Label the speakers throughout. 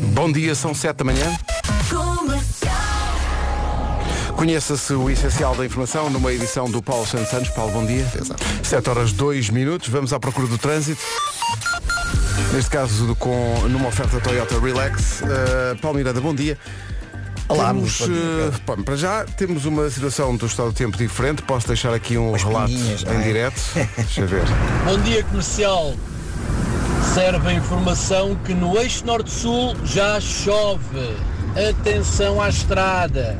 Speaker 1: Bom dia, são 7 da manhã. Conheça-se o essencial da informação numa edição do Paulo Santos Santos. Paulo, bom dia. 7 horas 2 minutos, vamos à procura do trânsito. Neste caso, com, numa oferta Toyota Relax. Uh, Paulo Miranda, bom dia.
Speaker 2: Olá,
Speaker 1: temos,
Speaker 2: muito bom dia,
Speaker 1: eh, bom, para já temos uma situação do estado do tempo diferente. Posso deixar aqui um relato
Speaker 2: pinguinhas, não
Speaker 1: em
Speaker 2: é?
Speaker 1: direto? Deixa eu ver.
Speaker 3: Bom dia comercial. Serve a informação que no eixo norte-sul já chove. Atenção à estrada.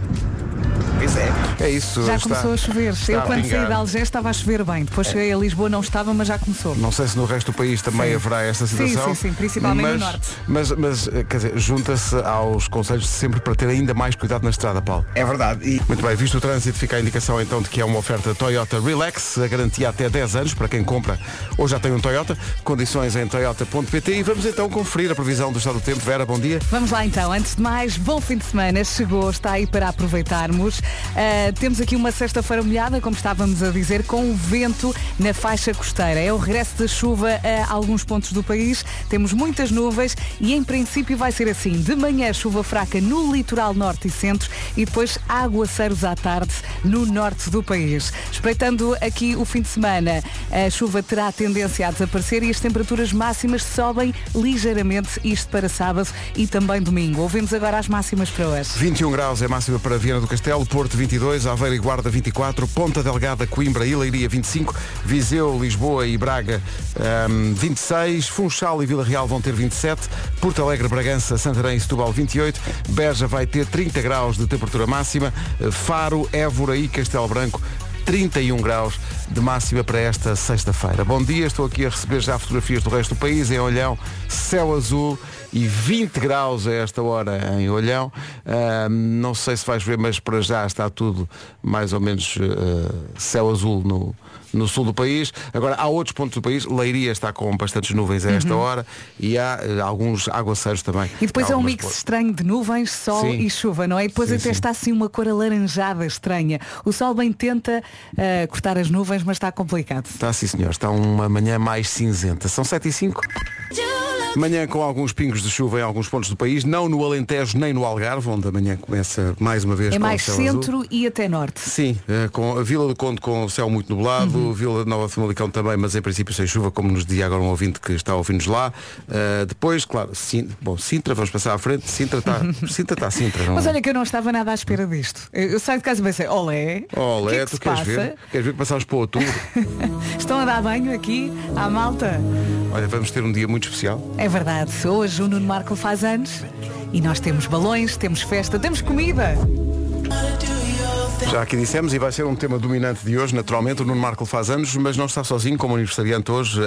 Speaker 2: Pois é.
Speaker 1: É isso.
Speaker 4: Já
Speaker 1: está-
Speaker 4: começou a chover.
Speaker 1: está
Speaker 4: Eu quando
Speaker 1: pingar.
Speaker 4: saí de Algés estava a chover bem. Depois cheguei a Lisboa, não estava, mas já começou.
Speaker 1: Não sei se no resto do país também haverá esta
Speaker 4: Sim,
Speaker 1: situação.
Speaker 4: sim, sim, principalmente no
Speaker 1: mas,
Speaker 4: norte.
Speaker 1: Mas, mas, eh, quer dizer, junta-se aos conselhos de sempre para ter ainda mais cuidado na estrada, Paulo.
Speaker 2: É verdade. E
Speaker 1: Muito bem, visto o trânsito, fica a indicação então de que é uma oferta Toyota Relax, a garantia até 10 anos para quem compra ou já tem um Toyota. Condições em toyota.pt e vamos então conferir a previsão do estado do tempo. Vera, bom dia.
Speaker 4: Vamos lá então, antes de mais, bom fim de semana, chegou, está aí para aproveitarmos. Ah, temos aqui uma sexta-feira molhada, como estávamos a dizer, com o vento na faixa costeira. É o regresso da chuva a alguns pontos do país, temos muitas nuvens e em princípio vai ser assim. De manhã chuva fraca no litoral norte e centro e depois aguaceiros à tarde no norte do país. Espreitando aqui o fim de semana, a chuva terá tendência a desaparecer e as temperaturas máximas sobem ligeiramente, isto para sábado e também domingo. Ouvimos agora as máximas para hoje.
Speaker 1: 21 graus é a máxima para Viana do Castelo, Porto 22, Aveiro e Guarda 24, Ponta Delgada, Coimbra e Leiria 25, Viseu, Lisboa e Braga ehm, 26, Funchal e Vila Real vão ter 27, Porto Alegre, Bragança, Santarém e Setúbal 28, Beja vai ter 30 graus de temperatura máxima, eh, Faro, Évora e Castelo Branco 31 graus de máxima para esta sexta-feira. Bom dia, estou aqui a receber já fotografias do resto do país em Olhão, céu azul e 20 graus a esta hora em Olhão. Ah, não sei se vais ver, mas para já está tudo mais ou menos ah, céu azul no, no sul do país. Agora, há outros pontos do país. Leiria está com bastantes nuvens a esta hora e há ah, alguns aguaceiros também.
Speaker 4: Uhum. E depois é um
Speaker 1: Algumas
Speaker 4: mix
Speaker 1: boas.
Speaker 4: estranho de nuvens, sol
Speaker 1: Sim.
Speaker 4: e chuva, não é? E depois
Speaker 1: Sim,
Speaker 4: até
Speaker 1: sim.
Speaker 4: está assim uma cor alaranjada estranha. O sol bem tenta ah, cortar as nuvens, mas está complicado.
Speaker 1: Está Tá, sim senhor, está uma manhã mais cinzenta. São 7 e 5. Manhã com alguns pingos de chuva em alguns pontos do país, não no Alentejo nem no Algarve, onde amanhã começa mais uma vez
Speaker 4: É
Speaker 1: com
Speaker 4: mais
Speaker 1: o céu azul.
Speaker 4: centro e até norte.
Speaker 1: Sim, eh, com a Vila do Conde com o céu muito nublado,
Speaker 4: Uhum.
Speaker 1: Vila Nova de Famalicão também, mas em princípio sem chuva, como nos dizia agora um ouvinte que está a ouvir-nos lá. Eh, depois, claro, Sin- bom, Sintra, vamos passar à frente, Sintra está Sintra, está Sintra não é?
Speaker 4: Mas olha que eu não estava nada à espera disto. Eu eu saio de casa e pensei, olé, o que
Speaker 1: Olé,
Speaker 4: é que
Speaker 1: tu
Speaker 4: se
Speaker 1: queres
Speaker 4: passa?
Speaker 1: ver? Queres ver que passamos para o outubro?
Speaker 4: Estão a dar banho aqui à malta?
Speaker 1: olha, vamos ter um dia muito especial.
Speaker 4: É verdade, hoje o Nuno Marco faz anos e nós temos balões, temos festa, temos comida.
Speaker 1: Já aqui dissemos e vai ser um tema dominante de hoje, naturalmente. O Nuno Marco faz anos, mas não está sozinho como aniversariante hoje.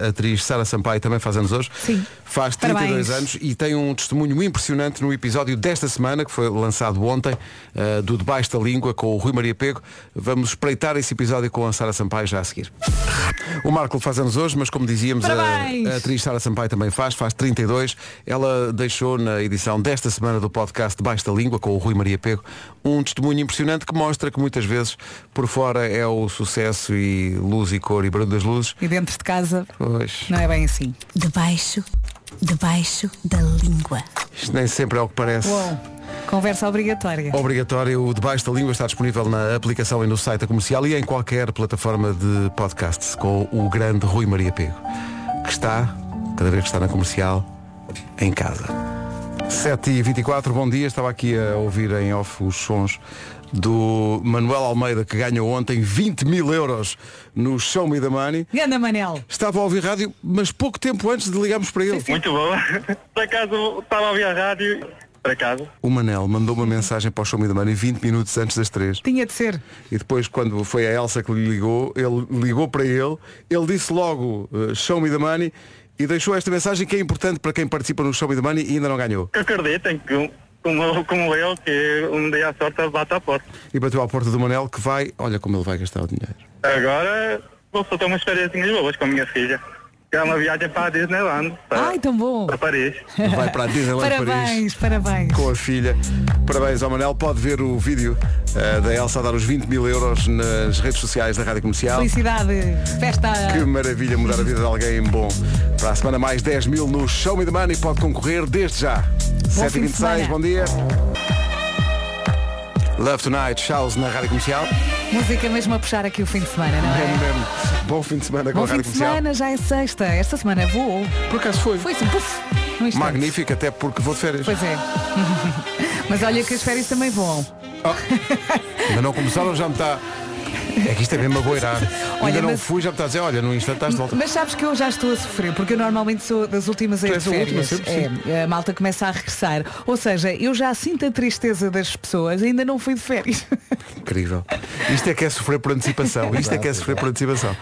Speaker 1: A atriz Sara Sampaio também faz anos hoje.
Speaker 4: Sim.
Speaker 1: Faz 32
Speaker 4: Parabéns.
Speaker 1: anos e tem um testemunho impressionante no episódio desta semana, que foi lançado ontem, eh, do Debaixo da Língua, com o Rui Maria Pego. Vamos espreitar esse episódio com a Sara Sampaio já a seguir. O Marco faz anos hoje, mas como dizíamos, a,
Speaker 4: Parabéns!
Speaker 1: a atriz Sara Sampaio também faz, faz 32. Ela deixou na edição desta semana do podcast Debaixo da Língua, com o Rui Maria Pego, um testemunho impressionante que mostra que muitas vezes por fora é o sucesso e luz e cor e barulho das luzes.
Speaker 4: E dentro de casa
Speaker 1: Pois,
Speaker 4: não é bem assim.
Speaker 5: Debaixo, debaixo da língua.
Speaker 1: isto nem sempre é o que parece.
Speaker 4: Uou, conversa obrigatória.
Speaker 1: Obrigatório, o Debaixo da Língua está disponível na aplicação e no site da comercial e em qualquer plataforma de podcast com o grande Rui Maria Pego, que está, cada vez que está na comercial, em casa. 7h24, bom dia. Estava aqui a ouvir em off os sons do Manuel Almeida, que ganhou ontem 20 mil euros no Show Me the Money.
Speaker 4: Ganda Manel,
Speaker 1: Estava a ouvir rádio, mas pouco tempo antes de ligarmos para ele.
Speaker 6: Muito boa. Por acaso estava a ouvir a rádio. Por acaso.
Speaker 1: O Manel mandou uma mensagem para o Show Me the Money 20 minutos antes das 3.
Speaker 4: tinha de ser.
Speaker 1: E depois quando foi a Elsa que lhe ligou, ele ligou para ele, ele disse logo eh, Show me the money e deixou esta mensagem que é importante para quem participa no Show me the money e ainda não ganhou.
Speaker 6: Que acreditem que um- como, como eu, que um dia a sorte bate à porta.
Speaker 1: E bateu à porta do Manel que vai, olha como ele vai gastar o dinheiro.
Speaker 6: Agora vou soltar umas férias boas com a minha filha. que é uma viagem para a Disneyland, para,
Speaker 4: Ai, tão bom.
Speaker 6: para Paris.
Speaker 1: Vai É para a Disneyland Paris
Speaker 4: Parabéns, parabéns.
Speaker 1: com a filha. Parabéns ao Manel. Pode ver o vídeo eh, da Elsa a dar os 20 mil euros nas redes sociais da Rádio Comercial.
Speaker 4: Felicidade, festa.
Speaker 1: Que maravilha mudar a vida de alguém em bom. Para a semana mais 10 mil no Show Me The Money pode concorrer desde já.
Speaker 4: fim de
Speaker 1: 7h26,
Speaker 4: semana.
Speaker 1: bom dia. Love Tonight, Charles na Rádio Comercial.
Speaker 4: Música mesmo a puxar aqui o fim de semana, não
Speaker 1: É
Speaker 4: é?
Speaker 1: mesmo. Bom fim de semana com
Speaker 4: Bom
Speaker 1: a
Speaker 4: fim
Speaker 1: Rádio
Speaker 4: de
Speaker 1: Comercial.
Speaker 4: semana, já é sexta. Esta semana voou.
Speaker 1: Por acaso foi.
Speaker 4: Foi assim, puf, num instante.
Speaker 1: Magnífico, até porque vou de férias.
Speaker 4: Pois é. Mas olha que as férias também voam.
Speaker 1: Ainda não começaram, já me está. É que isto é mesmo a boirar. Ainda
Speaker 4: Olha,
Speaker 1: não
Speaker 4: mas-
Speaker 1: fui, já me está a dizer, olha, no instante estás de volta.
Speaker 4: Mas sabes que eu já estou a sofrer, porque eu normalmente sou das últimas a ir
Speaker 1: és
Speaker 4: de
Speaker 1: a última,
Speaker 4: férias.
Speaker 1: sempre,
Speaker 4: é, a malta começa a regressar. Ou seja, eu já sinto a tristeza das pessoas, ainda não fui de férias.
Speaker 1: Incrível. Isto é que é sofrer por antecipação. Isto é que é sofrer por antecipação.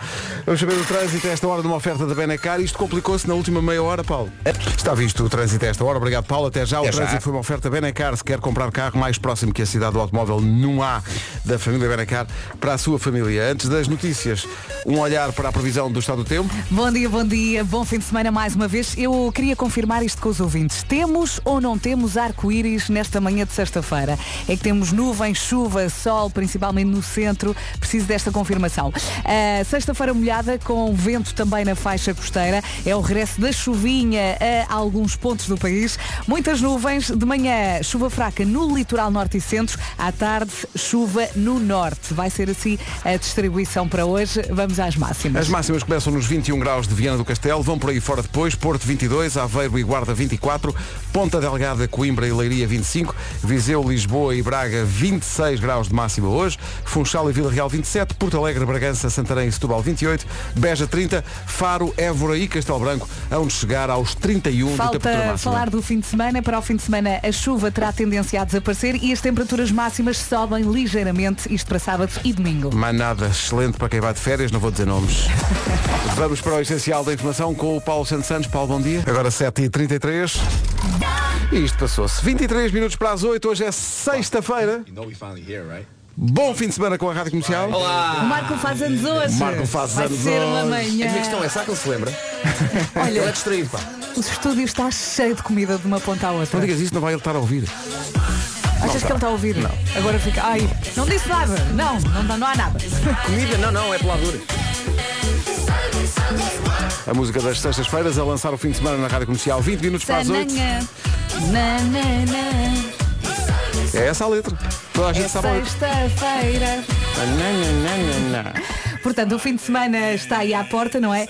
Speaker 1: Vamos saber o trânsito a esta hora de uma oferta da Benacar. Isto complicou-se na última meia hora, Paulo. Está visto o trânsito a esta hora. Obrigado, Paulo. Até já. O trânsito foi uma oferta Benacar. Se quer comprar carro mais próximo que a cidade do automóvel, não há da família Benacar para a sua família. Antes das notícias, um olhar para a previsão do estado do tempo.
Speaker 4: Bom dia, bom dia, bom fim de semana mais uma vez. Eu queria confirmar isto com os ouvintes. Temos ou não temos arco-íris nesta manhã de sexta-feira? É que temos nuvens, chuva, sol, principalmente no centro. Preciso desta confirmação. Ah, sexta-feira molhada, com vento também na faixa costeira. É o regresso da chuvinha a alguns pontos do país. Muitas nuvens. De manhã, chuva fraca no litoral norte e centro. À tarde, chuva no norte. Vai ser assim a distribuição para hoje. Vamos às máximas.
Speaker 1: As máximas começam nos 21 graus de Viana do Castelo, vão por aí fora depois, Porto 22, Aveiro e Guarda 24, Ponta Delgada, Coimbra e Leiria 25, Viseu, Lisboa e Braga 26 graus de máxima hoje, Funchal e Vila Real 27, Porto Alegre, Bragança, Santarém e Setúbal 28, Beja 30, Faro, Évora e Castelo Branco, aonde chegar aos 31 de temperatura
Speaker 4: Falta
Speaker 1: máxima.
Speaker 4: falar do fim de semana. Para o fim de semana a chuva terá tendência a desaparecer e as temperaturas máximas sobem ligeiramente, isto para sábado e domingo.
Speaker 1: Mais nada, excelente para quem vai de férias, não vou dizer nomes. Vamos para o essencial da informação com o Paulo Santos Santos. Paulo, bom dia. Agora 7h33. E isto passou-se. 23 minutos para as 8, hoje é sexta-feira. Bom fim de semana com a Rádio Comercial.
Speaker 4: O Marco faz anos hoje.
Speaker 1: Marco faz
Speaker 4: Vai
Speaker 1: anos
Speaker 4: ser uma
Speaker 1: hoje.
Speaker 4: manhã.
Speaker 7: A minha questão é, será que ele se lembra? Ele é
Speaker 4: Olha,
Speaker 7: distraído, pá.
Speaker 4: o estúdio está cheio de comida de uma ponta à outra.
Speaker 1: Não digas isso, não vai ele estar a ouvir.
Speaker 4: Achas que ele está a ouvir? Não. Agora fica. Ai, não disse nada. Não, não, dá- não há nada.
Speaker 7: Comida? Não, não, é peladura.
Speaker 1: A música das sextas-feiras a lançar o fim de semana na Rádio Comercial. 20 minutos para as 8.
Speaker 4: Tananã. Nananã.
Speaker 1: É essa a letra. Toda a gente
Speaker 4: É
Speaker 1: sabe a letra.
Speaker 4: sexta-feira. Portanto, o fim de semana está aí à porta, não é?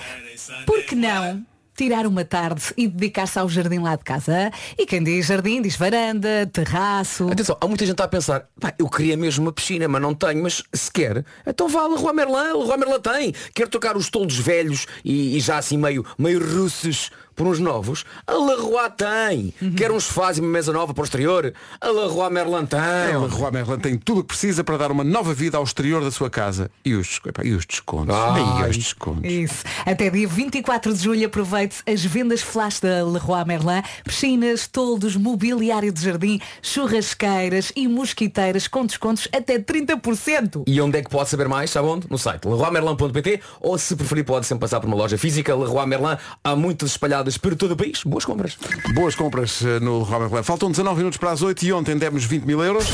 Speaker 4: Por que não? Tirar uma tarde e dedicar-se ao jardim lá de casa. hã? E quem diz jardim, diz varanda, terraço.
Speaker 7: Atenção, há muita gente que está a pensar, pá, eu queria mesmo uma piscina, mas não tenho, mas se quer, então vá a Rua Merlin, a Rua Merlin tem. Quer trocar os toldos velhos e, e já assim meio, meio russos por uns novos? A Leroy tem. Quer uns sofás e uma mesa nova para o exterior? A Leroy Merlin tem.
Speaker 1: Ela, Rua É Merlin, tem tudo o que precisa para dar uma nova vida ao exterior da sua casa. E os, desco- epá, e os descontos? E os descontos?
Speaker 4: Isso. Até dia 24 de julho aproveite as vendas flash da Leroy Merlin. Piscinas, toldos, mobiliário de jardim, churrasqueiras e mosquiteiras com descontos até 30%.
Speaker 7: E onde é que pode saber mais? Sabe onde? No site leroymerlin.pt ou se preferir pode sempre passar por uma loja física. Leroy Merlin há muitas espalhadas por todo o país. Boas compras.
Speaker 1: Boas compras eh, no Leroy Merlin. Faltam 19 minutos para as 8 e ontem demos 20 mil euros.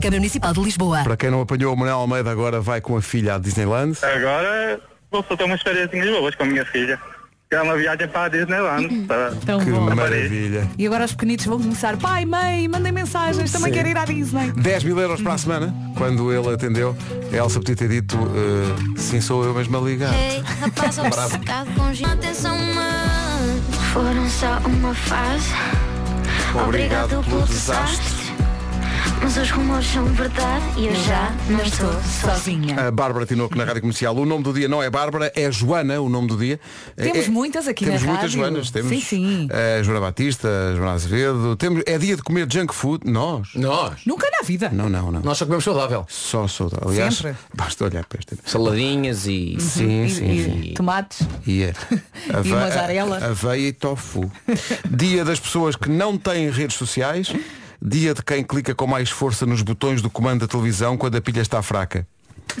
Speaker 5: Câmara Municipal de Lisboa.
Speaker 1: Para quem não apanhou, o Manuel Almeida agora vai com a filha à Disneyland.
Speaker 6: Agora vou só ter umas férias boas com a minha filha, que é uma viagem para a
Speaker 8: Uhum.
Speaker 6: Disneyland, para,
Speaker 4: Tão
Speaker 1: Que
Speaker 4: bom.
Speaker 1: maravilha.
Speaker 4: E agora os pequenitos vão começar, pai, mãe, mandem mensagens, também quero ir à Disney.
Speaker 1: 10 mil euros para a semana, quando ele atendeu, a Elsa podia ter dito, eh, sim, sou eu mesmo a ligar.
Speaker 9: Ei, rapaz, obcecado com gente. um Atenção, mano. Foram só uma fase. Obrigado pelo desastre. Mas os rumores são verdade e eu já não estou
Speaker 4: Sozinha.
Speaker 1: A Bárbara Tinoco na Rádio Comercial. O nome do dia não é Bárbara, é Joana o nome do dia.
Speaker 4: Temos
Speaker 1: É-
Speaker 4: muitas aqui
Speaker 1: temos
Speaker 4: na
Speaker 1: muitas
Speaker 4: rádio.
Speaker 1: Joanas, temos.
Speaker 4: Sim, sim.
Speaker 1: A Joana Batista, a Joana Azevedo. Temos, é dia de comer junk food. Nós?
Speaker 7: Nós.
Speaker 4: Nunca na vida.
Speaker 1: Não, não, não.
Speaker 7: Nós só comemos saudável.
Speaker 1: Só saudável. Aliás,
Speaker 4: Sempre.
Speaker 1: basta olhar para esta.
Speaker 7: Saladinhas e.
Speaker 1: Sim,
Speaker 4: E-
Speaker 1: sim,
Speaker 4: e
Speaker 1: sim.
Speaker 4: Tomates.
Speaker 1: E é. Ave-
Speaker 4: mozzarella.
Speaker 1: a- Aveia e tofu. Dia das pessoas que não têm redes sociais. Dia de quem clica com mais força nos botões do comando da televisão quando a pilha está fraca.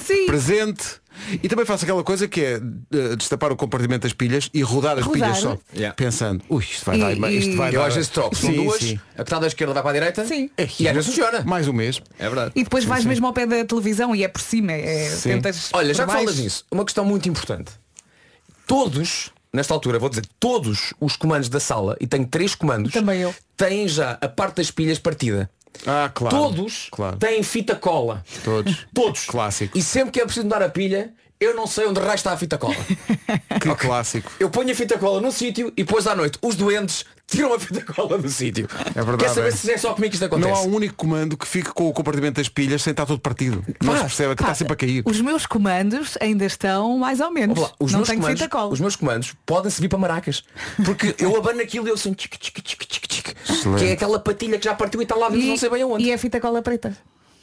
Speaker 4: Sim.
Speaker 1: Presente E também faço aquela coisa que é eh, destapar o compartimento das pilhas e rodar as
Speaker 4: Rodar.
Speaker 1: pilhas só.
Speaker 7: Yeah.
Speaker 1: Pensando, ui, isto vai
Speaker 4: E-
Speaker 1: dar. ima- Isto
Speaker 4: e-
Speaker 1: vai
Speaker 7: Eu
Speaker 1: dar-
Speaker 7: às vezes troco. São
Speaker 1: Sim,
Speaker 7: duas,
Speaker 1: sim.
Speaker 7: a que está da esquerda vai para a direita
Speaker 4: Sim.
Speaker 7: e às vezes funciona.
Speaker 1: Mais um mês.
Speaker 7: É verdade.
Speaker 4: E depois vais mesmo ao pé da televisão e é por cima. É,
Speaker 1: Sim.
Speaker 4: tentas
Speaker 7: Olha,
Speaker 4: por
Speaker 7: já que
Speaker 4: baixo.
Speaker 7: falas nisso, uma questão muito importante. Todos, nesta altura, vou dizer, todos os comandos da sala, e tenho três comandos,
Speaker 4: Também eu.
Speaker 7: têm já a parte das pilhas partida.
Speaker 1: Ah, claro.
Speaker 7: Todos
Speaker 1: Claro.
Speaker 7: têm fita cola.
Speaker 1: Todos.
Speaker 7: Todos.
Speaker 1: Clássico.
Speaker 7: E sempre que é preciso mudar a pilha, eu não sei onde raio está a fita cola.
Speaker 1: Que
Speaker 7: É
Speaker 1: clássico.
Speaker 7: Eu ponho a fita cola num sítio e depois à noite os doentes tiram a fita cola do sítio.
Speaker 1: É verdade,
Speaker 7: Quer saber
Speaker 1: é.
Speaker 7: se é só comigo que isto acontece?
Speaker 1: Não há um único comando que fique com o compartimento das pilhas sem estar todo partido. Não
Speaker 7: Pá,
Speaker 1: se percebe que
Speaker 4: Pá,
Speaker 1: está sempre a cair.
Speaker 4: Os meus comandos ainda estão mais ou menos.
Speaker 7: Ouve lá, os
Speaker 4: não
Speaker 7: meus
Speaker 4: tenho
Speaker 7: comandos,
Speaker 4: fita cola.
Speaker 7: Os meus comandos podem servir para maracas. Porque eu abano aquilo e eu assim tic, tic, tic, tic, tic, que é aquela patilha que já partiu e está lá dentro, não sei bem aonde.
Speaker 4: e é fita cola preta.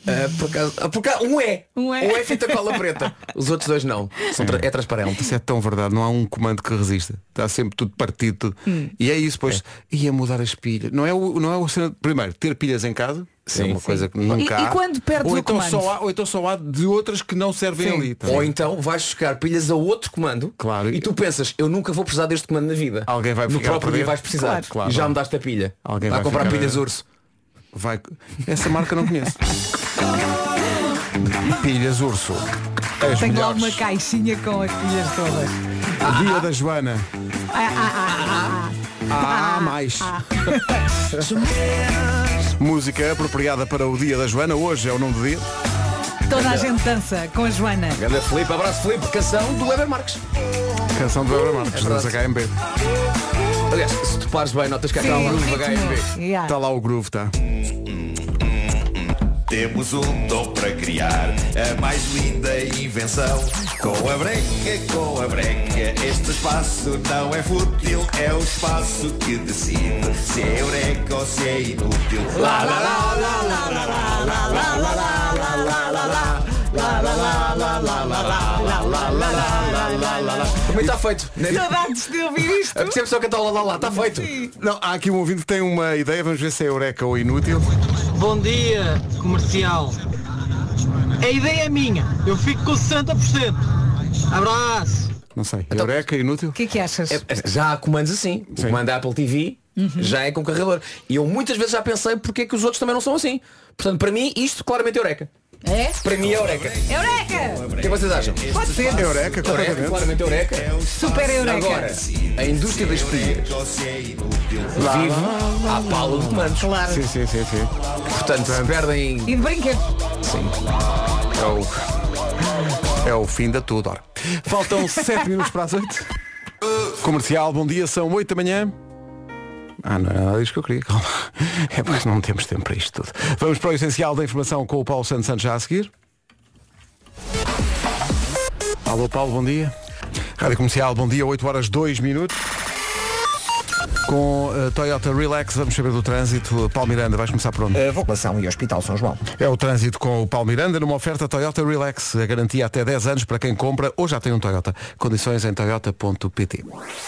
Speaker 7: Ah, por acaso- ah, por acaso- um é.
Speaker 4: Um é.
Speaker 7: fita cola preta. Os outros dois não. São tra- é transparente.
Speaker 1: Isso é tão verdade, não há um comando que resista. Está sempre tudo partido. tudo.
Speaker 4: Hum.
Speaker 1: E é isso, pois. Ia mudar as pilhas. Não é o, não é o cena- primeiro, ter pilhas em casa. é
Speaker 7: Sim,
Speaker 1: uma
Speaker 7: sim.
Speaker 1: coisa que nunca
Speaker 4: E- e
Speaker 1: há.
Speaker 4: quando perdes
Speaker 1: ou
Speaker 4: o
Speaker 1: então
Speaker 4: comando?
Speaker 1: só há, Ou então só há de outras que não servem
Speaker 4: Sim.
Speaker 1: ali. tá?
Speaker 7: Ou então vais buscar pilhas a outro comando
Speaker 1: Claro.
Speaker 7: e tu pensas, eu nunca vou precisar deste comando na vida.
Speaker 1: Alguém vai
Speaker 7: No
Speaker 1: ficar a
Speaker 7: próprio
Speaker 1: perder.
Speaker 7: dia vais precisar.
Speaker 1: Claro. Claro.
Speaker 7: E já me daste a pilha.
Speaker 1: Alguém
Speaker 7: vai
Speaker 1: vai
Speaker 7: comprar
Speaker 1: ficar a-
Speaker 7: pilhas urso.
Speaker 1: Vai... Essa marca não conheço. pilhas urso. É As
Speaker 4: Tenho lá
Speaker 1: melhores.
Speaker 4: uma caixinha com as pilhas todas.
Speaker 1: Dia da Joana. Ah, mais. Música apropriada para o Dia da Joana. Hoje é o nome do dia.
Speaker 4: Toda a gente dança com a Joana.
Speaker 7: Ganda Felipe, abraço Felipe, canção do Weber Marques.
Speaker 1: Canção do Euro Marques,
Speaker 7: verdade.
Speaker 1: dança KMB.
Speaker 7: Aliás, se tu pares bem, notas que há cá um grupo HMB.
Speaker 4: ritmo. Yeah.
Speaker 1: Está lá o groove, tá?
Speaker 8: Temos um dom para criar a mais linda invenção. Com a breca, com a breca, este espaço não é fútil, é o espaço que decide se é eureka ou se é inútil. Lá, lá, lá, lá, lá, lá, lá, lá, lá, lá, lá, lá, lá, lá, lá. Lá, lá, lá, lá, lá, lá, lá, lá, lá, lá, lá, lá, lá, lá.
Speaker 7: Também está feito.
Speaker 4: Saudades de ouvir isto.
Speaker 7: Né? Percebe só cantar lá lá lá, está feito.
Speaker 1: Não, há aqui um ouvinte que tem uma ideia, vamos ver se é eureka ou inútil.
Speaker 3: Bom dia, comercial. A ideia é minha. Eu fico com 60%. Abraço.
Speaker 1: Não sei. Eureka, inútil?
Speaker 4: O que é que achas?
Speaker 7: É, Já há comandos assim. O comando da Apple TV
Speaker 4: Uhum.
Speaker 7: já é com carregador. E eu muitas vezes já pensei porque é que os outros também não são assim. Portanto, para mim, isto claramente é eureka.
Speaker 4: É?
Speaker 7: Para mim é eureka.
Speaker 4: Eureka!
Speaker 7: O que é que vocês acham?
Speaker 4: Pode ser.
Speaker 1: Eureka,
Speaker 7: Eureka,
Speaker 1: completamente.
Speaker 7: claramente é eureka.
Speaker 4: Super Eureka.
Speaker 7: Agora, a indústria das pilhas vive à pala de comandos.
Speaker 4: Claro.
Speaker 1: Sim, sim, sim, sim.
Speaker 7: Portanto, se perdem...
Speaker 4: E de brinquedo.
Speaker 1: É o, é o fim da Tudor. Faltam 7 minutos para as 8. Comercial, bom dia, são 8 da manhã. Ah, não é nada disso que eu queria, calma. É porque não temos tempo para isto tudo. Vamos para o essencial da informação com o Paulo Santos Santos já a seguir. Alô Paulo, bom dia. Rádio Comercial, bom dia, 8 horas 2 minutos. Com a Toyota Relax, vamos saber do trânsito. Paulo Miranda, vais começar por onde?
Speaker 2: Vocação e Hospital São João.
Speaker 1: É o trânsito com o Paulo Miranda numa oferta Toyota Relax. A garantia até 10 anos para quem compra ou já tem um Toyota. Condições em toyota.pt.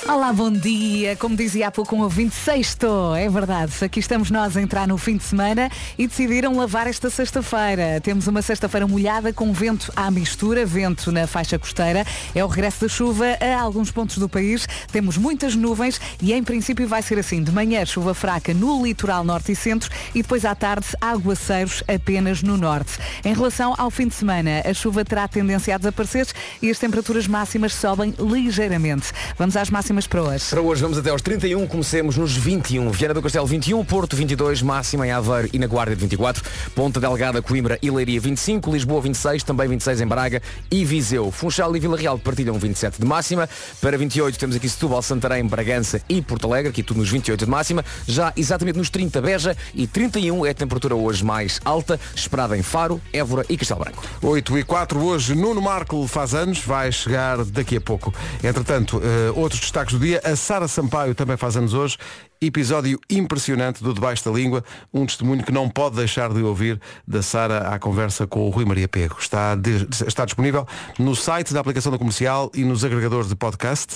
Speaker 4: Olá, bom dia. Como dizia há pouco um ouvinte, sexto. É verdade. Aqui estamos nós a entrar no fim de semana e decidiram lavar esta sexta-feira. Temos uma sexta-feira molhada com vento à mistura, vento na faixa costeira. É o regresso da chuva a alguns pontos do país. Temos muitas nuvens e em princípio vai ser assim. De manhã, chuva fraca no litoral norte e centro e depois à tarde, aguaceiros apenas no norte. Em relação ao fim de semana, a chuva terá tendência a desaparecer e as temperaturas máximas sobem ligeiramente. Vamos às máximas para hoje.
Speaker 7: Para hoje vamos até aos 31, comecemos nos 21. Viana do Castelo 21, Porto 22, máxima em Aveiro e na Guarda de 24, Ponta Delgada, Coimbra e Leiria 25, Lisboa 26, também 26 em Braga e Viseu. Funchal e Vila Real partilham 27 de máxima. Para 28 temos aqui Setúbal, Santarém, Bragança e Porto Alegre, aqui tudo nos 28 de máxima. Já exatamente nos 30 Beja e 31 é a temperatura hoje mais alta, esperada em Faro, Évora e Castelo Branco.
Speaker 1: 8 e 4, hoje Nuno Marco faz anos, vai chegar daqui a pouco. Entretanto, eh, outros destaques do dia, a Sara Sampaio também faz anos hoje, episódio impressionante do Debaixo da Língua, um testemunho que não pode deixar de ouvir da Sara à conversa com o Rui Maria Pego. Está, de- está disponível no site da aplicação da comercial e nos agregadores de podcast.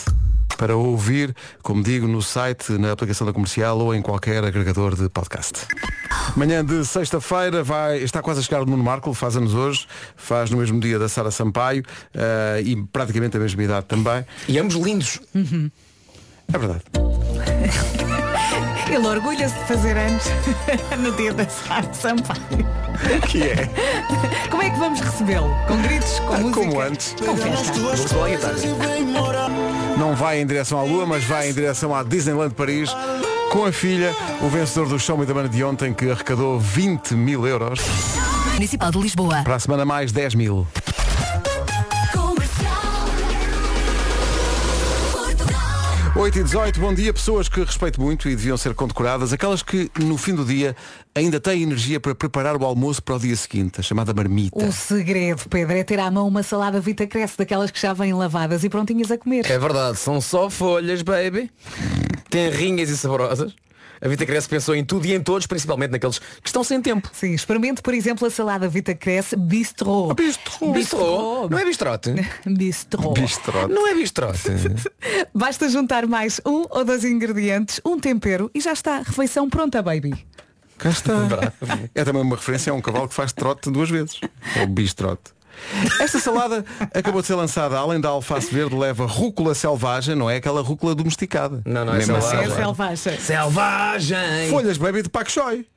Speaker 1: Para ouvir, como digo, no site, na aplicação da comercial ou em qualquer agregador de podcast. Manhã de sexta-feira vai, está quase a chegar o Nuno Marco, faz anos hoje, faz no mesmo dia da Sara Sampaio eh, e praticamente a mesma idade também.
Speaker 7: E ambos lindos.
Speaker 1: É verdade.
Speaker 4: Ele orgulha-se de fazer anos no dia da Sara Sampaio.
Speaker 1: Que é? Ah,
Speaker 4: Como é que vamos recebê-lo? Com gritos, com música?
Speaker 1: Como antes.
Speaker 4: Com festa.
Speaker 1: Não vai em direção à Lua, mas vai em direção à Disneyland Paris com a filha, o vencedor do Show Me the Money de ontem, que arrecadou 20 mil euros.
Speaker 5: Municipal de Lisboa.
Speaker 1: Para a semana mais 10 mil.
Speaker 5: Portugal.
Speaker 1: 8 e 18, bom dia. Pessoas que respeito muito e deviam ser condecoradas, aquelas que no fim do dia ainda têm energia para preparar o almoço para o dia seguinte, a chamada marmita.
Speaker 4: O segredo, Pedro, é ter à mão uma salada Vita Cresce, daquelas que já vêm lavadas e prontinhas a comer.
Speaker 7: É verdade, são só folhas, baby. Tenrinhas e saborosas. A Vita Cresce pensou em tudo e em todos, principalmente naqueles que estão sem tempo.
Speaker 4: Sim, experimente, por exemplo, a salada Vita Cresce
Speaker 1: Oh,
Speaker 4: Bistrô.
Speaker 1: Bistrô.
Speaker 7: Bistrô. Não é bistrote?
Speaker 4: Bistrô.
Speaker 1: Bistrote.
Speaker 7: Não é bistrote.
Speaker 4: Basta juntar mais um ou dois ingredientes, um tempero e já está. Refeição pronta, baby.
Speaker 1: Cá está. É também uma referência a um cavalo que faz trote duas vezes. Ou bistrote. Esta salada acabou de ser lançada, além da alface verde, leva rúcula selvagem, não é aquela rúcula domesticada.
Speaker 7: Não, não, é
Speaker 1: Mesmo assim.
Speaker 7: selvagem.
Speaker 4: É selvagem.
Speaker 7: Selvagem!
Speaker 1: Folhas baby de pak choi.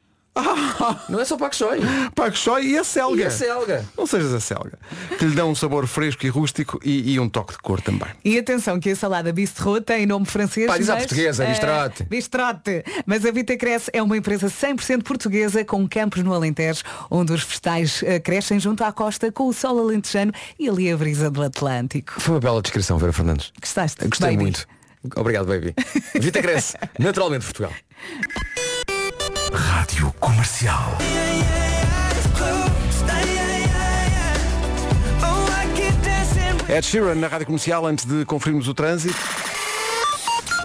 Speaker 7: Não é só Paco Choi.
Speaker 1: Pak choi e a selga.
Speaker 7: E a selga?
Speaker 1: Não sejas a selga. Que lhe dão um sabor fresco e rústico e, e um toque de cor também.
Speaker 4: E atenção que a salada bistrô tem nome francês.
Speaker 7: Pá, diz à
Speaker 4: mas,
Speaker 7: portuguesa,
Speaker 4: eh,
Speaker 7: bistrote.
Speaker 4: bistrote. Mas a Vita Cresce é uma empresa 100% portuguesa com campos no Alentejo, onde os vegetais eh, crescem junto à costa com o sol alentejano e ali a brisa do Atlântico.
Speaker 7: Foi uma bela descrição, Vera Fernandes.
Speaker 4: Gostaste?
Speaker 7: Eu Gostei
Speaker 4: baby?
Speaker 7: muito. Obrigado, baby. Vita Cresce, naturalmente Portugal.
Speaker 8: Rádio Comercial.
Speaker 1: Ed Sheeran na Rádio Comercial, antes de conferirmos o trânsito.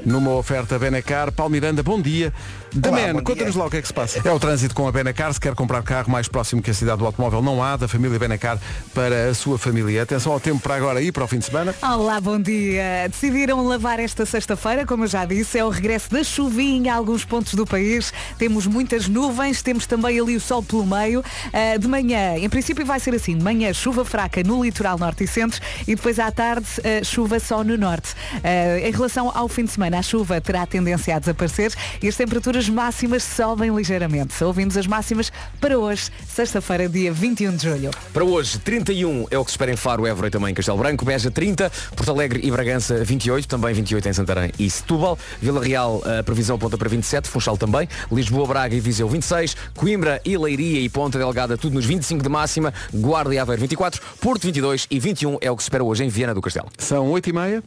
Speaker 1: Numa oferta Benacar, Paulo Miranda, bom dia. Da
Speaker 2: Olá,
Speaker 1: Man,
Speaker 2: bom
Speaker 1: conta-nos
Speaker 2: dia.
Speaker 1: lá o que é que se passa. É o trânsito com a Benacar. Se quer comprar carro mais próximo que a cidade do automóvel, não há. Da família Benacar para a sua família. Atenção ao tempo para agora e para o fim de semana.
Speaker 4: Olá, bom dia. Decidiram lavar esta sexta-feira, como eu já disse, é o regresso da chuvinha a alguns pontos do país. Temos muitas nuvens, temos também ali o sol pelo meio. Ah, de manhã, em princípio vai ser assim, de manhã chuva fraca no litoral norte e centro e depois à tarde ah, chuva só no norte. Ah, em relação ao fim de semana, a chuva terá tendência a desaparecer e as temperaturas máximas sobem ligeiramente. Ouvimos as máximas para hoje, sexta-feira, dia 21 de julho.
Speaker 7: Para hoje, 31 é o que se espera em Faro, Évora e também em Castelo Branco, Beja 30, Porto Alegre e Bragança 28, também 28 em Santarém e Setúbal, Vila Real a previsão aponta para 27, Funchal também, Lisboa, Braga e Viseu 26, Coimbra e Leiria e Ponta Delgada tudo nos 25 de máxima, Guarda e Aveiro 24, Porto 22 e 21 é o que se espera hoje em Viana do Castelo.
Speaker 1: São 8 e meia.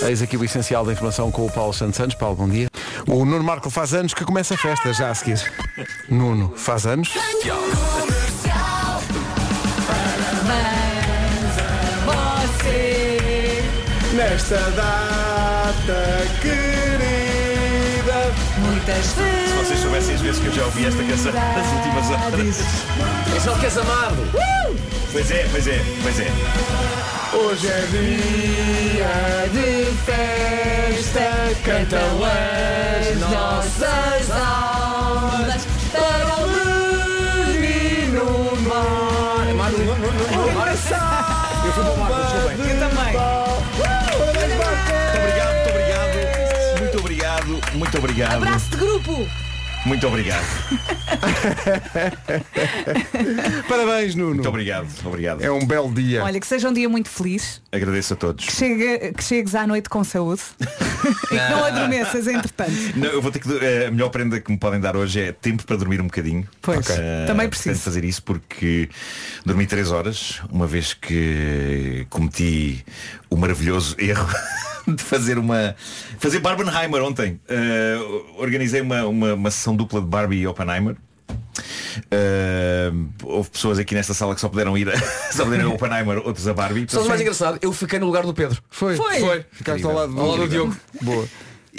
Speaker 1: Eis aqui o essencial da informação com o Paulo Santos Santos. Paulo, bom dia. O Nuno Marco faz anos que começa a festa, já a seguir. Nuno faz anos. Nesta data querida.
Speaker 4: Muitas
Speaker 8: Se vocês soubessem as vezes que eu já ouvi esta canção nas últimas horas.
Speaker 7: É só que és amado!
Speaker 8: Pois é, pois é, pois é.
Speaker 1: Hoje é dia de festa, cantam as nossas almas para o menino mar.
Speaker 7: Eu fui para o Marco, desculpem.
Speaker 4: Eu também.
Speaker 8: Muito obrigado, muito obrigado. Muito obrigado, muito obrigado.
Speaker 4: Abraço de grupo!
Speaker 8: Muito obrigado.
Speaker 1: Parabéns, Nuno.
Speaker 8: Muito obrigado, obrigado.
Speaker 1: É um belo dia.
Speaker 4: Olha, que seja um dia muito feliz,
Speaker 8: Agradeço a todos.
Speaker 4: que, chega- que chegues à noite com saúde e que não adormeças, entretanto.
Speaker 8: Não, eu vou ter que. eh, A melhor prenda que me podem dar hoje é tempo para dormir um bocadinho.
Speaker 4: Pois,
Speaker 8: Eh, pretendo
Speaker 4: também preciso.
Speaker 8: fazer isso porque dormi três horas, uma vez que cometi o maravilhoso erro de fazer uma. Fazer Barbenheimer ontem. Eh, organizei uma, uma, uma sessão dupla de Barbie e Oppenheimer. Eh, houve pessoas aqui nesta sala que só puderam ir a, só puderam ir a Oppenheimer, outros a Barbie.
Speaker 7: Só o mais engraçado, eu fiquei no lugar do Pedro.
Speaker 1: Foi.
Speaker 4: Foi.
Speaker 1: Ficaste ao lado do,
Speaker 7: Ao lado do Diogo.
Speaker 1: Boa.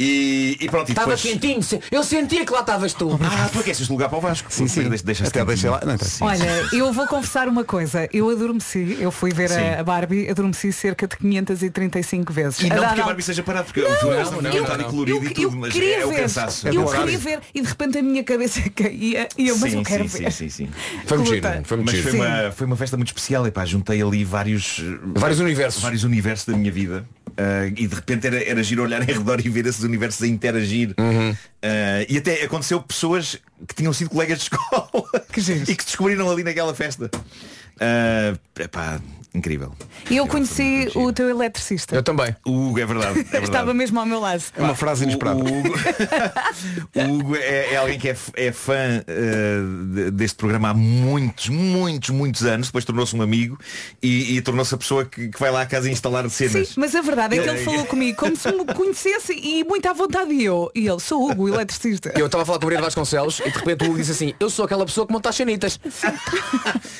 Speaker 10: E, e pronto, e
Speaker 7: Estava
Speaker 10: depois...
Speaker 7: quentinho. se- Eu sentia que lá estavas tu.
Speaker 10: Ah, tu aqueces o lugar para o Vasco.
Speaker 1: Sim, sim.
Speaker 10: Deixa, deixa
Speaker 1: Até deixei lá- não interessa.
Speaker 4: Olha, eu vou confessar uma coisa. Eu adormeci, eu fui ver
Speaker 10: Sim.
Speaker 4: a- a Barbie, adormeci cerca de 535 vezes.
Speaker 10: E não
Speaker 4: A dada
Speaker 10: porque a
Speaker 4: al-
Speaker 10: Barbie seja parada, porque
Speaker 4: Não,
Speaker 10: o filme
Speaker 4: não,
Speaker 10: é
Speaker 4: eu,
Speaker 10: movimentado e
Speaker 4: eu-
Speaker 10: colorido e
Speaker 4: eu
Speaker 10: tudo, mas
Speaker 4: queria
Speaker 10: é, é o
Speaker 4: ver,
Speaker 10: cansaço.
Speaker 1: É
Speaker 4: eu
Speaker 1: do
Speaker 4: queria
Speaker 1: horário.
Speaker 4: ver e de repente a minha cabeça caía e eu, mas
Speaker 10: sim,
Speaker 4: eu quero
Speaker 10: sim,
Speaker 4: ver.
Speaker 10: sim, sim, sim.
Speaker 4: Que
Speaker 11: Foi muito
Speaker 4: luta.
Speaker 11: giro, foi muito
Speaker 10: Mas
Speaker 11: giro.
Speaker 10: foi uma, foi uma festa muito especial e pá, juntei ali vários eh,
Speaker 11: Vários universos.
Speaker 10: vários universos da minha vida Ah, e de repente era, era giro olhar em redor e ver esses universos a interagir Ah, e até aconteceu pessoas que tinham sido colegas de escola
Speaker 4: Que giro.
Speaker 10: e que descobriram ali naquela festa Ah, epá, incrível Incrível,
Speaker 4: Eu
Speaker 10: foi
Speaker 4: conheci
Speaker 10: muito
Speaker 4: o
Speaker 10: giro.
Speaker 4: teu eletricista.
Speaker 11: Eu também.
Speaker 10: Hugo, é verdade, é verdade.
Speaker 4: Estava mesmo ao meu lado.
Speaker 1: É uma frase inesperada.
Speaker 10: O Hugo, O Hugo é, é alguém que é, f- é fã eh, de- deste programa há muitos, muitos, muitos anos. Depois tornou-se um amigo e, e tornou-se a pessoa que, que vai lá à casa instalar
Speaker 4: Sim,
Speaker 10: cenas.
Speaker 4: mas a verdade é que
Speaker 10: Eu-
Speaker 4: ele falou comigo como se me conhecesse e muito à vontade e eu. E ele, sou Hugo, eletricista.
Speaker 7: Eu estava a falar com o Brito Vasconcelos e de repente o Hugo disse assim, eu sou aquela pessoa que monta as chanitas.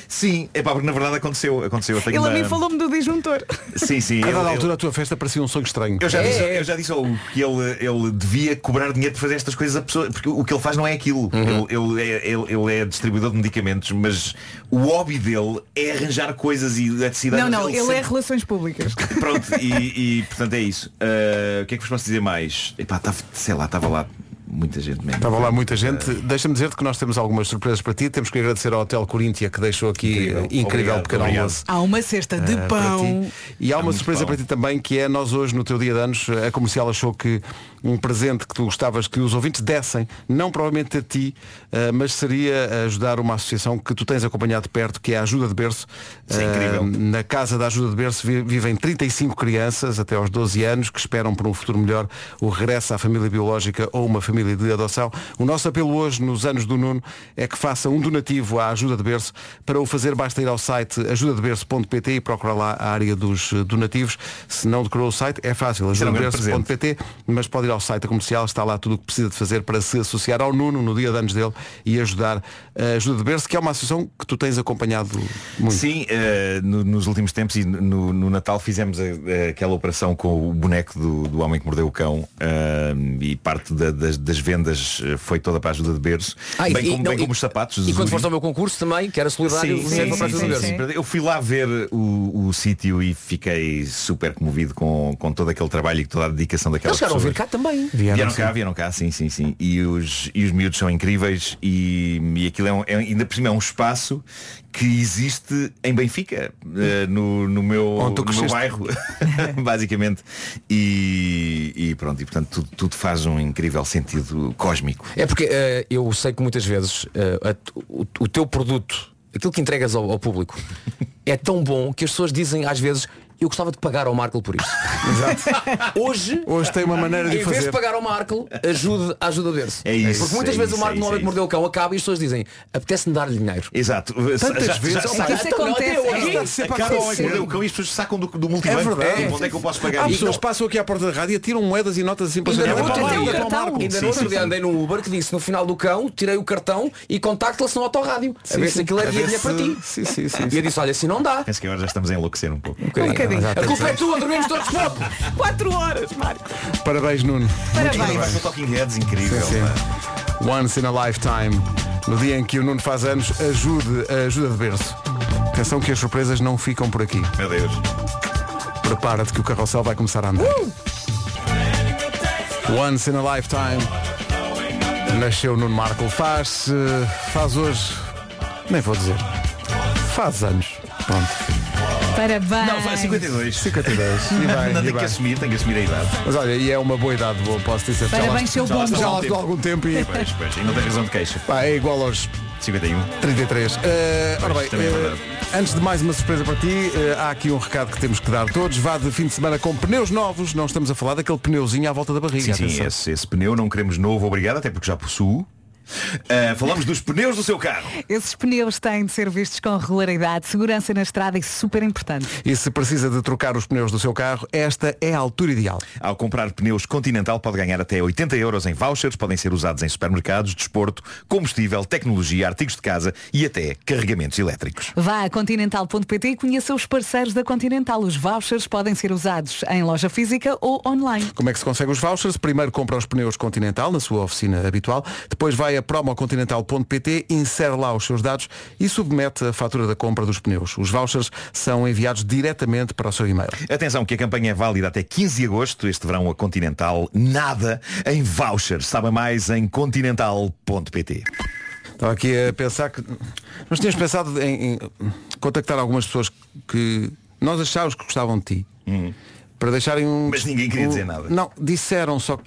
Speaker 10: Sim, é pá, porque na verdade aconteceu. aconteceu. Eu tenho
Speaker 4: Ele a
Speaker 10: uma-
Speaker 4: mim falou-me do disjuntor.
Speaker 10: Sim, sim.
Speaker 1: A
Speaker 10: eu-
Speaker 1: dada
Speaker 10: eu-
Speaker 1: altura a tua festa parecia um sonho estranho.
Speaker 10: Eu já,
Speaker 7: É,
Speaker 10: disse,
Speaker 7: é.
Speaker 10: eu já disse ao Hugo que ele, ele devia cobrar dinheiro por fazer estas coisas a pessoa, porque o que ele faz não é aquilo.
Speaker 1: Uhum.
Speaker 10: Ele, ele é, ele- ele é distribuidor de medicamentos, mas o hobby dele é arranjar coisas e eletricidade.
Speaker 4: Não, não,
Speaker 10: Ele
Speaker 4: ele é
Speaker 10: sempre-
Speaker 4: relações públicas.
Speaker 10: Pronto, e, e, portanto é isso. Ah, o que é que vos posso dizer mais? Epá, tava, sei lá, estava lá muita gente mesmo.
Speaker 1: Estava lá muita gente. Deixa-me dizer-te que nós temos algumas surpresas para ti. Temos que agradecer ao Hotel Coríntia que deixou aqui eh, incrível,
Speaker 10: Obrigado,
Speaker 1: pequeno
Speaker 10: obrigado.
Speaker 1: almoço.
Speaker 4: Há uma cesta de
Speaker 1: eh, para
Speaker 4: um pão.
Speaker 1: ti. E há uma
Speaker 10: muito
Speaker 1: surpresa
Speaker 10: pão.
Speaker 1: para ti também que é nós hoje no teu dia de anos a comercial achou que um presente que tu gostavas que os ouvintes dessem, não provavelmente a ti, eh, mas seria ajudar uma associação que tu tens acompanhado de perto, que é a Ajuda de Berço.
Speaker 10: Isso é
Speaker 1: Eh,
Speaker 10: incrível.
Speaker 1: Na casa da Ajuda de Berço vi- vivem 35 crianças até aos 12 anos que esperam por um futuro melhor, o regresso à família biológica ou uma família de adoção. O nosso apelo hoje, nos anos do Nuno, é que faça um donativo à Ajuda de Berço. Para o fazer, basta ir ao site ajudadeberço.pt e procurar lá a área dos eh, donativos. Se não decorou o site, é fácil,
Speaker 10: Isso era um grande
Speaker 1: ajudadeberço.pt, mas pode ir ao site da comercial, está lá tudo o que precisa de fazer para se associar ao Nuno no dia de anos dele e ajudar a Ajuda de Berço, que é uma associação que tu tens acompanhado muito.
Speaker 10: Sim, eh, no- nos últimos tempos e no, no Natal fizemos a- a- aquela operação com o boneco do, do homem que mordeu o cão eh, e parte da- das, das vendas eh, foi toda para a ajuda de berço.
Speaker 7: Ah, e-
Speaker 10: bem
Speaker 7: e-
Speaker 10: como,
Speaker 7: não,
Speaker 10: bem
Speaker 7: e-
Speaker 10: como os sapatos.
Speaker 7: E quando
Speaker 10: Zuri.
Speaker 7: foste ao meu concurso também, que era solidário,
Speaker 10: Sim,
Speaker 7: sempre
Speaker 10: sim,
Speaker 7: para
Speaker 10: sim,
Speaker 7: fazer
Speaker 10: sim,
Speaker 7: verso.
Speaker 10: sim. Eu fui lá ver o, o sítio e fiquei super comovido com, com todo aquele trabalho e toda a dedicação daquelas
Speaker 7: Eles chegaram a vir
Speaker 10: pessoas.
Speaker 7: cá também.
Speaker 10: Vieram, cá, vieram cá, sim, sim, sim. E os, e os miúdos são incríveis e, e aquilo é, um, é- ainda por cima é um espaço que existe em Benfica, eh, no, no meu,
Speaker 1: Onde tu
Speaker 10: no meu
Speaker 1: cresceste.
Speaker 10: bairro, basicamente. E, e pronto, e portanto tudo, tudo faz um incrível sentido cósmico.
Speaker 7: É porque eh, eu sei que muitas vezes eh, a- o, o teu produto, aquilo que entregas ao, ao público, é tão bom que as pessoas dizem às vezes eu gostava de pagar ao Marco por isto. Hoje,
Speaker 1: Hoje tem uma maneira de
Speaker 7: em vez de
Speaker 1: fazer.
Speaker 7: pagar ao Marco, ajude, ajuda a ver-se.
Speaker 10: É isso,
Speaker 7: Porque muitas
Speaker 10: é
Speaker 7: vezes
Speaker 10: isso,
Speaker 7: o Marco
Speaker 10: é
Speaker 7: no
Speaker 10: isso,
Speaker 7: homem
Speaker 10: é
Speaker 7: que mordeu o cão acaba e as pessoas dizem apetece-me dar-lhe dinheiro.
Speaker 10: Exato.
Speaker 1: Tantas vezes,
Speaker 4: É que isso
Speaker 7: Então, não,
Speaker 4: acontece.
Speaker 7: até hoje.
Speaker 1: Está sempre a
Speaker 10: Acabam a
Speaker 1: acontecer.
Speaker 10: é o cão e as pessoas sacam do, do multibanco.
Speaker 1: É verdade.
Speaker 10: Onde é que eu posso
Speaker 1: Há
Speaker 10: pagar isto?
Speaker 1: pessoas que passam aqui à porta da rádio, tiram moedas e notas assim para
Speaker 7: Ainda
Speaker 1: janela.
Speaker 7: no
Speaker 1: Vai
Speaker 7: outro
Speaker 1: para lá,
Speaker 7: dia,
Speaker 1: vai para o
Speaker 4: cartão.
Speaker 1: Marco.
Speaker 7: ainda
Speaker 10: Sim,
Speaker 7: no outro
Speaker 10: sim,
Speaker 7: dia
Speaker 10: sim.
Speaker 7: andei num Uber que disse no final do cão, tirei o cartão e contacta-se no autorrádio. A ver se aquilo
Speaker 1: A
Speaker 7: era
Speaker 1: ver
Speaker 7: dinheiro
Speaker 1: se-
Speaker 7: para ti.
Speaker 1: Sim, sim, sim.
Speaker 7: E eu disse, olha, se não dá,
Speaker 10: Penso que agora já estamos a enlouquecer um pouco.
Speaker 4: Um bocadinho.
Speaker 7: a culpa é tua, dormimos todos pouco.
Speaker 4: Quatro horas, Marco.
Speaker 1: Parabéns, Nuno.
Speaker 4: Parabéns.
Speaker 10: Mas o é um Talking Heads incrível.
Speaker 1: Sim.
Speaker 10: pá.
Speaker 1: Once in a lifetime. No dia em que o Nuno faz anos, ajude, ajuda de berço. Atenção que as surpresas não ficam por aqui.
Speaker 10: Meu Deus.
Speaker 1: Prepara-te que o carrossel vai começar a andar.
Speaker 4: Uh!
Speaker 1: Once in a lifetime. Nasceu Nuno Marco. Faz, eh, faz hoje. Nem vou dizer. Faz anos. Pronto.
Speaker 4: Parabéns.
Speaker 10: Não, faz 52.
Speaker 1: 52. E vai,
Speaker 10: Não,
Speaker 1: e
Speaker 10: tem que
Speaker 1: vai.
Speaker 10: assumir, tem que assumir a idade.
Speaker 1: Mas olha, e é uma boa idade, boa, posso dizer. Já lá-
Speaker 4: Parabéns, seu
Speaker 10: já lá
Speaker 4: bom.
Speaker 10: está.
Speaker 1: Já lá
Speaker 10: algum
Speaker 1: estou há algum tempo e
Speaker 10: Pois, pois, ainda tem razão de queixa.
Speaker 1: pá, é igual aos
Speaker 10: 51.
Speaker 1: 33. Eh, ora bem,
Speaker 10: também é
Speaker 1: eh,
Speaker 10: verdade.
Speaker 1: antes de mais uma surpresa para ti, eh, há aqui um recado que temos que dar a todos. Vá de fim de semana com pneus novos. Não estamos a falar daquele pneuzinho à volta da barriga.
Speaker 10: Sim, sim,
Speaker 1: atenção.
Speaker 10: esse, esse pneu não queremos novo, obrigado, até porque já possuo. Ah, falamos dos pneus do seu carro.
Speaker 4: Esses pneus têm de ser vistos com regularidade. Segurança na estrada é super importante.
Speaker 1: E se precisa de trocar os pneus do seu carro, esta é a altura ideal.
Speaker 10: Ao comprar pneus Continental pode ganhar até 80 euros em vouchers, podem ser usados em supermercados, desporto, combustível, tecnologia, artigos de casa e até carregamentos elétricos.
Speaker 4: Vá a continental.pt e conheça os parceiros da Continental. Os vouchers podem ser usados em loja física ou online.
Speaker 1: Como é que se consegue os vouchers? Primeiro compra os pneus Continental na sua oficina habitual, depois vai a promocontinental.pt, insere lá os seus dados e submete a fatura da compra dos pneus. Os vouchers são enviados diretamente para o seu e-mail.
Speaker 10: Atenção que a campanha é válida até 15 de agosto, este verão a Continental nada em vouchers. Sabe mais em continental.pt.
Speaker 1: Estava aqui a pensar que. Nós tínhamos pensado em, em contactar algumas pessoas que nós achávamos que gostavam de ti. Para deixarem um.
Speaker 10: Hum. Mas ninguém queria
Speaker 1: um-
Speaker 10: dizer nada.
Speaker 1: Não, disseram só que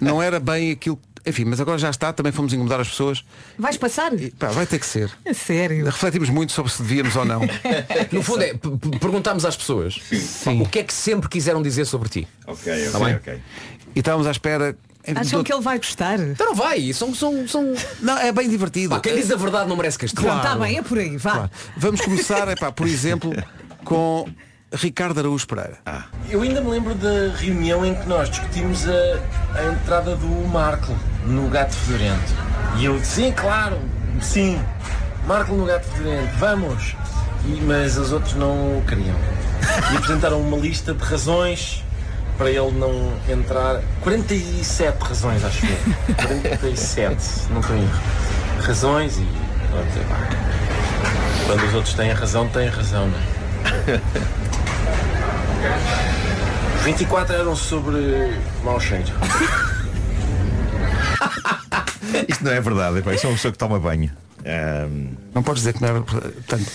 Speaker 1: não era bem aquilo. Enfim, mas agora já está, também fomos incomodar as pessoas.
Speaker 4: Vais passar?
Speaker 1: Pá, vai ter que ser.
Speaker 4: A sério.
Speaker 1: Refletimos muito sobre se devíamos ou não.
Speaker 7: No fundo é, p- p- perguntámos às pessoas o que é que sempre quiseram dizer sobre ti.
Speaker 10: Ok,
Speaker 7: Tá bem.
Speaker 10: ok.
Speaker 1: E estávamos à espera.
Speaker 4: Acham que ele vai gostar?
Speaker 7: Então não vai, são. são, são...
Speaker 1: Não, é bem divertido.
Speaker 7: Pá, quem diz a verdade não merece castigo.
Speaker 4: Pronto,
Speaker 10: Tá
Speaker 4: está bem, é por aí, vá.
Speaker 1: Claro. Vamos começar, epá, por exemplo, com Ricardo Araújo Pereira.
Speaker 3: Eu ainda me lembro da reunião em que nós discutimos a, a entrada do Marco no Gato Fedorento. E eu disse, sim, claro, sim, Marco no Gato Fedorento, vamos. E- mas os outros não o queriam. E apresentaram uma lista de razões para ele não entrar. 47 razões, acho é. eu. 47, se não estou em erro. Razões e... Vamos dizer, pá, quando os outros têm razão, têm razão, não é? 24 eram sobre mau cheiro.
Speaker 10: Isto não é verdade, epá, isso é uma pessoa que toma banho. Ahm,
Speaker 1: Não podes dizer que não era. Portanto,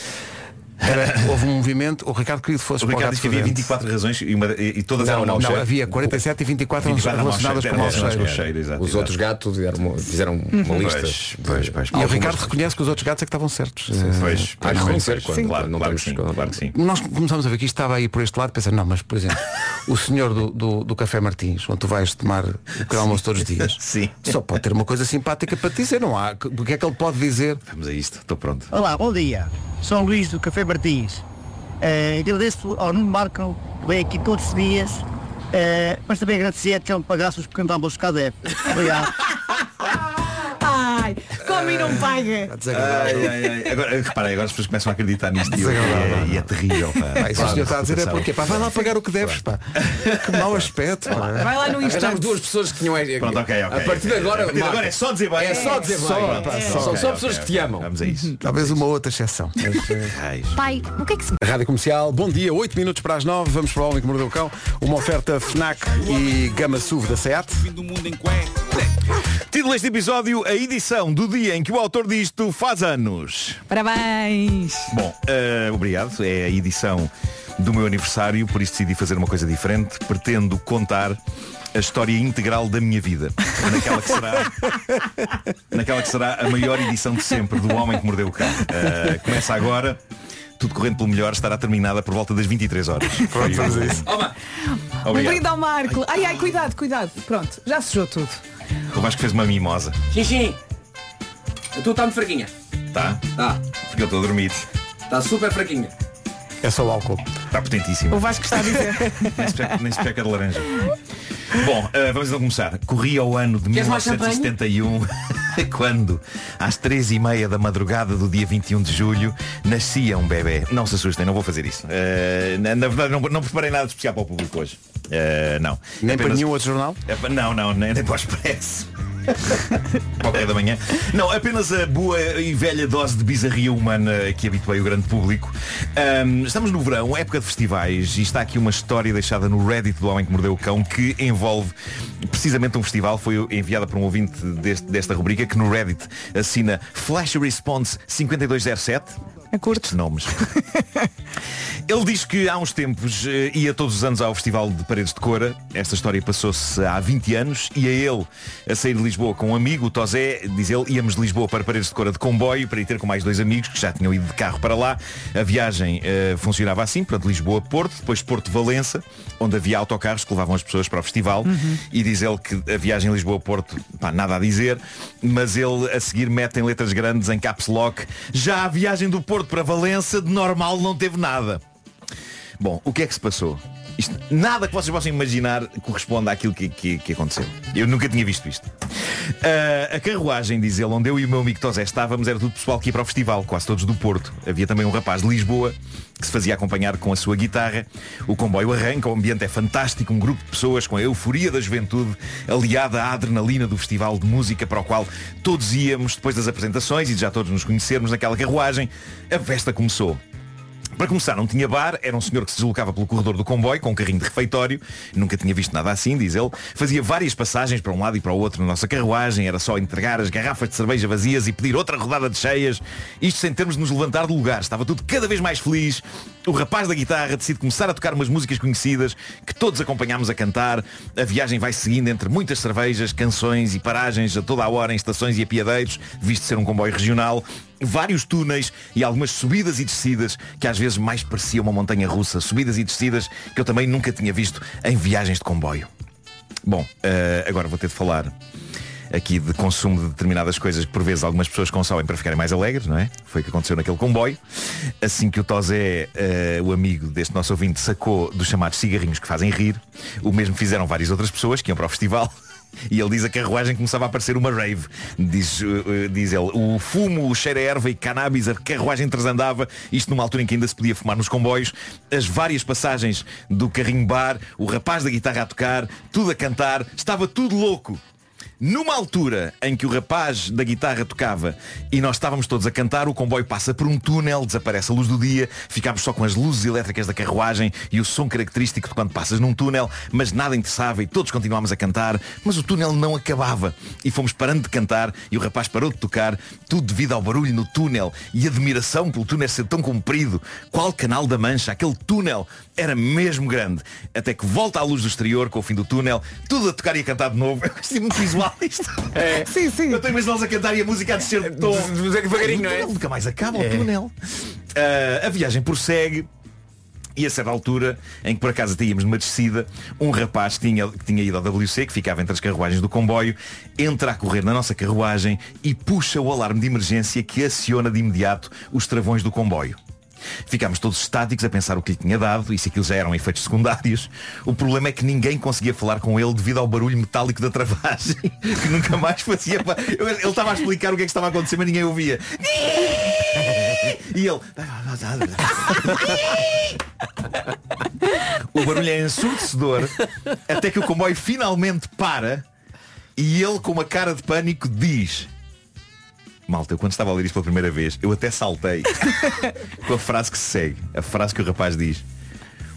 Speaker 1: era- houve um movimento, o Ricardo queria que fosse
Speaker 10: o
Speaker 1: para o
Speaker 10: Ricardo
Speaker 1: Gato
Speaker 10: disse que havia
Speaker 1: Fedorento.
Speaker 10: 24 razões e, uma, e e todas
Speaker 1: Não,
Speaker 10: eram
Speaker 1: não,
Speaker 10: mau
Speaker 1: não,
Speaker 10: cheiro.
Speaker 1: havia 47 e 24,
Speaker 10: 24 eram
Speaker 1: relacionadas com
Speaker 10: eram
Speaker 1: maus
Speaker 10: relacionadas
Speaker 1: cheiros.
Speaker 10: com cheiro, exato,
Speaker 7: Os
Speaker 10: exato.
Speaker 7: outros gatos fizeram uma, fizeram uma
Speaker 1: Uhum.
Speaker 10: Pois,
Speaker 7: lista.
Speaker 1: E o
Speaker 10: pois, pois, Algumas
Speaker 1: Ricardo
Speaker 10: coisas.
Speaker 1: reconhece que os outros gatos é que estavam certos.
Speaker 10: Pois,
Speaker 7: Ah,
Speaker 10: pois,
Speaker 7: não,
Speaker 10: pois,
Speaker 7: sim,
Speaker 10: pois,
Speaker 7: sim.
Speaker 10: claro,
Speaker 7: Não
Speaker 10: claro que sim,
Speaker 7: estamos-
Speaker 10: claro que sim.
Speaker 1: Nós começámos a ver que isto estava aí por este lado, pensando, não, mas por exemplo, o senhor do, do, do Café Martins, onde tu vais tomar o pequeno almoço todos os dias,
Speaker 10: Sim.
Speaker 1: só pode ter uma coisa simpática para te dizer, não há? O que é que ele pode dizer?
Speaker 10: Vamos a isto, estou pronto.
Speaker 6: Olá, bom dia. Sou Luís do Café Martins. Eh, agradeço ao Nuno Marco que vem aqui todos os dias, eh, mas também agradecer a que ele me pagasse os pequenos almoços de cada época. Obrigado.
Speaker 4: Ai, come e não paga.
Speaker 1: Desagradável.
Speaker 10: Agora, reparem, agora as pessoas começam a acreditar nisto e, eu-
Speaker 1: Desagradável.
Speaker 10: e é, e é terrível. Pá.
Speaker 1: Pá, isso o senhor está a dizer é porque, pá, vai lá pagar o que deves, pá. Que mau aspecto, pá.
Speaker 4: Vai lá no
Speaker 7: Arranjámos
Speaker 4: Insta.
Speaker 7: duas pessoas que tinham
Speaker 10: Pronto, ok, ok.
Speaker 7: A partir de agora,
Speaker 10: A partir de agora
Speaker 7: Marco,
Speaker 10: é só dizer bem.
Speaker 7: É só dizer bem.
Speaker 10: Só, pá,
Speaker 7: É.
Speaker 10: só.
Speaker 7: São só
Speaker 10: Ok,
Speaker 7: pessoas
Speaker 10: ok,
Speaker 7: que te
Speaker 10: ok.
Speaker 7: amam.
Speaker 10: Vamos a isso.
Speaker 1: Talvez uma outra exceção.
Speaker 10: Reis.
Speaker 9: Pai, o que é que se
Speaker 1: Rádio Comercial, bom dia, 8 minutos para as 9, vamos para o Homem que Mordeu o Cão, uma oferta FNAC e Gama SUV da SEAT.
Speaker 10: Título deste episódio, a edição do dia em que o autor disto faz anos.
Speaker 4: Parabéns.
Speaker 10: Bom, eh, obrigado. É a edição do meu aniversário, por isso decidi fazer uma coisa diferente. Pretendo contar a história integral da minha vida. Naquela que será, naquela que será a maior edição de sempre do Homem que Mordeu o Cão. Eh, começa agora. Tudo correndo pelo melhor estará terminada por volta das 23 horas. Pronto, vamos isso.
Speaker 4: Um brinde
Speaker 10: Obrigado.
Speaker 4: ao Marco. Ai, ai, cuidado, cuidado. Pronto, já sujou tudo.
Speaker 10: O Vasco fez uma mimosa,
Speaker 7: Sim, sim. A tua está-me fraquinha.
Speaker 10: tá?
Speaker 7: Tá.
Speaker 10: Porque eu estou dormido.
Speaker 7: Está super fraquinha.
Speaker 1: É só o álcool.
Speaker 10: Está potentíssimo.
Speaker 4: O Vasco está a dizer.
Speaker 10: Nem se peca, nem se peca de laranja. Bom, eh, vamos então começar. Corri ao ano de
Speaker 7: Queres mais
Speaker 10: 1971, quando, às três e meia da madrugada do dia 21 de julho, nascia um bebê. Não se assustem, não vou fazer isso. Eh, na, na verdade, não, não preparei nada de especial para o público hoje. Eh, não.
Speaker 1: Nem para
Speaker 10: Apenas-
Speaker 1: nenhum outro jornal?
Speaker 10: é pa- Não, não, nem, nem para o Expresso. Para o café da manhã. Não, apenas a boa e velha dose de bizarria humana que habituei o grande público. Ahm, estamos no verão, é época de festivais, e está aqui uma história deixada no Reddit do Homem que Mordeu o Cão que envolve precisamente um festival. Foi enviada por um ouvinte deste- desta rubrica que no Reddit assina Flash Response 5207.
Speaker 4: A curtos.
Speaker 10: Nomes. Ele diz que há uns tempos eh, ia todos os anos ao Festival de Paredes de Cora. Esta história passou-se há 20 anos e a ele, a sair de Lisboa com um amigo, o Tozé, diz ele, íamos de Lisboa para Paredes de Cora de comboio para ir ter com mais dois amigos que já tinham ido de carro para lá. A viagem eh, funcionava assim, para de Lisboa a Porto, depois Porto-Valença, onde havia autocarros que levavam as pessoas para o festival.
Speaker 12: Uhum.
Speaker 10: E diz ele que a viagem Lisboa-Porto, pá, nada a dizer, mas ele a seguir mete em letras grandes, em caps lock, já a viagem do Porto para Valença de normal não teve nada. Bom, o que é que se passou? Isto- nada que vocês possam imaginar corresponde àquilo que, que- que aconteceu. Eu nunca tinha visto isto. Ah, a carruagem, diz ele, onde eu e o meu amigo Tosé estávamos, era tudo pessoal que ia para o festival, quase todos do Porto. Havia também um rapaz de Lisboa que se fazia acompanhar com a sua guitarra. O comboio arranca, o ambiente é fantástico, um grupo de pessoas com a euforia da juventude aliada à adrenalina do festival de música para o qual todos íamos depois das apresentações e de já todos nos conhecermos naquela carruagem. A festa começou. Para começar, não tinha bar, era um senhor que se deslocava pelo corredor do comboio com um carrinho de refeitório, nunca tinha visto nada assim, diz ele. Fazia várias passagens para um lado e para o outro na nossa carruagem, era só entregar as garrafas de cerveja vazias e pedir outra rodada de cheias, isto sem termos de nos levantar do lugar, estava tudo cada vez mais feliz. O rapaz da guitarra decide começar a tocar umas músicas conhecidas que todos acompanhámos a cantar. A viagem vai seguindo entre muitas cervejas, canções e paragens a toda a hora em estações e apiadeiros, visto ser um comboio regional vários túneis e algumas subidas e descidas que às vezes mais parecia uma montanha russa, subidas e descidas que eu também nunca tinha visto em viagens de comboio. Bom, eh, agora vou ter de falar aqui de consumo de determinadas coisas que por vezes algumas pessoas consomem para ficarem mais alegres, não é? Foi o que aconteceu naquele comboio. Assim que o Tozé, eh, o amigo deste nosso ouvinte, sacou dos chamados cigarrinhos que fazem rir, o mesmo fizeram várias outras pessoas que iam para o festival. E ele diz a carruagem começava a parecer uma rave. Diz, eh, eh, diz ele, o fumo, o cheiro a erva e cannabis, a carruagem transandava, isto numa altura em que ainda se podia fumar nos comboios, as várias passagens do carrinho bar, o rapaz da guitarra a tocar, tudo a cantar, estava tudo louco. Numa altura em que o rapaz da guitarra tocava e nós estávamos todos a cantar, o comboio passa por um túnel, desaparece a luz do dia, ficámos só com as luzes elétricas da carruagem e o som característico de quando passas num túnel, mas nada interessava e todos continuámos a cantar, mas o túnel não acabava. E fomos parando de cantar e o rapaz parou de tocar, tudo devido ao barulho no túnel e admiração pelo túnel ser tão comprido. Qual canal da Mancha? Aquele túnel era mesmo grande. Até que volta à luz do exterior com o fim do túnel, tudo a tocar e a cantar de novo. Isto é muito visual isto.
Speaker 7: É.
Speaker 10: Sim, sim. É. Eu tenho imaginá-los a cantar e a música a descer de tom.
Speaker 7: devagarinho, não é?
Speaker 10: O túnel Nunca mais acaba
Speaker 7: É.
Speaker 10: o túnel. Ah, a viagem prossegue. E a certa altura, em que por acaso tínhamos numa descida, um rapaz que tinha, que tinha ido ao WC, que ficava entre as carruagens do comboio, entra a correr na nossa carruagem e puxa o alarme de emergência que aciona de imediato os travões do comboio. Ficámos todos estáticos a pensar o que lhe tinha dado e se aquilo já eram efeitos secundários. O problema é que ninguém conseguia falar com ele devido ao barulho metálico da travagem, que nunca mais fazia. pa- Eu- Ele estava a explicar o que é que estava a acontecer, mas ninguém ouvia. E ele. O barulho é ensurdecedor Até que o comboio finalmente para E ele com uma cara de pânico diz Malta, eu quando estava a ler isto pela primeira vez Eu até saltei Com a frase que se segue A frase que o rapaz diz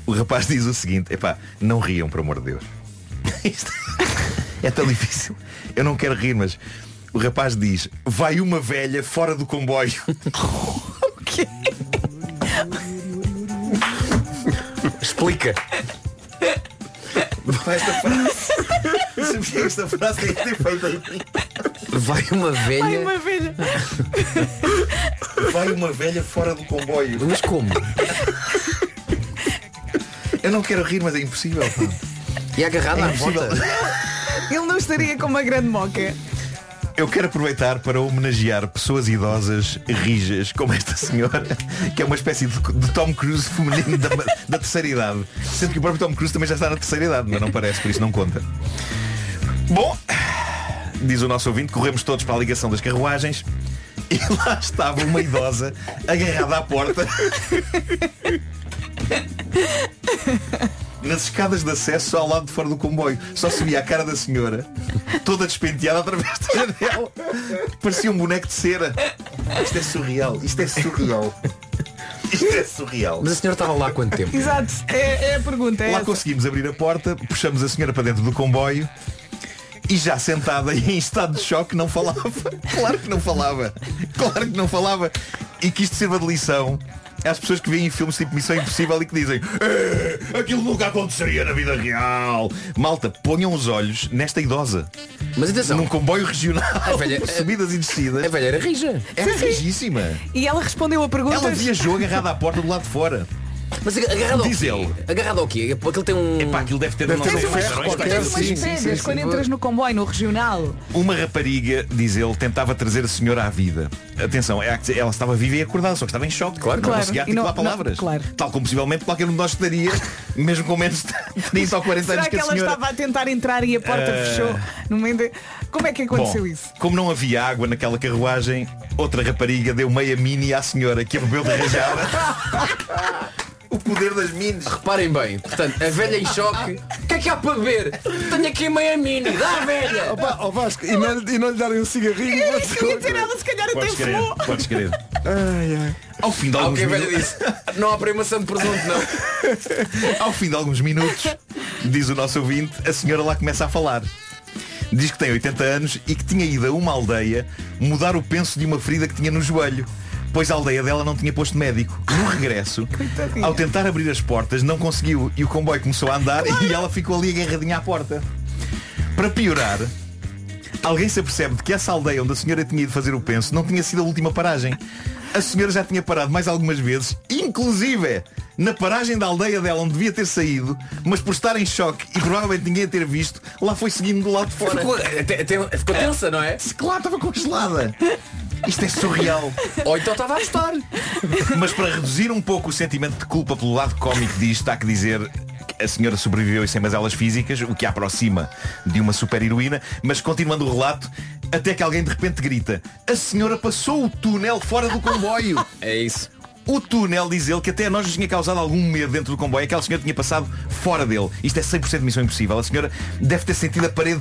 Speaker 10: O rapaz diz o seguinte Epá, não riam, por amor de Deus Isto é tão difícil Eu não quero rir, mas O rapaz diz Vai uma velha fora do comboio Explica Esta frase Sabia que esta frase tem que ter feito em mim.
Speaker 7: Vai uma velha.
Speaker 10: Vai uma velha. Vai uma velha fora do comboio.
Speaker 7: Mas como?
Speaker 10: Eu não quero rir, mas é impossível.
Speaker 7: E agarrada
Speaker 10: É
Speaker 7: à
Speaker 10: impossível.
Speaker 7: volta.
Speaker 4: Ele não estaria com uma grande moca.
Speaker 10: Eu quero aproveitar para homenagear pessoas idosas, rijas, como esta senhora, que é uma espécie de, de Tom Cruise feminino da, da terceira idade. Sendo que o próprio Tom Cruise também já está na terceira idade, mas não parece, por isso não conta. Bom, diz o nosso ouvinte, corremos todos para a ligação das carruagens e lá estava uma idosa agarrada à porta. Nas escadas de acesso ao lado de fora do comboio Só se via a cara da senhora Toda despenteada através da janela Parecia um boneco de cera Isto é surreal Isto é surreal Isto é surreal
Speaker 7: Mas a senhora estava lá há quanto tempo?
Speaker 4: Exato, é, é a pergunta. É
Speaker 10: Lá
Speaker 4: essa.
Speaker 10: conseguimos abrir a porta, puxamos a senhora para dentro do comboio e já sentada e em estado de choque não falava. Claro que não falava. Claro que não falava. e que isto sirva de lição às pessoas que veem filmes tipo Missão Impossível e que dizem "Eh, aquilo nunca aconteceria na vida real. Malta, ponham os olhos nesta idosa.
Speaker 7: Mas atenção.
Speaker 10: Num comboio regional.
Speaker 7: A velha-
Speaker 10: subidas e descidas.
Speaker 7: a velha era rija.
Speaker 10: Era
Speaker 4: Sim, sim.
Speaker 10: rijíssima.
Speaker 4: E ela respondeu a perguntas.
Speaker 10: Ela viajou agarrada à porta do lado de fora.
Speaker 7: Mas aga- agarrado
Speaker 10: Diz
Speaker 7: ao
Speaker 10: ele.
Speaker 7: quê? Agarrado ao quê? Aquilo tem um...
Speaker 10: Epá, aquilo deve ter
Speaker 1: Deve
Speaker 10: um
Speaker 1: ter
Speaker 10: nome
Speaker 1: um ferro
Speaker 10: ferro,
Speaker 1: qualquer,
Speaker 10: qualquer,
Speaker 4: Tens
Speaker 10: sim,
Speaker 4: umas
Speaker 10: sim,
Speaker 4: pegas
Speaker 10: sim, sim.
Speaker 4: quando entras no comboio, no regional.
Speaker 10: Uma rapariga, diz ele, tentava trazer a senhora à vida. Atenção, é que ela estava viva e acordada, só que estava em choque. Claro, não
Speaker 4: Claro.
Speaker 10: conseguia
Speaker 4: E
Speaker 10: articular
Speaker 4: não- não-
Speaker 10: palavras.
Speaker 4: claro.
Speaker 10: Tal como possivelmente qualquer um de nós estaria, mesmo com menos de 30 ou 40 anos
Speaker 4: Será que
Speaker 10: a
Speaker 4: ela
Speaker 10: senhora.
Speaker 4: estava a tentar entrar e a porta
Speaker 10: Eh,
Speaker 4: fechou? No meio de- Como é que aconteceu
Speaker 10: Bom,
Speaker 4: isso?
Speaker 10: Como não havia água naquela carruagem, outra rapariga deu meia mini à senhora que a bebeu de rajada. o poder das minis.
Speaker 7: Reparem bem, portanto, a velha em choque, o que é que há para beber? Tenho aqui meia mini, dá velha!
Speaker 1: Opa, ó Vasco, e não, e não lhe darem um cigarrinho.
Speaker 4: Era isso que eu ia dizer, ela se calhar até
Speaker 10: Podes querer,
Speaker 4: fumou.
Speaker 10: podes querer.
Speaker 1: Ai, ai.
Speaker 10: Ao fim de
Speaker 7: Há o
Speaker 10: alguns
Speaker 7: que a velha
Speaker 10: minutos.
Speaker 7: disse, não há premação de presunto, não.
Speaker 10: Ao fim de alguns minutos, diz o nosso ouvinte, a senhora lá começa a falar. Diz que tem 80 anos e que tinha ido a uma aldeia mudar o penso de uma ferida que tinha no joelho, pois a aldeia dela não tinha posto médico. No regresso, ao tentar abrir as portas, não conseguiu e o comboio começou a andar e ela ficou ali agarradinha à porta. Para piorar, alguém se apercebe de que essa aldeia onde a senhora tinha ido fazer o penso não tinha sido a última paragem. A senhora já tinha parado mais algumas vezes, inclusive na paragem da aldeia dela onde devia ter saído, mas por estar em choque e provavelmente ninguém a ter visto, lá foi seguindo do lado de fora.
Speaker 7: Ficou, até- até- ficou tensa, não é?
Speaker 10: Claro, estava congelada. Isto é surreal.
Speaker 7: Ou então estava a assustar.
Speaker 10: Mas para reduzir um pouco o sentimento de culpa pelo lado cómico disto, há que dizer que a senhora sobreviveu e sem mazelas físicas, o que a aproxima de uma super-heroína, mas continuando o relato, até que alguém de repente grita, a senhora passou o túnel fora do comboio.
Speaker 7: É isso.
Speaker 10: O túnel, diz ele, que até a nós nos tinha causado algum medo dentro do comboio, aquela senhora tinha passado fora dele. Isto é 100% de missão impossível. A senhora deve ter sentido a parede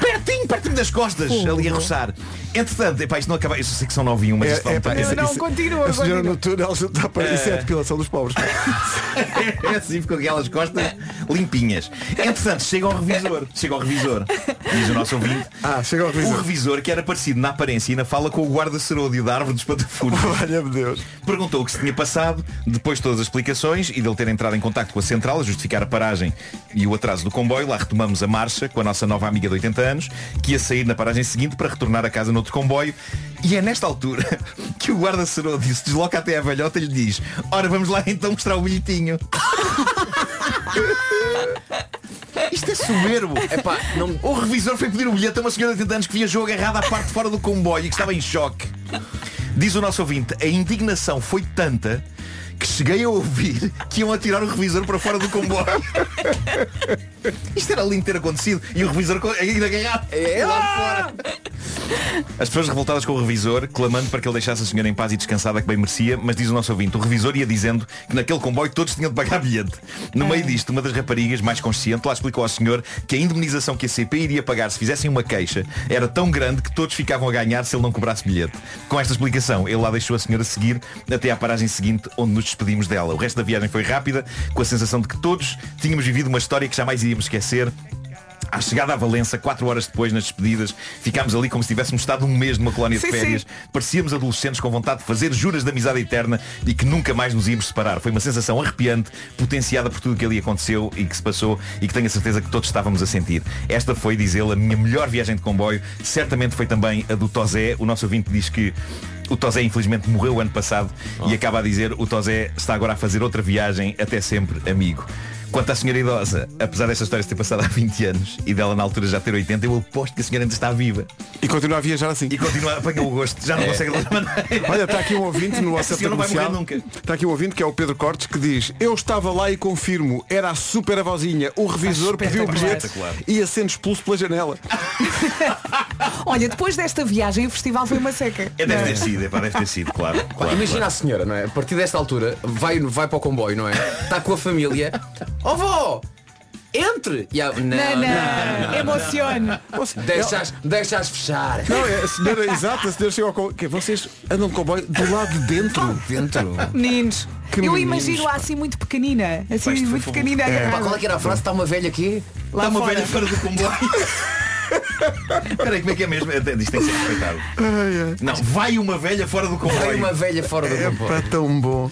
Speaker 10: pertinho, pertinho das costas, ali a roçar. Entretanto, epá, isto não acaba. Eu só sei que são 9 e 1, mas isto não
Speaker 1: pá,
Speaker 10: tem-
Speaker 1: isso-
Speaker 4: É, Não,
Speaker 1: isso-
Speaker 4: continua,
Speaker 1: A senhora
Speaker 4: continua.
Speaker 1: no túnel já está para. Isso é a depilação dos pobres.
Speaker 10: É assim, ficam aquelas costas limpinhas. Entretanto, chega ao revisor. Chega ao revisor. Diz o nosso ouvinte.
Speaker 1: Ah, chega ao
Speaker 10: O
Speaker 1: revisor.
Speaker 10: revisor, que era parecido na aparência e na fala com o guarda-seródio da árvore dos patafuros,
Speaker 1: Olha-me Deus.
Speaker 10: perguntou o que se tinha passado, depois de todas as explicações e dele ter entrado em contacto com a central a justificar a paragem e o atraso do comboio, lá retomamos a marcha com a nossa nova amiga de 80 anos, que ia sair na paragem seguinte para retornar a casa noutro comboio. E é nesta altura que o guarda-seródio se desloca até a velhota e lhe diz Ora, vamos lá então mostrar o bilhetinho. Isto é soberbo.
Speaker 7: Epá, não,
Speaker 10: O revisor foi pedir um bilhete a uma senhora de 80 anos que viajou agarrada à parte de fora do comboio e que estava em choque. Diz o nosso ouvinte, a indignação foi tanta que cheguei a ouvir que iam atirar o revisor para fora do comboio. Isto era lindo ter acontecido e o revisor co- ainda agarrado.
Speaker 7: é lá fora.
Speaker 10: As pessoas revoltadas com o revisor, clamando para que ele deixasse a senhora em paz e descansada que bem merecia, mas diz o nosso ouvinte, o revisor ia dizendo que naquele comboio todos tinham de pagar bilhete. No meio disto, uma das raparigas, mais consciente, lá explicou ao senhor que a indemnização que a CP iria pagar se fizessem uma queixa era tão grande que todos ficavam a ganhar se ele não cobrasse bilhete. Com esta explicação, ele lá deixou a senhora seguir até à paragem seguinte onde nos despedimos dela. O resto da viagem foi rápida, com a sensação de que todos tínhamos vivido uma história que jamais iríamos esquecer à chegada à Valença, quatro horas depois, nas despedidas, ficámos ali como se tivéssemos estado um mês numa colónia
Speaker 4: Sim,
Speaker 10: de férias.
Speaker 4: sim.
Speaker 10: Parecíamos adolescentes com vontade de fazer juras de amizade eterna e que nunca mais nos íamos separar. Foi uma sensação arrepiante, potenciada por tudo o que ali aconteceu e que se passou e que tenho a certeza que todos estávamos a sentir. Esta foi, diz ele, a minha melhor viagem de comboio. Certamente foi também a do Tozé. O nosso ouvinte diz que o Tozé infelizmente morreu o ano passado e acaba a dizer o Tozé está agora a fazer outra viagem, até sempre, amigo. Quanto à senhora idosa, apesar desta história se ter passado há 20 anos e dela na altura já ter 80, eu aposto que a senhora ainda está viva
Speaker 1: E continua a viajar assim.
Speaker 10: e continua a apanhar o gosto. Já não consegue de outra maneira.
Speaker 1: Olha, está aqui um ouvinte no WhatsApp da
Speaker 10: senhora não vai
Speaker 1: comercial.
Speaker 10: morrer nunca.
Speaker 1: Está aqui um ouvinte que é o Pedro Cortes que diz Eu estava lá e confirmo, era a super avózinha. O revisor pediu o bilhete
Speaker 10: espetacular.
Speaker 1: e ia sendo expulso pela janela.
Speaker 4: Olha, depois desta viagem o festival foi uma seca.
Speaker 10: É, deve ter sido, é pá, deve ter sido, claro.
Speaker 7: Pá,
Speaker 10: claro,
Speaker 7: imagina
Speaker 10: claro.
Speaker 7: a senhora, não é? A partir desta altura, vai, vai para o comboio, não é? Está com a família. Ó vó! Entre! E a- não,
Speaker 4: Não,
Speaker 7: não,
Speaker 4: não, emociono.
Speaker 7: Deixas, deixas fechar.
Speaker 1: Não, é a senhora, exato, a senhora chegou ao comboio. Vocês andam de comboio do lado de dentro.
Speaker 7: Dentro.
Speaker 4: Meninos.
Speaker 1: Que
Speaker 4: eu
Speaker 1: meninos,
Speaker 4: imagino-a assim muito pequenina. Assim
Speaker 10: Pois, por
Speaker 4: muito
Speaker 10: favor.
Speaker 4: pequenina
Speaker 7: Pá, qual é
Speaker 4: agarrada.
Speaker 7: que era a frase? Está uma velha aqui?
Speaker 4: Lá
Speaker 10: Está uma
Speaker 4: fora.
Speaker 10: velha fora do comboio. Peraí, como é que é mesmo? Isto tem que ser respeitado. Não, vai uma velha fora do comboio.
Speaker 7: Vai uma velha fora do
Speaker 1: É
Speaker 7: comboio.
Speaker 1: para tão bom.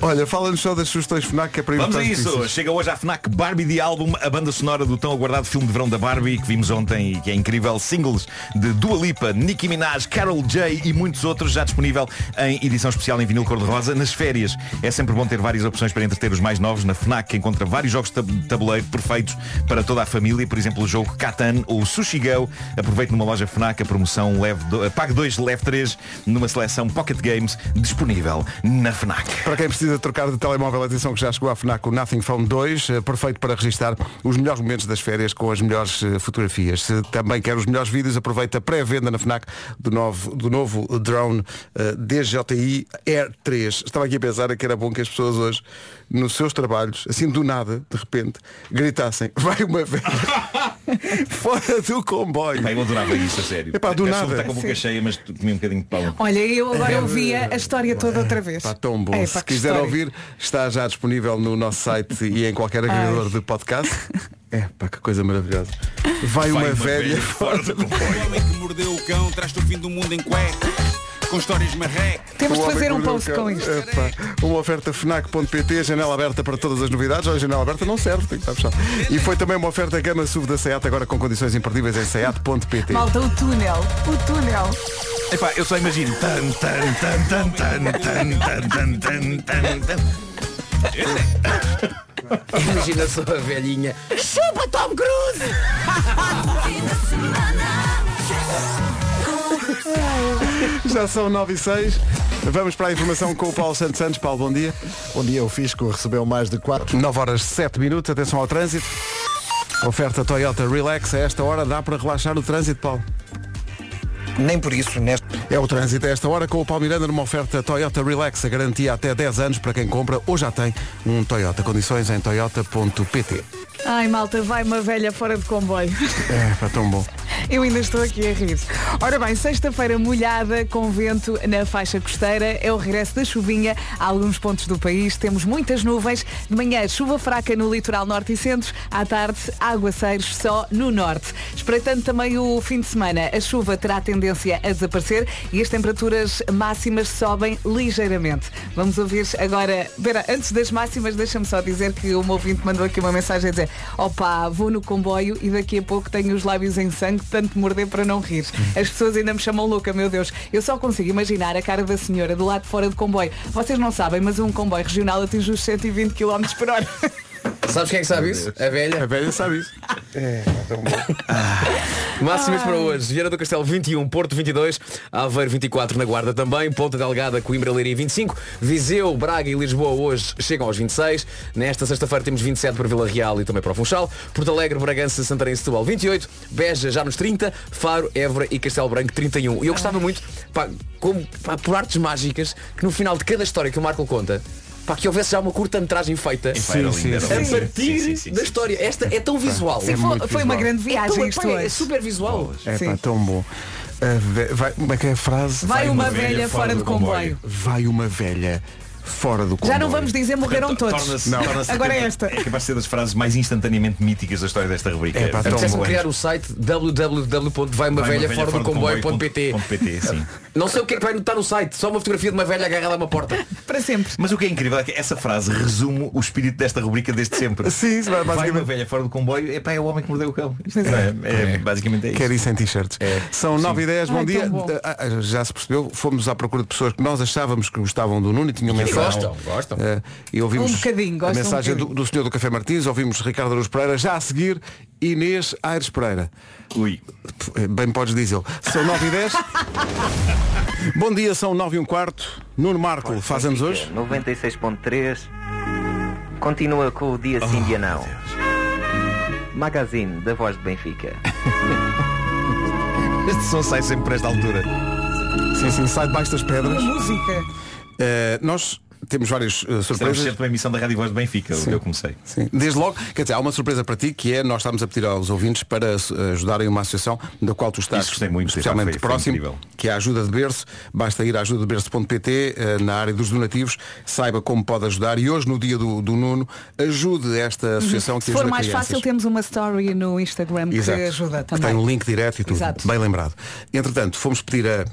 Speaker 1: Olha, fala-nos só das sugestões FNAC que é para ir
Speaker 10: Vamos a
Speaker 1: para as
Speaker 10: isso.
Speaker 1: notícias.
Speaker 10: Chega hoje à FNAC Barbie de álbum, a banda sonora do tão aguardado filme de verão da Barbie que vimos ontem e que é incrível. Singles de Dua Lipa, Nicki Minaj, Carol J e muitos outros já disponível em edição especial em vinil cor-de-rosa nas férias. É sempre bom ter várias opções para entreter os mais novos. Na FNAC encontra vários jogos de tab- tabuleiro perfeitos para toda a família. Por exemplo, o jogo Catan ou o Sushi Go. Aproveite numa loja FNAC a promoção leve do... Pague 2, leve 3 numa seleção Pocket Games disponível na FNAC.
Speaker 1: Para quem precisa trocar de telemóvel, atenção que já chegou à FNAC o Nothing Phone 2, eh, perfeito para registar os melhores momentos das férias com as melhores eh, fotografias. Se também quer os melhores vídeos, aproveita a pré-venda na FNAC do novo, do novo drone eh, DJI Air 3. Estava aqui a pensar que era bom que as pessoas hoje, nos seus trabalhos, assim do nada, de repente, gritassem, vai uma vez fora do comboio.
Speaker 10: Pá, eu adorava isso, a sério.
Speaker 1: Epá, do
Speaker 10: Eu
Speaker 1: nada.
Speaker 10: soube estar com a boca cheia, mas comi um bocadinho de pau.
Speaker 4: Olha, eu agora ouvia a história toda outra vez.
Speaker 1: Está É. tão bom.
Speaker 4: É,
Speaker 1: Se
Speaker 4: pá, que
Speaker 1: quiser
Speaker 4: história.
Speaker 1: ouvir, está já disponível no nosso site e em qualquer agregador de podcast. É, pá, que coisa maravilhosa. Vai, uma, velha.
Speaker 12: fora do comboio. O homem que mordeu o cão traz-te o fim do mundo em cueca, com histórias marrecas.
Speaker 1: O homem
Speaker 4: um
Speaker 1: que mordeu o cão. Epá, uma oferta FNAC.pt, janela aberta para todas as novidades. Olha, janela aberta não serve, tem que estar fechada. E foi também uma oferta gama SUV da SEAT, agora com condições imperdíveis em SEAT.pt.
Speaker 4: Malta, o túnel. O túnel.
Speaker 10: Epá, eu só imagino. Tan, tan, tan, tan, tan, tan, tan, tan, tan, tan, tan.
Speaker 7: Imagina só a velhinha. Chupa Tom Cruise!
Speaker 1: Já são 9 e 6. Vamos para a informação com o Paulo Santos Santos. Paulo, bom dia. Bom dia, o Fisco recebeu mais de 4. 9 horas 7 minutos, atenção ao trânsito. Oferta Toyota Relax, a esta hora dá para relaxar o trânsito, Paulo. Nem por isso, neste. É o trânsito a esta hora com o Paulo Miranda numa oferta Toyota Relax, a garantia até 10 anos para quem compra ou já tem um Toyota. Condições em toyota.pt.
Speaker 4: Ai, malta, vai uma velha fora de comboio.
Speaker 1: É, pá, tão bom.
Speaker 4: Eu ainda estou aqui a rir. Ora bem, sexta-feira molhada, com vento na faixa costeira, é o regresso da chuvinha a alguns pontos do país. Temos muitas nuvens. De manhã, chuva fraca no litoral norte e centro. À tarde, aguaceiros só no norte. Espreitando também o fim de semana, a chuva terá tendência a desaparecer e as temperaturas máximas sobem ligeiramente. Vamos ouvir agora. Vera, antes das máximas, deixa-me só dizer que o meu ouvinte mandou aqui uma mensagem a dizer: opá, vou no comboio e daqui a pouco tenho os lábios em sangue, tanto morder para não rir. As pessoas ainda me chamam louca, meu Deus. Eu só consigo imaginar a cara da senhora do lado de fora do comboio. Vocês não sabem, mas um comboio regional atinge os 120 km por hora.
Speaker 7: Sabes quem é que sabe isso? A velha. Ah.
Speaker 1: A velha sabe isso.
Speaker 7: Máximas para hoje. Vieira do Castelo 21, Porto 22, Aveiro 24 na Guarda também, Ponta Delgada, Coimbra, Leiria 25, Viseu, Braga e Lisboa hoje chegam aos 26. Nesta sexta-feira temos 27 para Vila Real e também para o Funchal, Porto Alegre, Bragança, Santarém e Setúbal 28, Beja já nos 30, Faro, Évora e Castelo Branco 31. E eu gostava muito, pá, como, pá, por artes mágicas, que no final de cada história que o Marco conta, pá, que houvesse já uma curta-metragem feita
Speaker 10: Epá, era lindo, era lindo.
Speaker 7: a partir da história. Esta é tão visual.
Speaker 4: Sim, foi, foi uma grande viagem
Speaker 7: Então,
Speaker 4: isto
Speaker 7: epá,
Speaker 4: hoje.
Speaker 7: é super visual.
Speaker 1: É pá, tão bom. A ve- vai- como é que é a frase?
Speaker 4: Vai uma velha fora do comboio.
Speaker 1: Vai uma velha fora do comboio.
Speaker 4: Já não vamos dizer morreram todos.
Speaker 10: Torna-se- torna-se-
Speaker 4: um Agora é esta.
Speaker 10: É capaz de ser das frases mais instantaneamente míticas da história desta rubrica.
Speaker 1: É pá, tão
Speaker 7: Apetece-me
Speaker 10: bom.
Speaker 7: criar o site www.vaiumavelhaforadocomboio.pt
Speaker 10: .pt, sim.
Speaker 7: Não sei o que é que vai notar no site, só uma fotografia de uma velha agarrada a uma porta.
Speaker 4: Para sempre.
Speaker 10: Mas o que é incrível é que essa frase resume o espírito desta rubrica desde sempre.
Speaker 1: Sim, sim,
Speaker 10: Vai uma
Speaker 1: basicamente.
Speaker 10: velha fora do comboio, epá, é o homem que mordeu o cão. Isto é, é, basicamente é isso.
Speaker 1: Quer isso em t-shirts. São 9 e 10, bom
Speaker 4: Ai,
Speaker 1: dia.
Speaker 4: tão bom.
Speaker 1: Ah, ah, Já se percebeu, fomos à procura de pessoas que nós achávamos que gostavam do Nuno e tinham mensagem.
Speaker 7: gostam, gostam.
Speaker 1: Ah, e ouvimos
Speaker 4: Um bocadinho,
Speaker 1: a
Speaker 4: gostam
Speaker 1: mensagem
Speaker 4: um bocadinho.
Speaker 1: do, do senhor do Café Martins, ouvimos Ricardo Aruz Pereira, já a seguir Inês Aires Pereira.
Speaker 10: Ui.
Speaker 1: Pff, Bem podes dizê-lo. São 9 e 10. bom dia, são 9 e um quarto. Nuno Marco, faz anos
Speaker 13: É,
Speaker 1: hoje.
Speaker 13: 96.3 Continua com o dia sim, dia não Magazine da Voz de Benfica
Speaker 10: Este som sai sempre por esta altura.
Speaker 1: Sim, sim, sai debaixo das pedras.
Speaker 4: Música.
Speaker 1: Uh, nós Temos várias eh,
Speaker 10: Estamos
Speaker 1: surpresas.
Speaker 10: sempre uma emissão da Rádio Voz de Benfica, onde eu comecei.
Speaker 1: Sim. Desde logo, quer dizer, há uma surpresa para ti que é nós estamos a pedir aos ouvintes para eh, ajudarem uma associação da qual tu estás especialmente
Speaker 10: foi- foi
Speaker 1: próximo,
Speaker 10: incrível.
Speaker 1: que é a Ajuda de Berço. Basta ir a ajudadeberço.pt eh, na área dos donativos, saiba como pode ajudar e hoje, no dia do, do Nuno, ajude esta associação que
Speaker 4: Se for
Speaker 1: ajuda
Speaker 4: mais
Speaker 1: crianças.
Speaker 4: fácil, temos uma story no Instagram que ajuda
Speaker 1: Que
Speaker 4: também.
Speaker 1: Tem um link direto e tudo.
Speaker 4: Exato.
Speaker 1: Bem lembrado. Entretanto, fomos pedir a,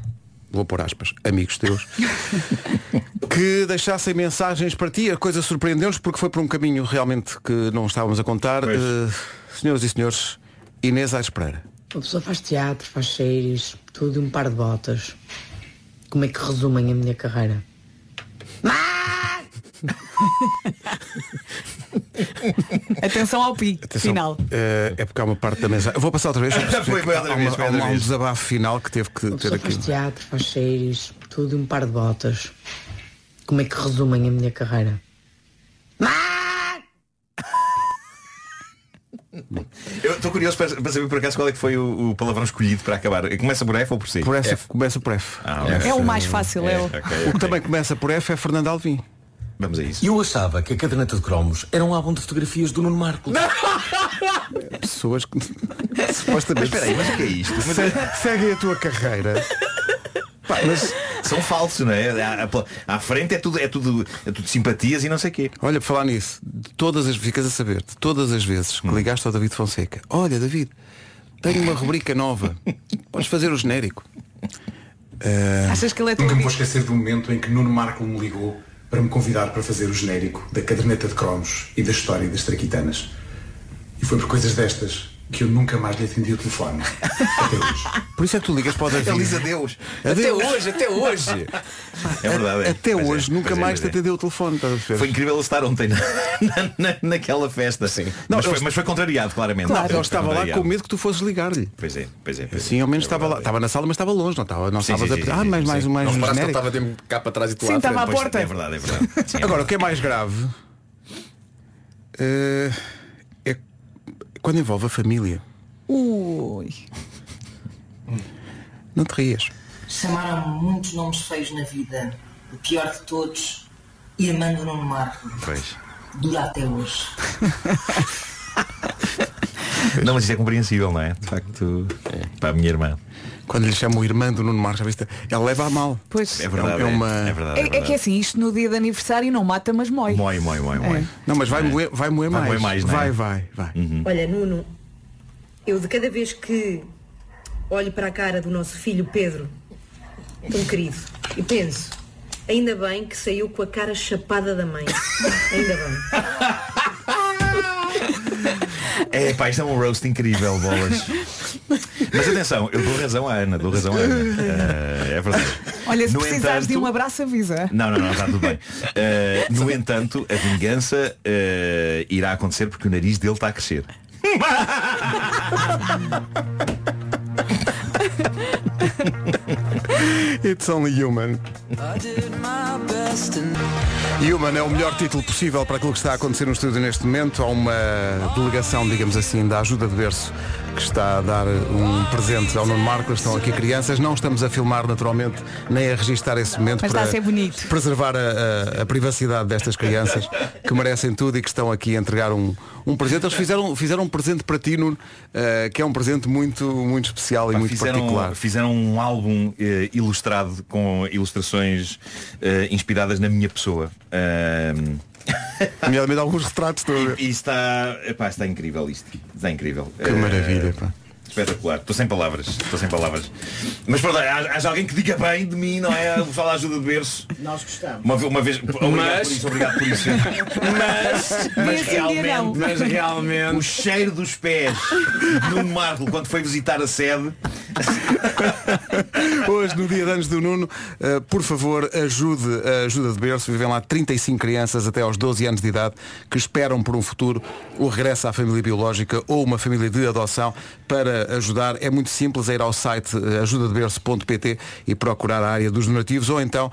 Speaker 1: vou pôr aspas, amigos teus, que deixassem mensagens para ti. A coisa surpreendeu-nos porque foi por um caminho realmente que não estávamos a contar. Eh, senhoras e senhores, Inês Aires Pereira.
Speaker 14: Uma pessoa faz teatro, faz séries, tudo e um par de botas. Como é que resumem a minha carreira?
Speaker 4: Atenção ao pi, final.
Speaker 1: Eh, é porque há uma parte da mensagem. Eu Vou passar outra vez.
Speaker 10: Foi
Speaker 1: há,
Speaker 10: outra vez,
Speaker 1: uma-
Speaker 10: foi
Speaker 1: há
Speaker 10: outra
Speaker 1: uma- há um
Speaker 10: vez.
Speaker 1: desabafo final que teve que
Speaker 14: Uma
Speaker 1: ter
Speaker 14: pessoa
Speaker 1: aqui.
Speaker 14: faz teatro, faz séries, tudo e um par de botas. Como é que resumem a minha carreira?
Speaker 10: Eu estou curioso para, para saber por acaso qual é que foi o, o palavrão escolhido para acabar. Começa por F ou por C?
Speaker 1: Por F, começa por F.
Speaker 10: Ah,
Speaker 4: É o mais fácil, é o-
Speaker 1: O que também começa por F é Fernando Alvim.
Speaker 10: Vamos a isso.
Speaker 15: Eu achava que a caderneta de cromos era um álbum de fotografias do Nuno Marco.
Speaker 1: Pessoas que supostamente.
Speaker 10: Mas espera aí, mas o que é isto? Mas-
Speaker 1: Se- Segue a tua carreira.
Speaker 10: Pá, mas são falsos, não é? À, à- à frente é tudo, é, tudo, é tudo simpatias e não sei o quê.
Speaker 1: Olha, por falar nisso, de todas as ficas a saber, de todas as vezes que ligaste ao David Fonseca, olha David, tenho uma rubrica nova, podes fazer o genérico. Ah,
Speaker 4: Achas que ele é
Speaker 16: Nunca me vou esquecer do momento em que Nuno Marco me ligou para me convidar para fazer o genérico da caderneta de cromos e da história das traquitanas. E foi por coisas destas que eu nunca mais lhe atendi o telefone. Até hoje.
Speaker 1: Por isso é que tu ligas para o David.
Speaker 16: Ele diz
Speaker 10: adeus.
Speaker 1: Adeus.
Speaker 7: Até hoje, até hoje.
Speaker 10: É verdade. é.
Speaker 1: Até
Speaker 10: Pois é,
Speaker 1: hoje nunca
Speaker 10: pois é,
Speaker 1: mais te
Speaker 10: pois é.
Speaker 1: atendeu o telefone. estás a perceber?
Speaker 10: Foi incrível ele estar ontem na, na- na- naquela festa. Sim.
Speaker 1: Não,
Speaker 10: mas,
Speaker 1: eu-
Speaker 10: foi, mas foi contrariado, claramente.
Speaker 1: Claro,
Speaker 10: Foi
Speaker 1: ele estava lá
Speaker 10: contrariado.
Speaker 1: com medo que tu fosses ligar-lhe.
Speaker 10: Pois é, pois é. Pois é.
Speaker 1: Sim, ao menos estava lá. Estava na sala, mas estava longe, não estava. Não
Speaker 10: Sim,
Speaker 1: estavas
Speaker 10: sim,
Speaker 1: a.
Speaker 10: sim,
Speaker 1: Ah,
Speaker 10: sim,
Speaker 1: mais,
Speaker 10: sim.
Speaker 1: mais um mais
Speaker 10: Não
Speaker 1: um
Speaker 10: reparaste que
Speaker 1: genérico.
Speaker 10: ele estava
Speaker 15: mesmo cá para trás e
Speaker 10: tu lá à frente. Pois, é verdade, é verdade. Sim, é
Speaker 1: Agora, o que é mais grave eh, é quando envolve a família.
Speaker 14: Ui.
Speaker 1: Não te rias.
Speaker 17: Chamaram-me muitos nomes feios na vida. O pior de todos, irmã do Nuno Marco.
Speaker 10: Pois.
Speaker 17: Dura até hoje.
Speaker 10: Não, mas isso é compreensível, não é? De facto, para a minha irmã.
Speaker 1: Quando lhe chamam irmã do Nuno Marcos, já viste? Ela leva a mal.
Speaker 4: Pois.
Speaker 10: É verdade,
Speaker 1: É,
Speaker 10: é.
Speaker 1: uma...
Speaker 10: É verdade,
Speaker 4: É, é que é assim, isto no dia de aniversário não mata, mas mói.
Speaker 10: Mói, mói, mói, mói.
Speaker 1: Não, mas vai moer, vai moer
Speaker 10: É. Vai
Speaker 1: mais.
Speaker 10: moer mais, não é?
Speaker 1: vai, vai, vai.
Speaker 18: Olha, Nuno, eu de cada vez que olho para a cara do nosso filho Pedro, um querido, e penso, ainda bem que saiu com a cara chapada da mãe. Ainda bem.
Speaker 10: É, pá, isto é um roast incrível, bolas. Mas atenção, eu dou razão à Ana, dou razão à Ana. Eh, é verdade.
Speaker 4: Olha, se
Speaker 10: No
Speaker 4: precisares de
Speaker 10: entanto-
Speaker 4: um abraço, avisa.
Speaker 10: Não, não, não, está tudo bem. Eh, no entanto, a vingança eh, irá acontecer porque o nariz dele está a crescer.
Speaker 1: It's only human. Human é o melhor título possível para aquilo que está a acontecer no estúdio neste momento. Há uma delegação, digamos assim, da ajuda de berço que está a dar um presente ao Nuno Marcos. Estão aqui crianças. Não estamos a filmar naturalmente, nem a registrar esse momento
Speaker 4: Mas está a ser bonito.
Speaker 1: preservar a, a- a privacidade destas crianças que merecem tudo e que estão aqui a entregar um, um presente. Eles fizeram, fizeram um presente para ti, Nuno, eh, que é um presente muito, muito especial e muito
Speaker 10: fizeram,
Speaker 1: particular.
Speaker 10: fizeram um álbum eh, ilustrado com ilustrações eh, inspiradas na minha pessoa. Ahm,
Speaker 1: Nomeadamente alguns retratos
Speaker 10: e, e está, epá, está incrível isto. Está incrível.
Speaker 1: Que maravilha, pá.
Speaker 10: Espetacular, estou sem palavras, estou sem palavras. Mas pronto, há, há alguém que diga bem de mim, não é? O pessoal ajuda de berço.
Speaker 19: Nós gostamos.
Speaker 10: Uma, ve- uma vez, obrigado
Speaker 7: Mas-
Speaker 10: por isso, obrigado por isso.
Speaker 7: Mas-
Speaker 10: mas
Speaker 7: Nesse dia não.
Speaker 10: realmente,
Speaker 7: Mas realmente-
Speaker 10: o cheiro dos pés no Marco quando foi visitar a sede.
Speaker 1: Hoje, no dia de anos do Nuno, eh, por favor, ajude a ajuda de berço. Vivem lá 35 crianças até aos 12 anos de idade que esperam por um futuro o regresso à família biológica ou uma família de adoção para ajudar. É muito simples, é ir ao site eh, ajudadeberço.pt e procurar a área dos donativos ou então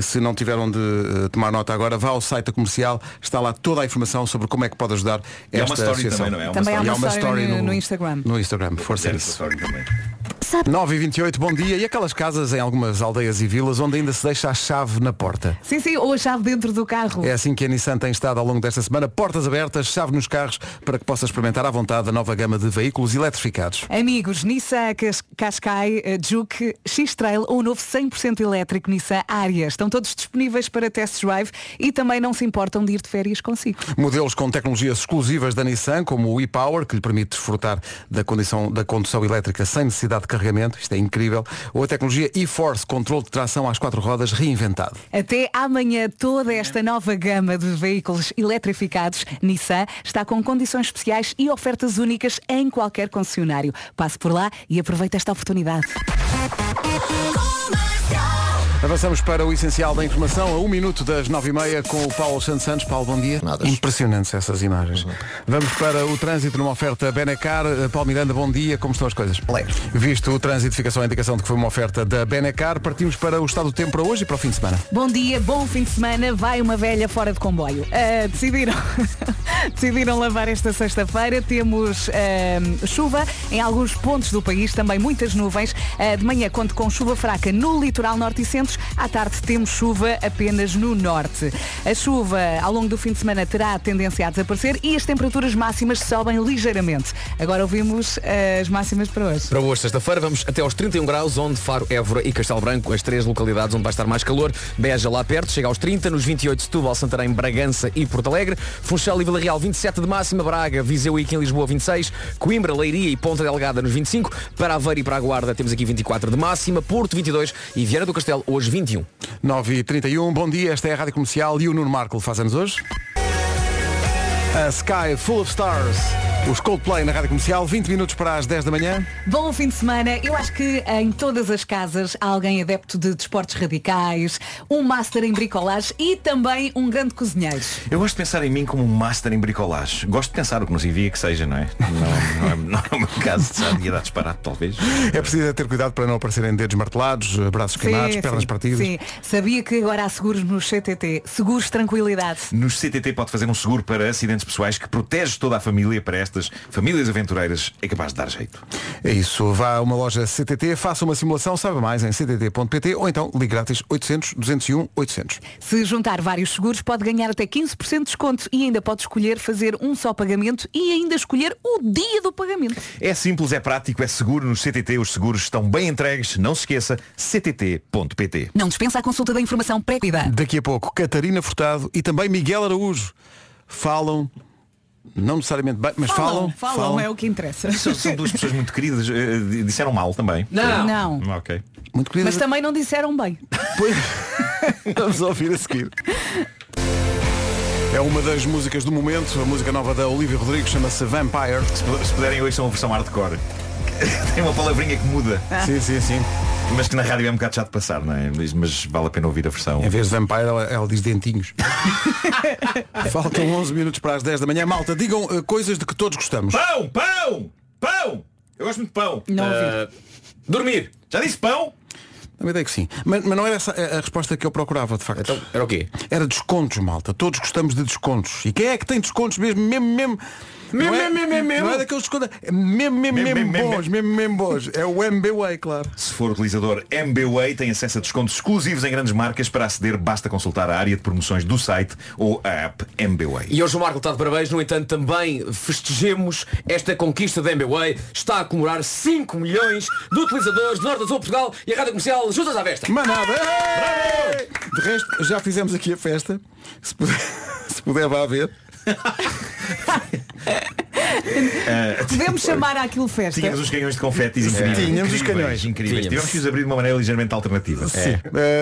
Speaker 1: se não tiveram de eh, tomar nota agora, vá ao site da comercial, está lá toda a informação sobre como é que pode ajudar
Speaker 10: E há
Speaker 1: esta
Speaker 10: uma story
Speaker 1: associação.
Speaker 10: também, não é?
Speaker 4: Também há uma story no- no Instagram.
Speaker 1: No Instagram, força nisso.
Speaker 10: Sorry também.
Speaker 1: WhatsApp. 9 e 28, bom dia. E aquelas casas em algumas aldeias e vilas onde ainda se deixa a chave na porta.
Speaker 4: Sim, sim, ou a chave dentro do carro.
Speaker 1: É assim que a Nissan tem estado ao longo desta semana. Portas abertas, chave nos carros, para que possa experimentar à vontade a nova gama de veículos eletrificados.
Speaker 4: Amigos, Nissan Cas- Qashqai, eh, Juke, X-Trail ou o novo 100% elétrico Nissan Arias. Estão todos disponíveis para test drive e também não se importam de ir de férias consigo.
Speaker 1: Modelos com tecnologias exclusivas da Nissan, como o e-Power, que lhe permite desfrutar da, condição, da condução elétrica sem necessidade de carregamento, isto é incrível, ou a tecnologia e-Force, controle de tração às quatro rodas reinventado.
Speaker 4: Até amanhã, toda esta nova gama de veículos eletrificados Nissan está com condições especiais e ofertas únicas em qualquer concessionário. Passe por lá e aproveite esta oportunidade.
Speaker 1: Avançamos para o essencial da informação, a um minuto das nove e meia, com o Paulo Santos Santos. Paulo, bom dia. Impressionantes essas imagens. Vamos para o trânsito numa oferta Benacar. Eh, Paulo Miranda, bom dia. Como estão as coisas? Leve. Visto o trânsito, fica só a indicação de que foi uma oferta da Benacar. Partimos para o estado do tempo para hoje e para o fim de semana.
Speaker 4: Bom dia, bom fim de semana. Vai uma velha fora de comboio. Ah, decidiram, decidiram lavar esta sexta-feira. Temos ah, chuva em alguns pontos do país, também muitas nuvens. Ah, de manhã conto com chuva fraca no litoral norte e centros. À tarde temos chuva apenas no norte. A chuva ao longo do fim de semana terá tendência a desaparecer e as temperaturas máximas sobem ligeiramente. Agora ouvimos ah, as máximas para hoje.
Speaker 20: Para hoje, sexta-feira, vamos até aos 31 graus, onde Faro, Évora e Castelo Branco, as três localidades onde vai estar mais calor. Beja lá perto, chega aos 30, nos 28 Setúbal, Santarém, Bragança e Porto Alegre. Funchal e Vila Real, 27 de máxima, Braga, Viseu e aqui em Lisboa, 26. Coimbra, Leiria e Ponta Delgada, nos 25. Para Aveiro e para a Guarda, temos aqui 24 de máxima, Porto, 22 e Vieira do Castelo, hoje 21.
Speaker 1: 9 e 31 bom dia, esta é a Rádio Comercial e o Nuno Marco faz anos hoje. A Sky Full of Stars, os Coldplay na Rádio Comercial, 20 minutos para as 10 da manhã.
Speaker 4: Bom fim de semana. Eu acho que em todas as casas há alguém adepto de desportos radicais, um master em bricolagem e também um grande cozinheiro.
Speaker 10: Eu gosto de pensar em mim como um master em bricolage. Gosto de pensar o que nos envia que seja, não é? Não, não é, não é o meu caso de sabe, ia dar disparado, talvez.
Speaker 1: É preciso é ter cuidado para não aparecerem dedos martelados, eh, braços queimados,
Speaker 4: Sim,
Speaker 1: pernas
Speaker 4: sim,
Speaker 1: partidas.
Speaker 4: Sim. Sabia que agora há seguros no CTT. Seguros tranquilidade.
Speaker 10: Nos CTT pode fazer um seguro para acidentes pessoais que protege toda a família para estas famílias aventureiras. É capaz de dar jeito.
Speaker 1: É isso, vá a uma loja CTT, faça uma simulação, saiba mais em ctt.pt ou então ligue grátis 800 201 800.
Speaker 4: Se juntar vários seguros, pode ganhar até 15% de desconto e ainda pode escolher fazer um só pagamento e ainda escolher o dia do pagamento.
Speaker 10: É simples, é prático, é seguro. Nos CTT os seguros estão bem entregues. Não se esqueça, ctt.pt.
Speaker 4: Não dispensa a consulta da informação pré-cuidada.
Speaker 1: Daqui a pouco, Catarina Furtado e também Miguel Araújo falam, não necessariamente bem, mas falam.
Speaker 4: falam, é o que interessa.
Speaker 10: São, são duas pessoas muito queridas. eh, Disseram mal também.
Speaker 4: Não. Não.
Speaker 10: Ok.
Speaker 1: Muito
Speaker 4: Mas também não disseram bem.
Speaker 1: Vamos ouvir a seguir. É uma das músicas do momento, a música nova da Olivia Rodrigo chama-se Vampire.
Speaker 10: Se, puderem hoje são a versão hardcore. Tem uma palavrinha que muda.
Speaker 1: Ah. Sim, sim, sim.
Speaker 10: Mas que na rádio é um bocado chato de passar, não é? Mas, mas vale a pena ouvir a versão.
Speaker 1: Em vez de Vampire, ela, ela diz dentinhos. Faltam 11 minutos para as 10 da manhã. Malta, digam eh, coisas de que todos gostamos.
Speaker 10: Pão! Pão! Pão! Eu gosto muito de pão.
Speaker 4: Não
Speaker 10: Ah, dormir. Já disse pão?
Speaker 1: Também ideia é que sim. Mas, mas não era essa a, a resposta que eu procurava, de facto.
Speaker 10: era o quê?
Speaker 1: Era descontos, malta. Todos gostamos de descontos. E quem é que tem descontos mesmo, mesmo, mesmo?
Speaker 10: Mesmo,
Speaker 1: não é,
Speaker 10: mesmo, mesmo, mesmo?
Speaker 1: Não é daqueles descontos. é Mesmo, mesmo,
Speaker 10: Mesmo,
Speaker 1: mesmo,
Speaker 10: mesmo,
Speaker 1: bons, mesmo, mesmo bons. É o MBWay, claro.
Speaker 10: Se for utilizador MBWay, tem acesso a descontos exclusivos em grandes marcas. Para aceder, basta consultar a área de promoções do site ou a app MBWay.
Speaker 20: E hoje o Marco está de parabéns, no entanto também festejemos esta conquista da MBWay. Está a comemorar 5 milhões de utilizadores do Norte Azul Portugal e a Rádio Comercial juntas à festa.
Speaker 1: Manada! De resto, já fizemos aqui a festa. Se puder, se puder vá ver.
Speaker 10: Ah,
Speaker 4: Podemos chamar àquilo festa.
Speaker 10: Tínhamos os canhões de confetes incríveis.
Speaker 1: Tínhamos os
Speaker 10: Incríveis,
Speaker 1: canhões.
Speaker 10: Incríveis.
Speaker 1: Tínhamos.
Speaker 10: Tivemos que os abrir de uma maneira ligeiramente alternativa.
Speaker 1: Sim.
Speaker 10: É.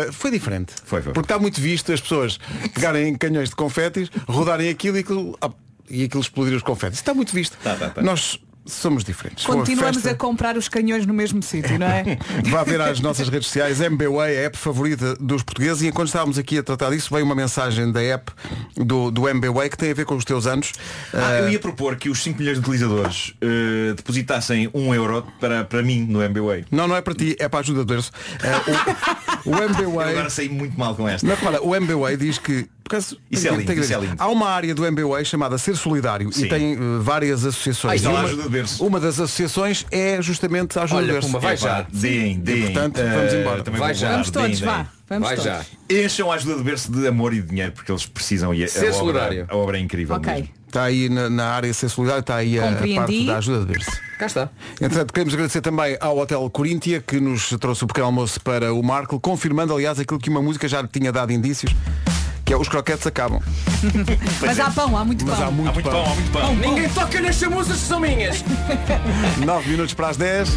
Speaker 1: Uh, foi diferente.
Speaker 10: Foi, foi.
Speaker 1: Porque está muito visto as pessoas pegarem em canhões de confetes, rodarem aquilo e aquilo, ah, e aquilo explodir os confetes. Está muito visto.
Speaker 10: Tá,
Speaker 1: Nós somos diferentes.
Speaker 4: Continuamos
Speaker 1: Foi
Speaker 4: a comprar os canhões no mesmo sítio, não é?
Speaker 1: festa. Vá ver às nossas redes sociais MBWay, a app favorita dos portugueses E enquanto estávamos aqui a tratar disso Veio uma mensagem da app do, do MBWay Que tem a ver com os teus anos
Speaker 10: Ah, eu ia propor que os 5 milhões de utilizadores eh, depositassem 1 euro para, para mim no MBWay.
Speaker 1: Não, não é para ti, é para a ajuda do berço. Eh, o, o MBWay.
Speaker 10: Eu agora saí muito mal com esta.
Speaker 1: Não, repara, o MBWay diz que acaso,
Speaker 10: Isso
Speaker 1: tem-
Speaker 10: é lindo,
Speaker 1: tem que
Speaker 10: isso
Speaker 1: dizer.
Speaker 10: é lindo.
Speaker 1: Há uma área do MBWay chamada Ser Solidário e
Speaker 10: Sim.
Speaker 1: tem eh, várias associações.
Speaker 10: Ah,
Speaker 1: E
Speaker 10: está lá a
Speaker 1: uma,
Speaker 10: ajuda de berço.
Speaker 1: uma das associações é justamente a ajuda
Speaker 10: Olha,
Speaker 1: de berço.
Speaker 10: Pumba, vai já. Deem, deem.
Speaker 1: E, portanto,
Speaker 10: Eh,
Speaker 1: vamos embora.
Speaker 10: também vou guardar.
Speaker 4: Vamos todos,
Speaker 10: Deem,
Speaker 4: vá.
Speaker 10: deem.
Speaker 4: Vamos Vai todos. já.
Speaker 10: Encham a ajuda de berço de amor e de dinheiro, porque eles precisam. E a,
Speaker 1: Ser
Speaker 10: a, obra,
Speaker 1: solidário.
Speaker 10: a obra é incrível mesmo.
Speaker 1: Está tá aí na, na área Ser Solidário, está aí a, a
Speaker 10: Compreendi.
Speaker 1: parte da ajuda de berço.
Speaker 20: Cá está.
Speaker 1: Entretanto, queremos agradecer também ao Hotel Coríntia, que nos trouxe o pequeno almoço para o Marco, confirmando, aliás, aquilo que uma música já lhe tinha dado indícios, que é os croquetes acabam.
Speaker 4: Mas há pão, há muito
Speaker 1: Mas
Speaker 4: pão.
Speaker 1: há
Speaker 8: Ah,
Speaker 1: muito Há muito pão. pão, há muito pão.
Speaker 20: Ninguém toca nas chamusas que são minhas.
Speaker 1: 9 minutos para as 10.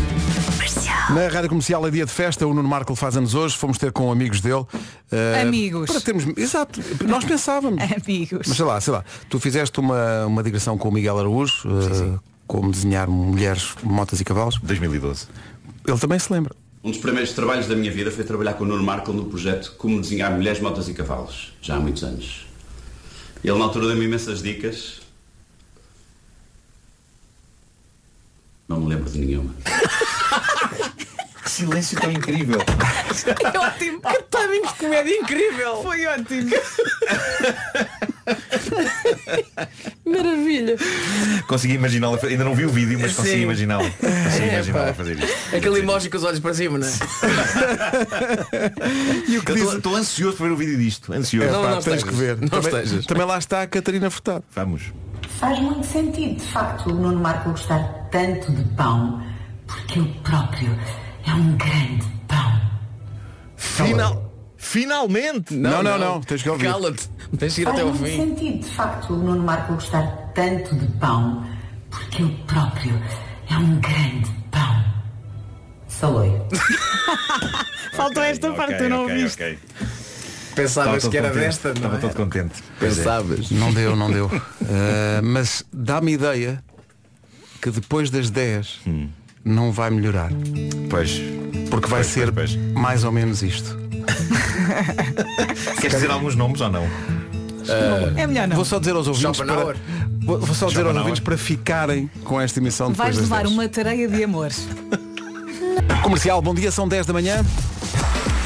Speaker 1: Na Rádio Comercial é dia de festa, o Nuno Marco faz anos hoje, fomos ter com amigos dele. eh,
Speaker 4: Amigos.
Speaker 1: Para termos... Exato, nós pensávamos.
Speaker 4: Amigos.
Speaker 1: Mas sei lá, sei lá, tu fizeste uma, uma digressão com o Miguel Araújo, eh, como desenhar mulheres, motas e cavalos.
Speaker 10: 2012.
Speaker 1: Ele também se lembra.
Speaker 21: Um dos primeiros trabalhos da minha vida foi trabalhar com o Nuno Markle no projeto Como Desenhar Mulheres, Motas e Cavalos, já há muitos anos. Ele na altura deu-me imensas dicas. Não me lembro de nenhuma.
Speaker 10: Que silêncio tão incrível.
Speaker 20: É ótimo. Que timing de comédia incrível. Foi ótimo. Maravilha.
Speaker 10: Consegui imaginá-la. fa- Ainda não vi o vídeo, mas consegui
Speaker 20: Sim.
Speaker 10: imaginá-la. Consegui
Speaker 20: É,
Speaker 10: imaginá-la
Speaker 20: pá.
Speaker 10: a fazer isto.
Speaker 20: Aquele emoji com os olhos para cima, não é?
Speaker 10: Eu estou ansioso para ver o vídeo disto. Ansioso.
Speaker 1: É, pá, tens que ver. também,
Speaker 10: estejas.
Speaker 1: também lá está a Catarina Furtado.
Speaker 10: Vamos.
Speaker 22: Faz muito sentido, de facto, o Nuno Marco gostar tanto de pão, porque ele próprio é um grande pão.
Speaker 10: Final... Finalmente!
Speaker 1: Não, não, não, tens que ouvir.
Speaker 20: Cala-te. Tens de ir
Speaker 22: Faz
Speaker 20: até ao
Speaker 22: muito
Speaker 20: fim.
Speaker 22: sentido, de facto, o Nuno Marco gostar tanto de pão, porque ele próprio é um grande pão. Saloi.
Speaker 4: Faltou esta parte, tu não ouviste.
Speaker 20: Pensavas
Speaker 10: Estava
Speaker 20: que era
Speaker 10: todo contente.
Speaker 20: desta, não
Speaker 1: é?
Speaker 10: Estava todo contente. Pois é.
Speaker 1: Não deu, não deu. Eh, mas dá-me ideia que depois das 10 não vai melhorar.
Speaker 10: Pois.
Speaker 1: Porque vai ser mais ou menos isto.
Speaker 10: Queres dizer alguns nomes ou não?
Speaker 4: É melhor não.
Speaker 1: Vou só dizer aos ouvintes para,
Speaker 4: Schopenhauer.
Speaker 1: vou vou só dizer aos
Speaker 10: Schopenhauer.
Speaker 1: ouvintes para ficarem com esta emissão depois
Speaker 4: Vais
Speaker 1: das
Speaker 4: levar
Speaker 1: 10.
Speaker 4: uma tareia de amor.
Speaker 1: Comercial, bom dia, são 10 da manhã.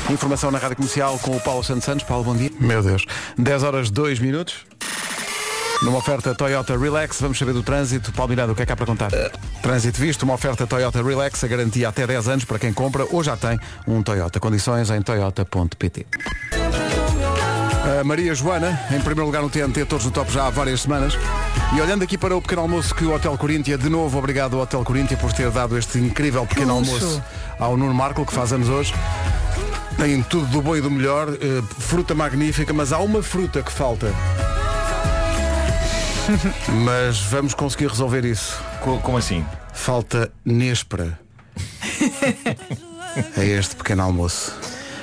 Speaker 1: Informação na Rádio Comercial com o Paulo Santos Santos. Paulo, bom dia. Meu Deus. 10 horas 2 minutos. Numa oferta Toyota Relax, vamos saber do trânsito. Paulo Miranda, o que é que há para contar? Trânsito visto, uma oferta Toyota Relax, a garantia até 10 anos para quem compra ou já tem um Toyota. Condições em toyota.pt. A Maria Joana, em primeiro lugar no TNT, todos no top já há várias semanas. E olhando aqui para o pequeno almoço que o Hotel Coríntia, de novo obrigado ao Hotel Coríntia por ter dado este incrível pequeno
Speaker 4: luxo.
Speaker 1: almoço ao Nuno Marco, que faz anos hoje. Tem tudo do bom e do melhor, eh, fruta magnífica, mas há uma fruta que falta. mas vamos conseguir resolver isso.
Speaker 10: Como assim?
Speaker 1: Falta néspera a este pequeno almoço.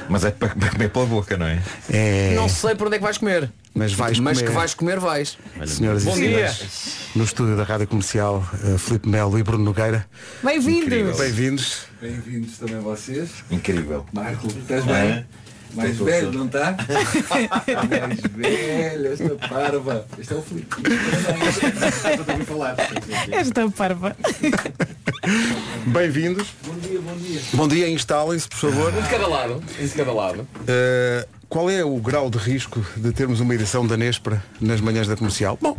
Speaker 10: Mas é para para comer pela boca, não é?
Speaker 1: É,
Speaker 20: Não sei por onde é que vais comer.
Speaker 1: mas vais
Speaker 20: Mas
Speaker 1: comer.
Speaker 20: que vais comer, vais.
Speaker 1: Senhoras
Speaker 20: Bom
Speaker 1: e
Speaker 20: dia.
Speaker 1: senhores, no estúdio da Rádio Comercial, eh, Filipe Melo e Bruno Nogueira.
Speaker 4: Bem-vindos.
Speaker 1: Bem-vindos.
Speaker 23: Bem-vindos também vocês.
Speaker 10: Incrível.
Speaker 23: Marco, estás bem?
Speaker 10: É.
Speaker 23: Mais
Speaker 10: Estou
Speaker 23: velho,
Speaker 10: todo.
Speaker 23: não está? Mais velho, esta parva. Este é o Filipe. Não, não, não, falar.
Speaker 4: Esta parva.
Speaker 1: Bem-vindos.
Speaker 23: Bom dia, bom dia.
Speaker 1: Bom dia, instalem-se, por favor.
Speaker 20: Um de cada lado. Um de cada lado.
Speaker 1: Eh, qual é o grau de risco de termos uma edição da Nespra nas manhãs da comercial? Bom,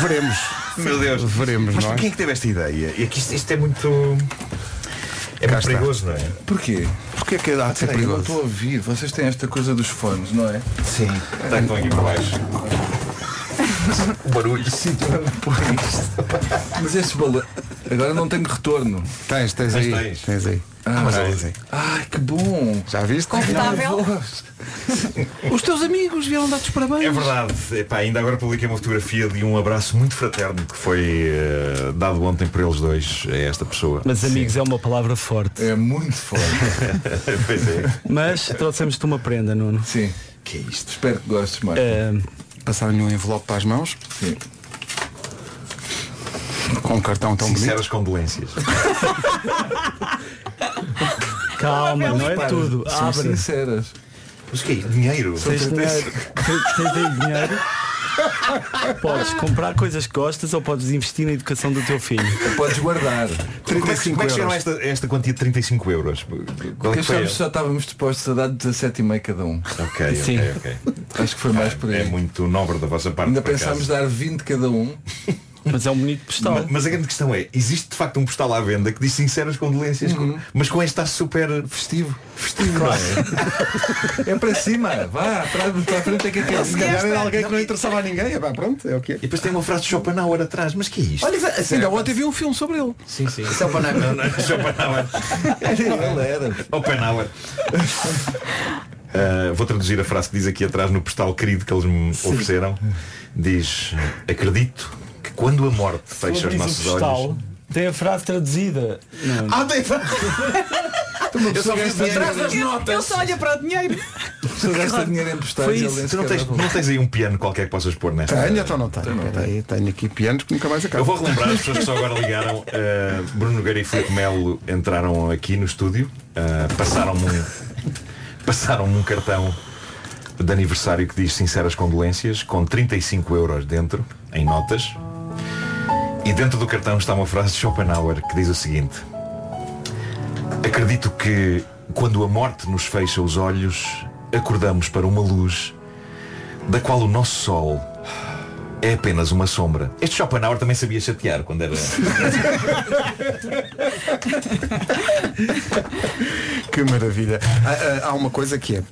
Speaker 1: veremos.
Speaker 10: Meu Deus.
Speaker 1: Veremos,
Speaker 10: Mas
Speaker 1: não é?
Speaker 10: quem é que teve esta ideia? É que isto, isto é muito. É muito perigoso, não é?
Speaker 23: Porquê?
Speaker 1: Porquê que é dá de ser
Speaker 23: Peraí, eu não
Speaker 1: perigoso?
Speaker 23: estou a ouvir. Vocês têm esta coisa dos fones, não é?
Speaker 10: Sim. Está então aqui para baixo.
Speaker 23: O barulho. Sim, por isto. Mas esse balão. Agora não tenho retorno.
Speaker 1: Tens, tens
Speaker 23: Mas
Speaker 1: aí.
Speaker 23: tens.
Speaker 1: Tens aí.
Speaker 23: Ah,
Speaker 10: é
Speaker 23: mas
Speaker 10: assim.
Speaker 1: Tens aí.
Speaker 23: Ai, que bom.
Speaker 1: Já viste?
Speaker 23: Confortável?
Speaker 1: Os teus amigos vieram dar-te os parabéns.
Speaker 10: É verdade. Epá, ainda agora publiquei uma fotografia de um abraço muito fraterno que foi eh, dado ontem por eles dois a esta pessoa.
Speaker 24: Mas amigos é uma palavra forte.
Speaker 23: É muito forte.
Speaker 10: pois é.
Speaker 24: Mas trouxemos-te uma prenda, Nuno.
Speaker 23: Sim. Que é isto? Espero que gostes, Marco.
Speaker 1: Passaram-lhe É, um envelope para as mãos.
Speaker 23: Sim.
Speaker 1: Com um cartão tão
Speaker 10: Sinceras condolências.
Speaker 24: Calma, não é
Speaker 10: Repara,
Speaker 1: Ah,
Speaker 24: tudo.
Speaker 10: são
Speaker 24: Abre.
Speaker 10: sinceras. Mas que é? Dinheiro?
Speaker 24: Tens dinheiro. Tens- tens aí dinheiro. Podes comprar coisas que gostas ou podes investir na educação do teu filho.
Speaker 23: Podes guardar.
Speaker 10: Como é que, como é que chegaram a esta, esta quantia de 35 euros? Qual é que
Speaker 23: Porque
Speaker 10: foi?
Speaker 23: achávamos que só estávamos dispostos a dar 17,5 cada um.
Speaker 10: Ok,
Speaker 23: Sim.
Speaker 10: ok, ok.
Speaker 23: Acho que foi mais por aí.
Speaker 10: É muito nobre da vossa parte.
Speaker 23: Ainda
Speaker 10: por
Speaker 23: pensámos
Speaker 10: acaso.
Speaker 23: dar 20 cada um.
Speaker 24: Mas é um bonito postal.
Speaker 10: Ma- Mas a grande questão é, existe de facto um postal à venda que diz sinceras condolências, com- mas com este está super festivo. Uhum. Festivo, não é?
Speaker 23: É para cima, vá, para, para a frente é que é que é.
Speaker 10: Se calhar era alguém que não
Speaker 23: interessava a ninguém, pá, pronto, é o que é.
Speaker 10: E depois tem uma frase de Schopenhauer atrás, mas que é isto?
Speaker 23: Olha, assim, ainda ontem vi um filme sobre ele.
Speaker 10: Sim, sim.
Speaker 23: Schopenhauer.
Speaker 10: Não, é? não, Schopenhauer.
Speaker 23: É, Ele era.
Speaker 10: Schopenhauer. Ah, vou traduzir a frase que diz aqui atrás no postal querido que eles me ofereceram. Diz, acredito que quando a morte fecha os
Speaker 24: Abris o
Speaker 10: nossos
Speaker 24: postal,
Speaker 10: olhos.
Speaker 24: Tem a frase traduzida.
Speaker 10: Ah, tem Eu só vi atrás das
Speaker 24: notas. Ele só olha para o dinheiro.
Speaker 23: pessoa gasta dinheiro em postais
Speaker 10: Foi
Speaker 23: e
Speaker 10: isso.
Speaker 23: ele nem
Speaker 10: Tu não
Speaker 23: sequer
Speaker 10: tens,
Speaker 23: dá
Speaker 10: não tens aí um piano qualquer que possas pôr nesta?
Speaker 1: Tenho, então não tenho.
Speaker 23: é.
Speaker 1: Tenho, tenho aqui pianos que nunca mais acabam.
Speaker 10: Eu vou relembrar as pessoas que só agora ligaram. uh, Bruno Nogueira e Filipe Melo entraram aqui no estúdio, uh, passaram-me um, passaram-me um cartão de aniversário que diz sinceras condolências, com 35 euros dentro, em notas. E dentro do cartão está uma frase de Schopenhauer que diz o seguinte. Acredito que quando a morte nos fecha os olhos, acordamos para uma luz da qual o nosso sol é apenas uma sombra. Este Schopenhauer também sabia chatear quando era.
Speaker 1: Que maravilha. Ah, Há, há- há uma coisa que é.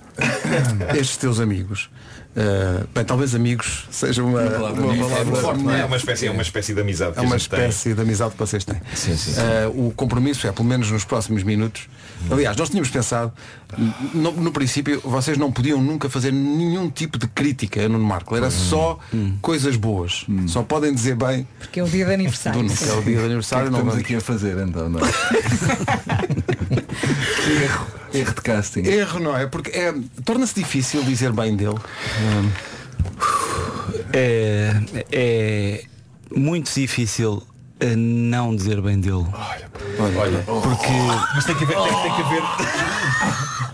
Speaker 1: Estes teus amigos. ah, bem, talvez amigos seja uma, uma palavra,
Speaker 10: forte, não é? É uma espécie, é uma espécie de amizade que
Speaker 1: É uma
Speaker 10: a gente tem.
Speaker 1: espécie de amizade que vocês têm.
Speaker 10: Sim, sim, sim.
Speaker 1: Ah, o compromisso é, pelo menos nos próximos minutos. Aliás, nós tínhamos pensado, no, no princípio, vocês não podiam nunca fazer nenhum tipo de crítica a Nuno Marco. Era só coisas boas. Só podem dizer bem
Speaker 4: Porque é o dia de aniversário.
Speaker 1: do Nuno, que Hum. é o dia
Speaker 23: O que é
Speaker 1: de
Speaker 23: que
Speaker 1: aniversário. não
Speaker 23: estamos
Speaker 1: vamos-
Speaker 23: aqui a fazer então, não é? erro, erro de casting.
Speaker 1: Erro, não é? Porque é, torna-se difícil dizer bem dele.
Speaker 24: É, é muito difícil eh, não dizer bem dele.
Speaker 1: Olha,
Speaker 24: porque
Speaker 10: Mas tem que haver, tem, tem que haver,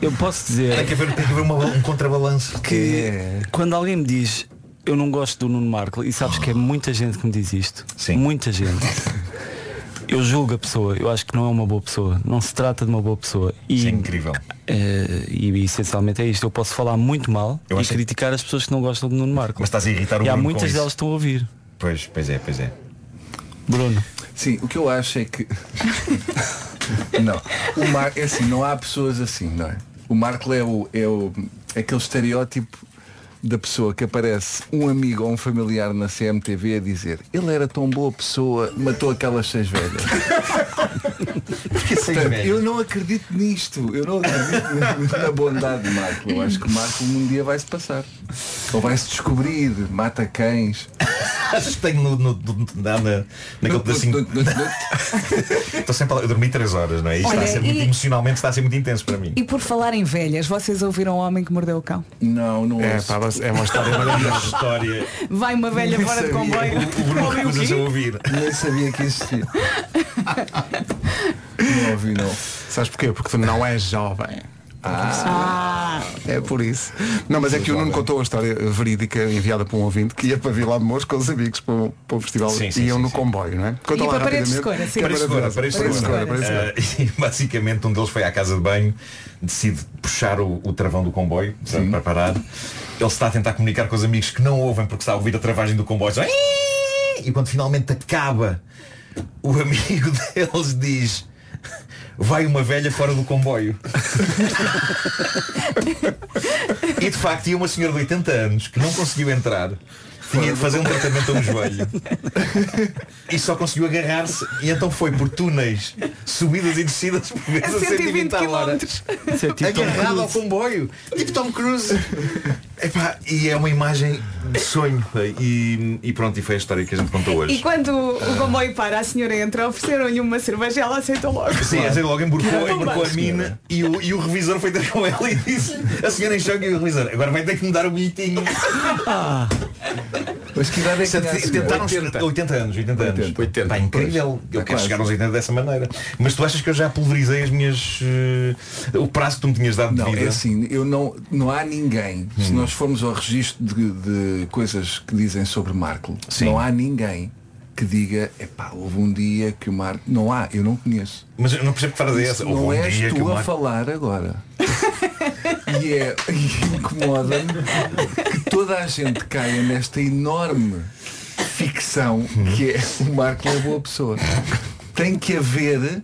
Speaker 24: eu posso
Speaker 10: tem
Speaker 24: dizer
Speaker 10: que haver, tem que haver uma- um contrabalanço.
Speaker 24: que
Speaker 23: é?
Speaker 24: quando alguém me diz eu não gosto do Nuno Marco e sabes que é muita gente que me diz isto. Muita gente. Eu julgo a pessoa, eu acho que não é uma boa pessoa, não se trata de uma boa pessoa. E,
Speaker 10: Isso é incrível.
Speaker 24: eh, e essencialmente é isto, eu posso falar muito mal
Speaker 10: Eu
Speaker 24: e
Speaker 10: acho que-
Speaker 24: criticar as pessoas que não gostam de Nuno Marco.
Speaker 10: Mas estás a irritar o
Speaker 24: E há
Speaker 10: Bruno com
Speaker 24: muitas
Speaker 10: isso.
Speaker 24: delas que estão a ouvir.
Speaker 10: Pois, pois é, pois é.
Speaker 24: Bruno.
Speaker 23: Sim, o que eu acho é que. não. O Mar... É assim, não há pessoas assim, não é? O Marco é, o, é, o, é aquele estereótipo da pessoa que aparece um amigo ou um familiar na CMTV a dizer ele era tão boa pessoa, matou aquelas seis velhas. Portanto, eu não acredito nisto, eu não acredito na bondade de Marco. Eu acho que o Marco um dia vai-se passar. Ou vai-se descobrir, mata cães.
Speaker 10: Achas que tenho no, no, no, na, na, naquele pedacinho. Estou sempre a, eu dormi 3 horas, não é? Isto está a
Speaker 4: Olha,
Speaker 10: ser muito
Speaker 4: e-
Speaker 10: emocionalmente, está a ser muito intenso para mim.
Speaker 4: E por falar em velhas, vocês ouviram o homem que mordeu o cão?
Speaker 23: Não, não
Speaker 1: é. pá, é uma história
Speaker 10: Uma
Speaker 1: maravilhosa.
Speaker 10: história.
Speaker 4: Vai uma velha fora de comboio.
Speaker 10: O Bruno
Speaker 4: Ouviu o
Speaker 10: recusa-se a
Speaker 4: quê?
Speaker 10: ouvir.
Speaker 23: Nem sabia que existia. não ouvi não.
Speaker 1: Sabes porquê? Porque tu não és jovem.
Speaker 4: Ah,
Speaker 1: É por isso. Não, mas é que o Nuno contou a história verídica enviada para um ouvinte que ia para Vila de Mouros com os amigos para o, para o festival
Speaker 10: Sim,
Speaker 1: e
Speaker 10: sim,
Speaker 1: iam
Speaker 10: sim,
Speaker 1: no
Speaker 10: sim.
Speaker 1: comboio, não é? Conta
Speaker 4: E
Speaker 1: lá
Speaker 4: para Paredes de
Speaker 1: rapidamente.
Speaker 4: Cora,
Speaker 1: que
Speaker 4: sim.
Speaker 1: é
Speaker 10: Paredes de Cora,
Speaker 1: maravilhoso.
Speaker 10: Paredes de
Speaker 1: Paredes de
Speaker 10: Cora.
Speaker 1: Cora, Paredes de Cora.
Speaker 10: Ah, E basicamente um deles foi à casa de banho, decide puxar o, o travão do comboio para, para parar. Ele está a tentar comunicar com os amigos que não ouvem porque está a ouvir a travagem do comboio. Só, "Ih!" E quando finalmente acaba, o amigo deles diz. Vai uma velha fora do comboio. e de facto ia uma senhora de 80 anos que não conseguiu entrar. Tinha de fazer um tratamento no joelho e só conseguiu agarrar-se e então foi por túneis, subidas e descidas por vezes a 120 à hora.
Speaker 24: Isso é tipo Tom
Speaker 10: Agarrado ao
Speaker 24: Cruise.
Speaker 10: comboio, tipo Tom Cruise. Epá, e é uma imagem de sonho. E, e pronto, e foi a história que a gente contou
Speaker 4: E
Speaker 10: hoje.
Speaker 4: quando o comboio para, a senhora entra, ofereceram-lhe uma cerveja, ela aceitou logo.
Speaker 10: Sim, a gente logo emborcou,
Speaker 4: Caramba.
Speaker 10: emborcou a mina e o, e o revisor foi ter com ela e disse, a senhora em choque e o revisor, agora vai ter que me dar o bilhetinho.
Speaker 3: Mas Ah. que idade é que
Speaker 10: Se-
Speaker 3: tinha a senhora?
Speaker 10: tentaram 80. 80 anos, 80, anos. 80. Pá, incrível. eu quero
Speaker 3: é quase.
Speaker 10: chegar aos 80 dessa maneira. Mas tu achas que eu já pulverizei as minhas. eh, o prazo que tu me tinhas dado
Speaker 3: Não,
Speaker 10: de vida?
Speaker 3: é assim, eu não, não há ninguém, se
Speaker 10: Hum.
Speaker 3: nós formos ao registro de, de coisas que dizem sobre Marco, não há ninguém que diga, epá, houve um dia que o Marco. Não há, eu não conheço.
Speaker 10: Mas eu não percebo que frase é
Speaker 3: Isso
Speaker 10: essa.
Speaker 3: Não
Speaker 10: Houve um
Speaker 3: és
Speaker 10: dia
Speaker 3: tu
Speaker 10: que o
Speaker 3: a
Speaker 10: Marco-
Speaker 3: falar agora. e é e incomoda-me que toda a gente caia nesta enorme ficção que é o Marco é boa pessoa. Tem que haver.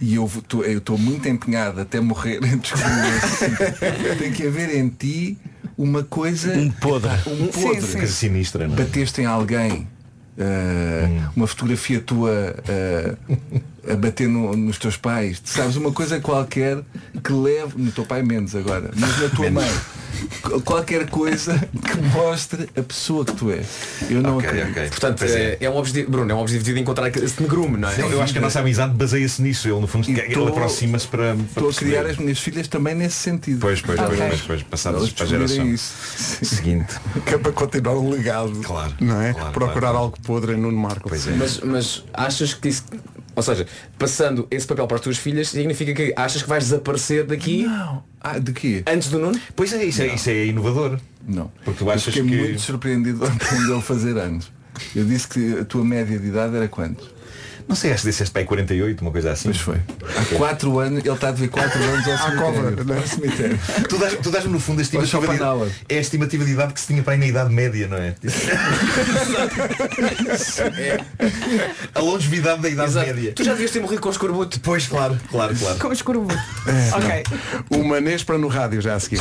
Speaker 3: E eu estou muito empenhado até morrer em descobrir esse- Tem que haver em ti uma coisa. Um podre. Um
Speaker 10: Sim,
Speaker 3: podre.
Speaker 10: sim. Coisa sinistra, não é? Hum.
Speaker 3: Bateste em alguém. ah, Uma fotografia tua ah, a bater no- nos teus pais. Sabes, uma coisa qualquer que leve. No teu pai menos agora, mas na tua mãe. Qu- Qualquer coisa que mostre a pessoa que tu és. Eu não acredito.
Speaker 7: Portanto,
Speaker 3: Pois
Speaker 7: é. é um objetivo, Bruno, é um objetivo de encontrar aquele- esse negrume, não é?
Speaker 10: Eu, eu acho que a nossa amizade baseia-se nisso. Ele, no fundo, ele
Speaker 3: tô-
Speaker 10: aproxima-se para. para
Speaker 3: Estou a
Speaker 10: perceber.
Speaker 3: criar as minhas filhas também nesse sentido.
Speaker 10: Pois, pois, pois, pois, pois, passadas
Speaker 3: Elas
Speaker 10: para a geração.
Speaker 3: descobrirem
Speaker 10: Seguinte.
Speaker 1: Que é para continuar um legado. Claro. Não é? Procurar algo podre em Nuno Marco.
Speaker 10: é.
Speaker 1: Pois
Speaker 7: Mas, mas achas que isso. Ou seja, passando esse papel para as tuas filhas, significa que achas que vais desaparecer daqui?
Speaker 3: Não. Ah, de quê?
Speaker 7: Antes do Nuno?
Speaker 10: Pois é, isso é, isso é inovador.
Speaker 3: Não.
Speaker 10: Porque tu
Speaker 3: Eu
Speaker 10: achas
Speaker 3: fiquei
Speaker 10: que.
Speaker 3: muito surpreendido ontem de ele fazer anos. Eu disse que a tua média de idade era quanto?
Speaker 10: Não sei, acho que disseste pai 48, uma coisa assim.
Speaker 3: Pois foi. Há 4 anos, ele está a dever 4 anos ao
Speaker 10: À cobra,
Speaker 1: é?
Speaker 3: cemitério. Ao cemitério.
Speaker 10: Tu dás- tu dás-me no fundo a
Speaker 3: Vai só
Speaker 10: estimativa,
Speaker 3: para
Speaker 10: de,
Speaker 3: Nala.
Speaker 10: é a estimativa de idade que se tinha para aí na idade média, não é? a longevidade da idade média.
Speaker 7: Tu já devias ter morrido com escorbuto.
Speaker 10: Pois, claro, claro, claro.
Speaker 1: Com
Speaker 10: É,
Speaker 1: escorbuto. Uma Nespra no rádio já a seguir.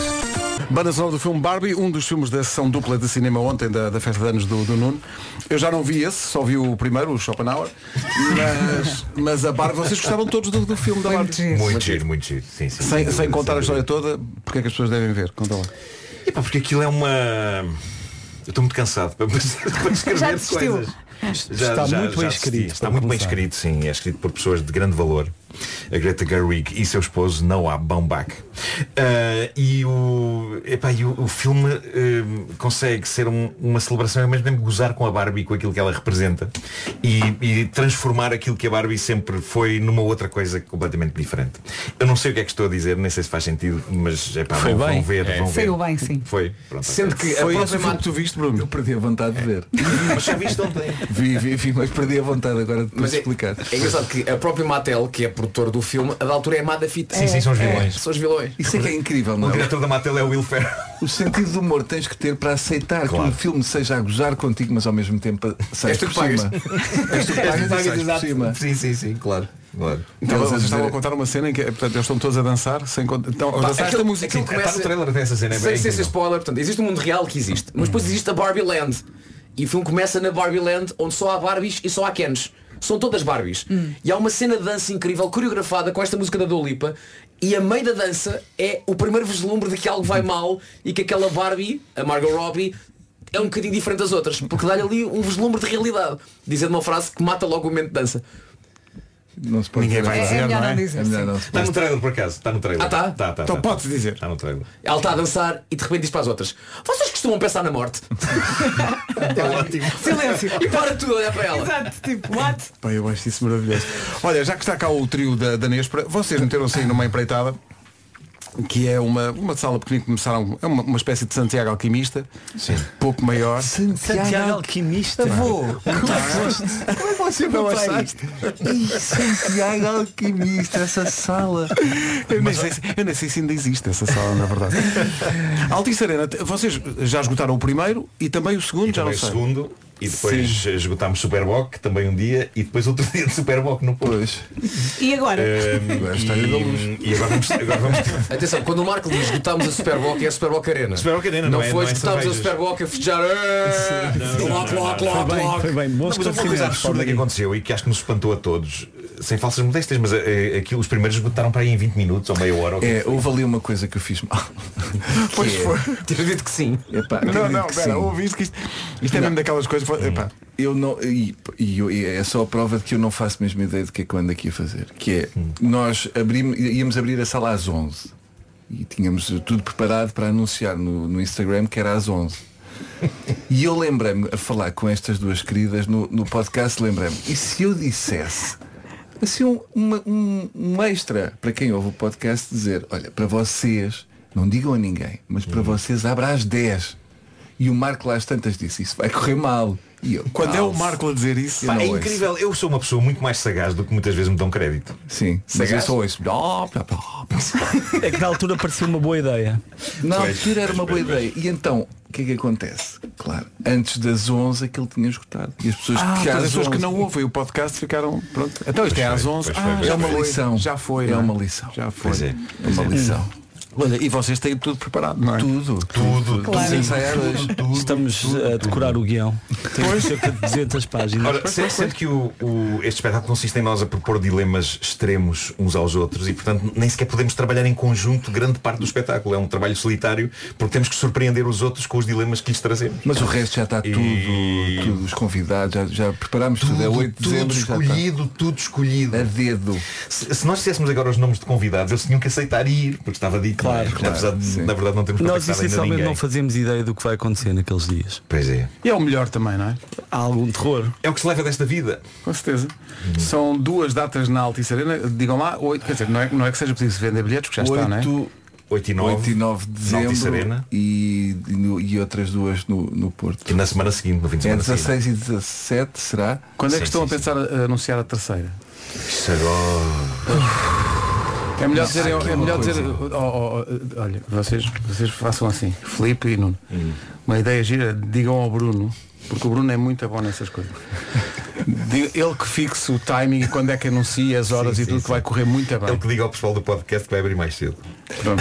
Speaker 1: Banda sonora do filme Barbie, um dos filmes da sessão dupla de cinema ontem da, da festa de anos do, do Nuno. Eu já não vi esse, só vi o primeiro, o Schopenhauer. Mas, mas a Barbie, vocês gostaram todos do, do filme da Barbie?
Speaker 10: Muito giro, muito giro. Sim, sim.
Speaker 1: Sem, sem contar a história toda, porque é que as pessoas devem ver? Conta lá.
Speaker 10: Epá, porque aquilo é uma. Eu estou muito cansado para, para escrever
Speaker 4: Já desistiu.
Speaker 10: coisas.
Speaker 4: Está muito bem
Speaker 10: assisti.
Speaker 4: escrito,
Speaker 10: Está
Speaker 4: para
Speaker 10: muito bem
Speaker 4: começar.
Speaker 10: escrito, sim. É escrito por pessoas de grande valor. A Greta Gerwig e seu esposo Noah Baumbach. Ah, e o, epá, e o, o filme ah, consegue ser um- uma celebração, mas mesmo gozar com a Barbie, com aquilo que ela representa, e, e transformar aquilo que a Barbie sempre foi numa outra coisa completamente diferente. Eu não sei o que é que estou a dizer, nem sei se faz sentido, mas epá,
Speaker 25: Foi
Speaker 10: vão,
Speaker 25: bem.
Speaker 10: vão ver.
Speaker 25: É.
Speaker 10: Vão ver.
Speaker 26: Saiu bem, sim.
Speaker 10: Foi. Pronto,
Speaker 7: Sendo
Speaker 10: ok.
Speaker 7: que a
Speaker 3: Foi
Speaker 7: própria
Speaker 3: esse o filme que tu viste, Bruno? Eu perdi a vontade de ver.
Speaker 10: Mas já viste ontem.
Speaker 3: Vi, vi, vi, mas perdi a vontade agora de
Speaker 7: Mas
Speaker 3: te
Speaker 7: é-
Speaker 3: explicar.
Speaker 7: É engraçado que a própria Mattel, que é produtor do filme, a da altura é Mada Fita.
Speaker 3: Sim, sim, são os vilões.
Speaker 7: são os vilões.
Speaker 3: Isso é que é incrível, não é?
Speaker 10: O diretor da Mattel é o Will Ferrell.
Speaker 3: O sentido do humor tens que ter para aceitar
Speaker 10: Claro.
Speaker 3: que um filme seja a gozar contigo, mas ao mesmo tempo
Speaker 10: És
Speaker 3: sais
Speaker 10: tu
Speaker 3: por
Speaker 10: que pagas.
Speaker 3: cima.
Speaker 10: És tu que pagas,
Speaker 3: e sais por
Speaker 10: exato. Então,
Speaker 3: cima.
Speaker 10: Sim, sim, sim, claro. claro.
Speaker 1: Então,
Speaker 3: Então, eles a
Speaker 1: vocês
Speaker 3: dizer-
Speaker 1: estavam a contar uma cena em que portanto, eles estão todos a dançar sem cont- Então, a dançar esta música.
Speaker 7: aquilo começa-
Speaker 10: é
Speaker 7: Sem ser esse spoiler, portanto, existe um mundo real que existe. Mas depois existe a Barbie Land. E o filme começa na Barbie Land, onde só há Barbies e só há Kens. São todas Barbies. E há uma cena de dança incrível, coreografada com esta música da Dolipa. E a meio da dança é o primeiro vislumbre de que algo vai mal e que aquela Barbie, a Margot Robbie, é um bocadinho diferente das outras. Porque dá-lhe ali um vislumbre de realidade. Dizendo uma frase que mata logo o momento de dança.
Speaker 3: Não se pode
Speaker 10: Ninguém vai
Speaker 7: É- é
Speaker 10: dizer,
Speaker 7: melhor
Speaker 10: não
Speaker 7: não
Speaker 10: é?
Speaker 7: dizer,
Speaker 10: É melhor
Speaker 7: sim.
Speaker 10: não. Está no trailer por acaso. Está no trailer.
Speaker 7: Ah, tá?
Speaker 10: Tá, tá,
Speaker 7: Então
Speaker 10: tá,
Speaker 7: podes
Speaker 10: tá.
Speaker 1: dizer.
Speaker 10: Está no trailer.
Speaker 7: Ela está a dançar e de repente diz para as outras Vocês costumam pensar na morte É ótimo
Speaker 1: Silêncio.
Speaker 7: E para tudo a olhar para ela
Speaker 26: Exato, tipo, what?
Speaker 1: Pá, eu acho isso maravilhoso. Olha, já que está cá o trio da, da Nespra, vocês meteram-se aí numa empreitada que é uma, uma sala pequenina que começaram, é uma, uma espécie de Santiago Alquimista, pouco maior.
Speaker 23: é
Speaker 3: Santiago
Speaker 1: Alquimista?
Speaker 3: Como é que você
Speaker 1: não
Speaker 3: vai?
Speaker 1: achaste?
Speaker 3: Ih, Santiago Alquimista, essa sala.
Speaker 1: Eu nem, sei, se- eu nem sei se ainda existe essa sala, na verdade. Altice Arena, t- vocês já esgotaram o primeiro e também o segundo, já não
Speaker 10: Também
Speaker 1: sei.
Speaker 10: segundo. E depois esgotámos Superboc também um dia e depois outro dia de Superboc no Pois.
Speaker 4: E
Speaker 10: É.
Speaker 4: agora?
Speaker 10: Hum, e, e agora vamos, agora vamos
Speaker 7: Atenção, quando o Marco diz esgotámos a Superboc é a Superboc Arena
Speaker 10: Superboc Arena, não
Speaker 7: Não,
Speaker 10: é-
Speaker 7: foi
Speaker 10: não é
Speaker 7: esgotámos a
Speaker 10: cervejas.
Speaker 7: Superboc a festejar
Speaker 10: Não, não,
Speaker 7: Lock,
Speaker 10: não,
Speaker 7: lock,
Speaker 10: não.
Speaker 7: lock,
Speaker 10: Foi bem,
Speaker 7: lock
Speaker 10: foi bem. Bons Não, mas houve uma coisa
Speaker 7: esclarecimentos,
Speaker 10: absurda que aconteceu e que acho que nos espantou a todos, sem falsas modestias, mas eh, aquilo, os primeiros esgotaram para aí em 20 minutos ou meia hora. ou o que
Speaker 3: É,
Speaker 10: foi.
Speaker 3: houve ali uma coisa que eu fiz mal.
Speaker 1: Pois
Speaker 3: Que é-
Speaker 1: foi.
Speaker 7: Tens dito que sim.
Speaker 3: Epá,
Speaker 1: Não,
Speaker 3: tenho
Speaker 1: não,
Speaker 3: dito que
Speaker 1: pera,
Speaker 3: sim.
Speaker 1: ouve isto que isto, isto é
Speaker 3: Não. É.
Speaker 1: mesmo daquelas coisas. Epá,
Speaker 3: Eu não, e, e eu- e é só a prova de que eu não faço a mesma ideia do que é que eu ando aqui a fazer. Que é,
Speaker 1: Hum.
Speaker 3: nós abrimos, íamos abrir a sala às 11 e tínhamos tudo preparado para anunciar no, no Instagram que era às 11.
Speaker 1: E eu lembrei-me, a falar com estas duas queridas no, no podcast, lembrei-me, e se eu dissesse assim um, uma- um- um extra para quem ouve o podcast dizer, olha, para vocês, não digam a ninguém, mas para vocês abra às 10. E o Marco lá às tantas disse, isso vai correr mal. E eu,
Speaker 10: Quando é o
Speaker 1: "Calma."
Speaker 10: Marco a dizer isso,
Speaker 1: Eu
Speaker 10: pá,
Speaker 1: não
Speaker 10: é
Speaker 1: ouço.
Speaker 10: incrível. Eu sou uma pessoa muito mais sagaz do que muitas vezes me dão crédito.
Speaker 1: Sim, mas eu
Speaker 10: Sagaz?
Speaker 1: só ouço. "Blá, blá, blá,
Speaker 9: É que na altura parecia uma boa ideia.
Speaker 1: Na altura era uma boa ideia. E então, o que é que acontece? Claro, antes das 11 aquilo tinha esgotado. E as pessoas
Speaker 7: Ah,
Speaker 1: que
Speaker 7: pois, as
Speaker 1: às
Speaker 7: pessoas que
Speaker 1: 11
Speaker 7: não ouvem o podcast ficaram. Pronto. Então isto é
Speaker 1: Pois
Speaker 7: às
Speaker 1: foi,
Speaker 7: 11.
Speaker 1: pois foi,
Speaker 7: Ah,
Speaker 1: pois
Speaker 7: já
Speaker 1: foi.
Speaker 7: foi.
Speaker 1: É uma lição.
Speaker 7: Já foi.
Speaker 1: É
Speaker 7: não
Speaker 1: uma lição.
Speaker 7: Já foi.
Speaker 1: Pois é, pois é. Hum.
Speaker 7: Olha, e vocês têm tudo preparado, não é?
Speaker 1: Tudo.
Speaker 7: Tudo,
Speaker 9: Claro.
Speaker 7: tudo.
Speaker 9: Estamos a decorar o guião. Temos cerca de 200 páginas.
Speaker 10: Ora, se- sendo que o, o- este espetáculo consiste em nós a propor dilemas extremos uns aos outros e, portanto, nem sequer podemos trabalhar em conjunto grande parte do espetáculo. É um trabalho solitário porque temos que surpreender os outros com os dilemas que lhes trazemos.
Speaker 1: Mas o resto já está tudo, tudo, os convidados, já, já preparámos tudo, é 8 de
Speaker 10: tudo
Speaker 1: dezembro e já está. É.
Speaker 10: escolhido, tudo escolhido.
Speaker 1: A dedo.
Speaker 10: Se, se nós dissessemos agora os nomes de convidados, eles tinham que aceitar ir, porque estava dito. Claro, Apesar de, na verdade, não temos contactado
Speaker 9: Nós
Speaker 10: ainda
Speaker 9: essencialmente
Speaker 10: ninguém.
Speaker 9: não fazemos ideia do que vai acontecer naqueles dias.
Speaker 10: Pois é.
Speaker 7: E é o melhor também, não é?
Speaker 9: Há algum terror.
Speaker 10: É o que se leva desta vida.
Speaker 7: Com certeza. São duas datas na Altice Arena. Digam lá, oito, quer dizer, não é, não é que seja preciso vender bilhetes, porque já está, não é?
Speaker 1: Oito-
Speaker 10: 8 e
Speaker 7: 9.
Speaker 1: 8 e 9 de
Speaker 7: Na Altice
Speaker 1: dezembro
Speaker 7: Arena.
Speaker 1: e, e no- e outras duas no, no Porto.
Speaker 10: E na semana seguinte, no fim de
Speaker 1: É
Speaker 10: semana
Speaker 1: 16 e 17, será?
Speaker 7: Quando é que estão a pensar a anunciar a terceira?
Speaker 10: Isto agora.
Speaker 7: É melhor
Speaker 10: Não
Speaker 7: dizer,
Speaker 10: sei,
Speaker 7: é,
Speaker 10: alguma
Speaker 7: melhor
Speaker 10: coisa.
Speaker 7: dizer ó, ó, ó, eh, olha, vocês, vocês façam assim, Felipe e Nuno.
Speaker 10: Hum.
Speaker 7: Uma ideia gira, digam ao Bruno, porque o Bruno é muito bom nessas coisas. Diga- Ele que fixe o timing e quando é que anuncia as horas e tudo que vai correr muito bem.
Speaker 10: Ele É que diga ao pessoal do podcast que vai abrir mais cedo.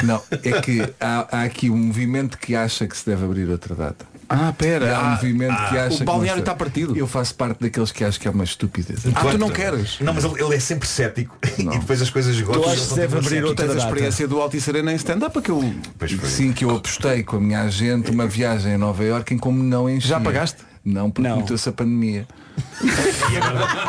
Speaker 1: Não, é que há, há aqui um movimento que acha que se deve abrir outra data.
Speaker 7: Ah, pera,
Speaker 1: Há um
Speaker 7: ah,
Speaker 1: movimento
Speaker 7: ah,
Speaker 1: que acha que
Speaker 7: o
Speaker 1: não
Speaker 7: balneário
Speaker 1: se-
Speaker 7: está partido.
Speaker 1: Eu faço parte daqueles que acham que é uma estupidez.
Speaker 7: Ah, tu não queres?
Speaker 10: Não, mas ele, ele é sempre cético
Speaker 1: Não.
Speaker 10: e depois as coisas gostam.
Speaker 7: Tu tens a experiência do Altice Arena em stand-up, aquilo.
Speaker 1: Sim, que eu apostei com a minha agente uma viagem a Nova Iorque em como não enchi. Já pagaste? Não, porque meteu-se a pandemia.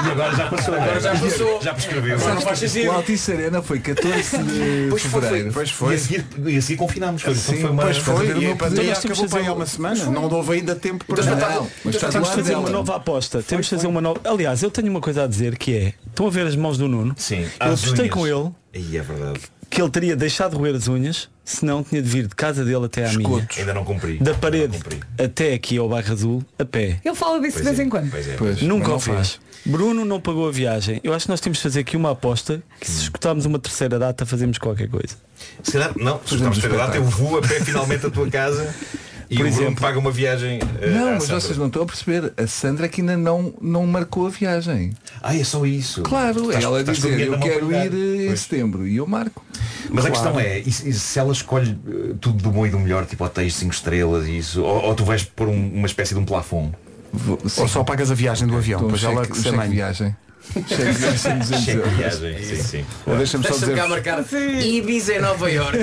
Speaker 10: E agora já passou.
Speaker 1: Agora já
Speaker 10: passou. Já prescreveu.
Speaker 1: Sabes que o Altice Arena foi 14 de
Speaker 10: Pois foi,
Speaker 1: fevereiro. assim,
Speaker 10: pois foi. E a seguir- e a seguir confinámos. Foi,
Speaker 1: Sim,
Speaker 10: foi uma-
Speaker 1: pois foi.
Speaker 10: Estás a ver,
Speaker 1: E
Speaker 10: não
Speaker 1: a
Speaker 10: podemos-
Speaker 1: pandemia
Speaker 10: Então nós temos
Speaker 1: acabou
Speaker 10: que fazer
Speaker 1: para aí há
Speaker 10: um-
Speaker 7: Uma semana, não houve ainda tempo para.
Speaker 1: Não,
Speaker 7: nada.
Speaker 1: mas está
Speaker 9: Temos
Speaker 1: do lado
Speaker 9: de fazer uma
Speaker 1: dela.
Speaker 9: nova aposta. Temos de fazer uma nova. Aliás, eu tenho uma coisa a dizer que é. Estão a ver as mãos do Nuno?
Speaker 10: Sim.
Speaker 9: Eu
Speaker 10: às
Speaker 9: apostei
Speaker 10: unhas.
Speaker 9: com ele
Speaker 10: Aí é verdade.
Speaker 9: que ele teria deixado de roer as unhas, se não tinha de vir de casa dele até à minha.
Speaker 10: Ainda não cumpri.
Speaker 9: Da parede até aqui ao bairro azul, a pé.
Speaker 4: Ele fala disso de vez em quando.
Speaker 10: Pois, é.
Speaker 9: Nunca
Speaker 10: mas
Speaker 9: o
Speaker 10: não
Speaker 9: faz. Bruno não pagou a viagem. Eu acho que nós temos de fazer aqui uma aposta que se escutarmos uma terceira data fazemos qualquer coisa.
Speaker 10: Se calhar, não, se
Speaker 9: Fazemos
Speaker 10: estamos a data, eu
Speaker 9: espetáculo.
Speaker 10: vou a pé finalmente à tua casa e
Speaker 9: Por
Speaker 10: o Bruno
Speaker 9: exemplo.
Speaker 10: paga uma viagem. eh,
Speaker 1: Não,
Speaker 10: à
Speaker 1: mas
Speaker 10: Sandra.
Speaker 1: vocês não estão É, a perceber. A Sandra é que ainda não, não marcou a viagem.
Speaker 10: Ah, é só isso.
Speaker 1: Claro,
Speaker 10: Estás-
Speaker 1: ela
Speaker 10: estás com
Speaker 1: dizer
Speaker 10: dinheiro
Speaker 1: eu
Speaker 10: na mão
Speaker 1: quero
Speaker 10: para
Speaker 1: ir eh, em setembro e eu marco.
Speaker 10: Mas a
Speaker 1: Claro.
Speaker 10: questão é, e se e se ela escolhe eh, tudo do bom e do melhor, tipo hotéis 5 estrelas e isso, ou, ou tu vais pôr um- uma espécie de um plafond?
Speaker 7: Ou só pagas a viagem do avião,
Speaker 10: Então,
Speaker 7: depois
Speaker 10: cheque-
Speaker 7: ela que se
Speaker 10: cheque
Speaker 7: amanha.
Speaker 1: viagem. Cheque viagem, 200
Speaker 10: Cheque
Speaker 1: euros.
Speaker 10: viagem, sim, sim.
Speaker 7: Ou deixa-me só
Speaker 27: Deixa-me
Speaker 7: dizer.
Speaker 27: cá marcar Ibiza em Nova York.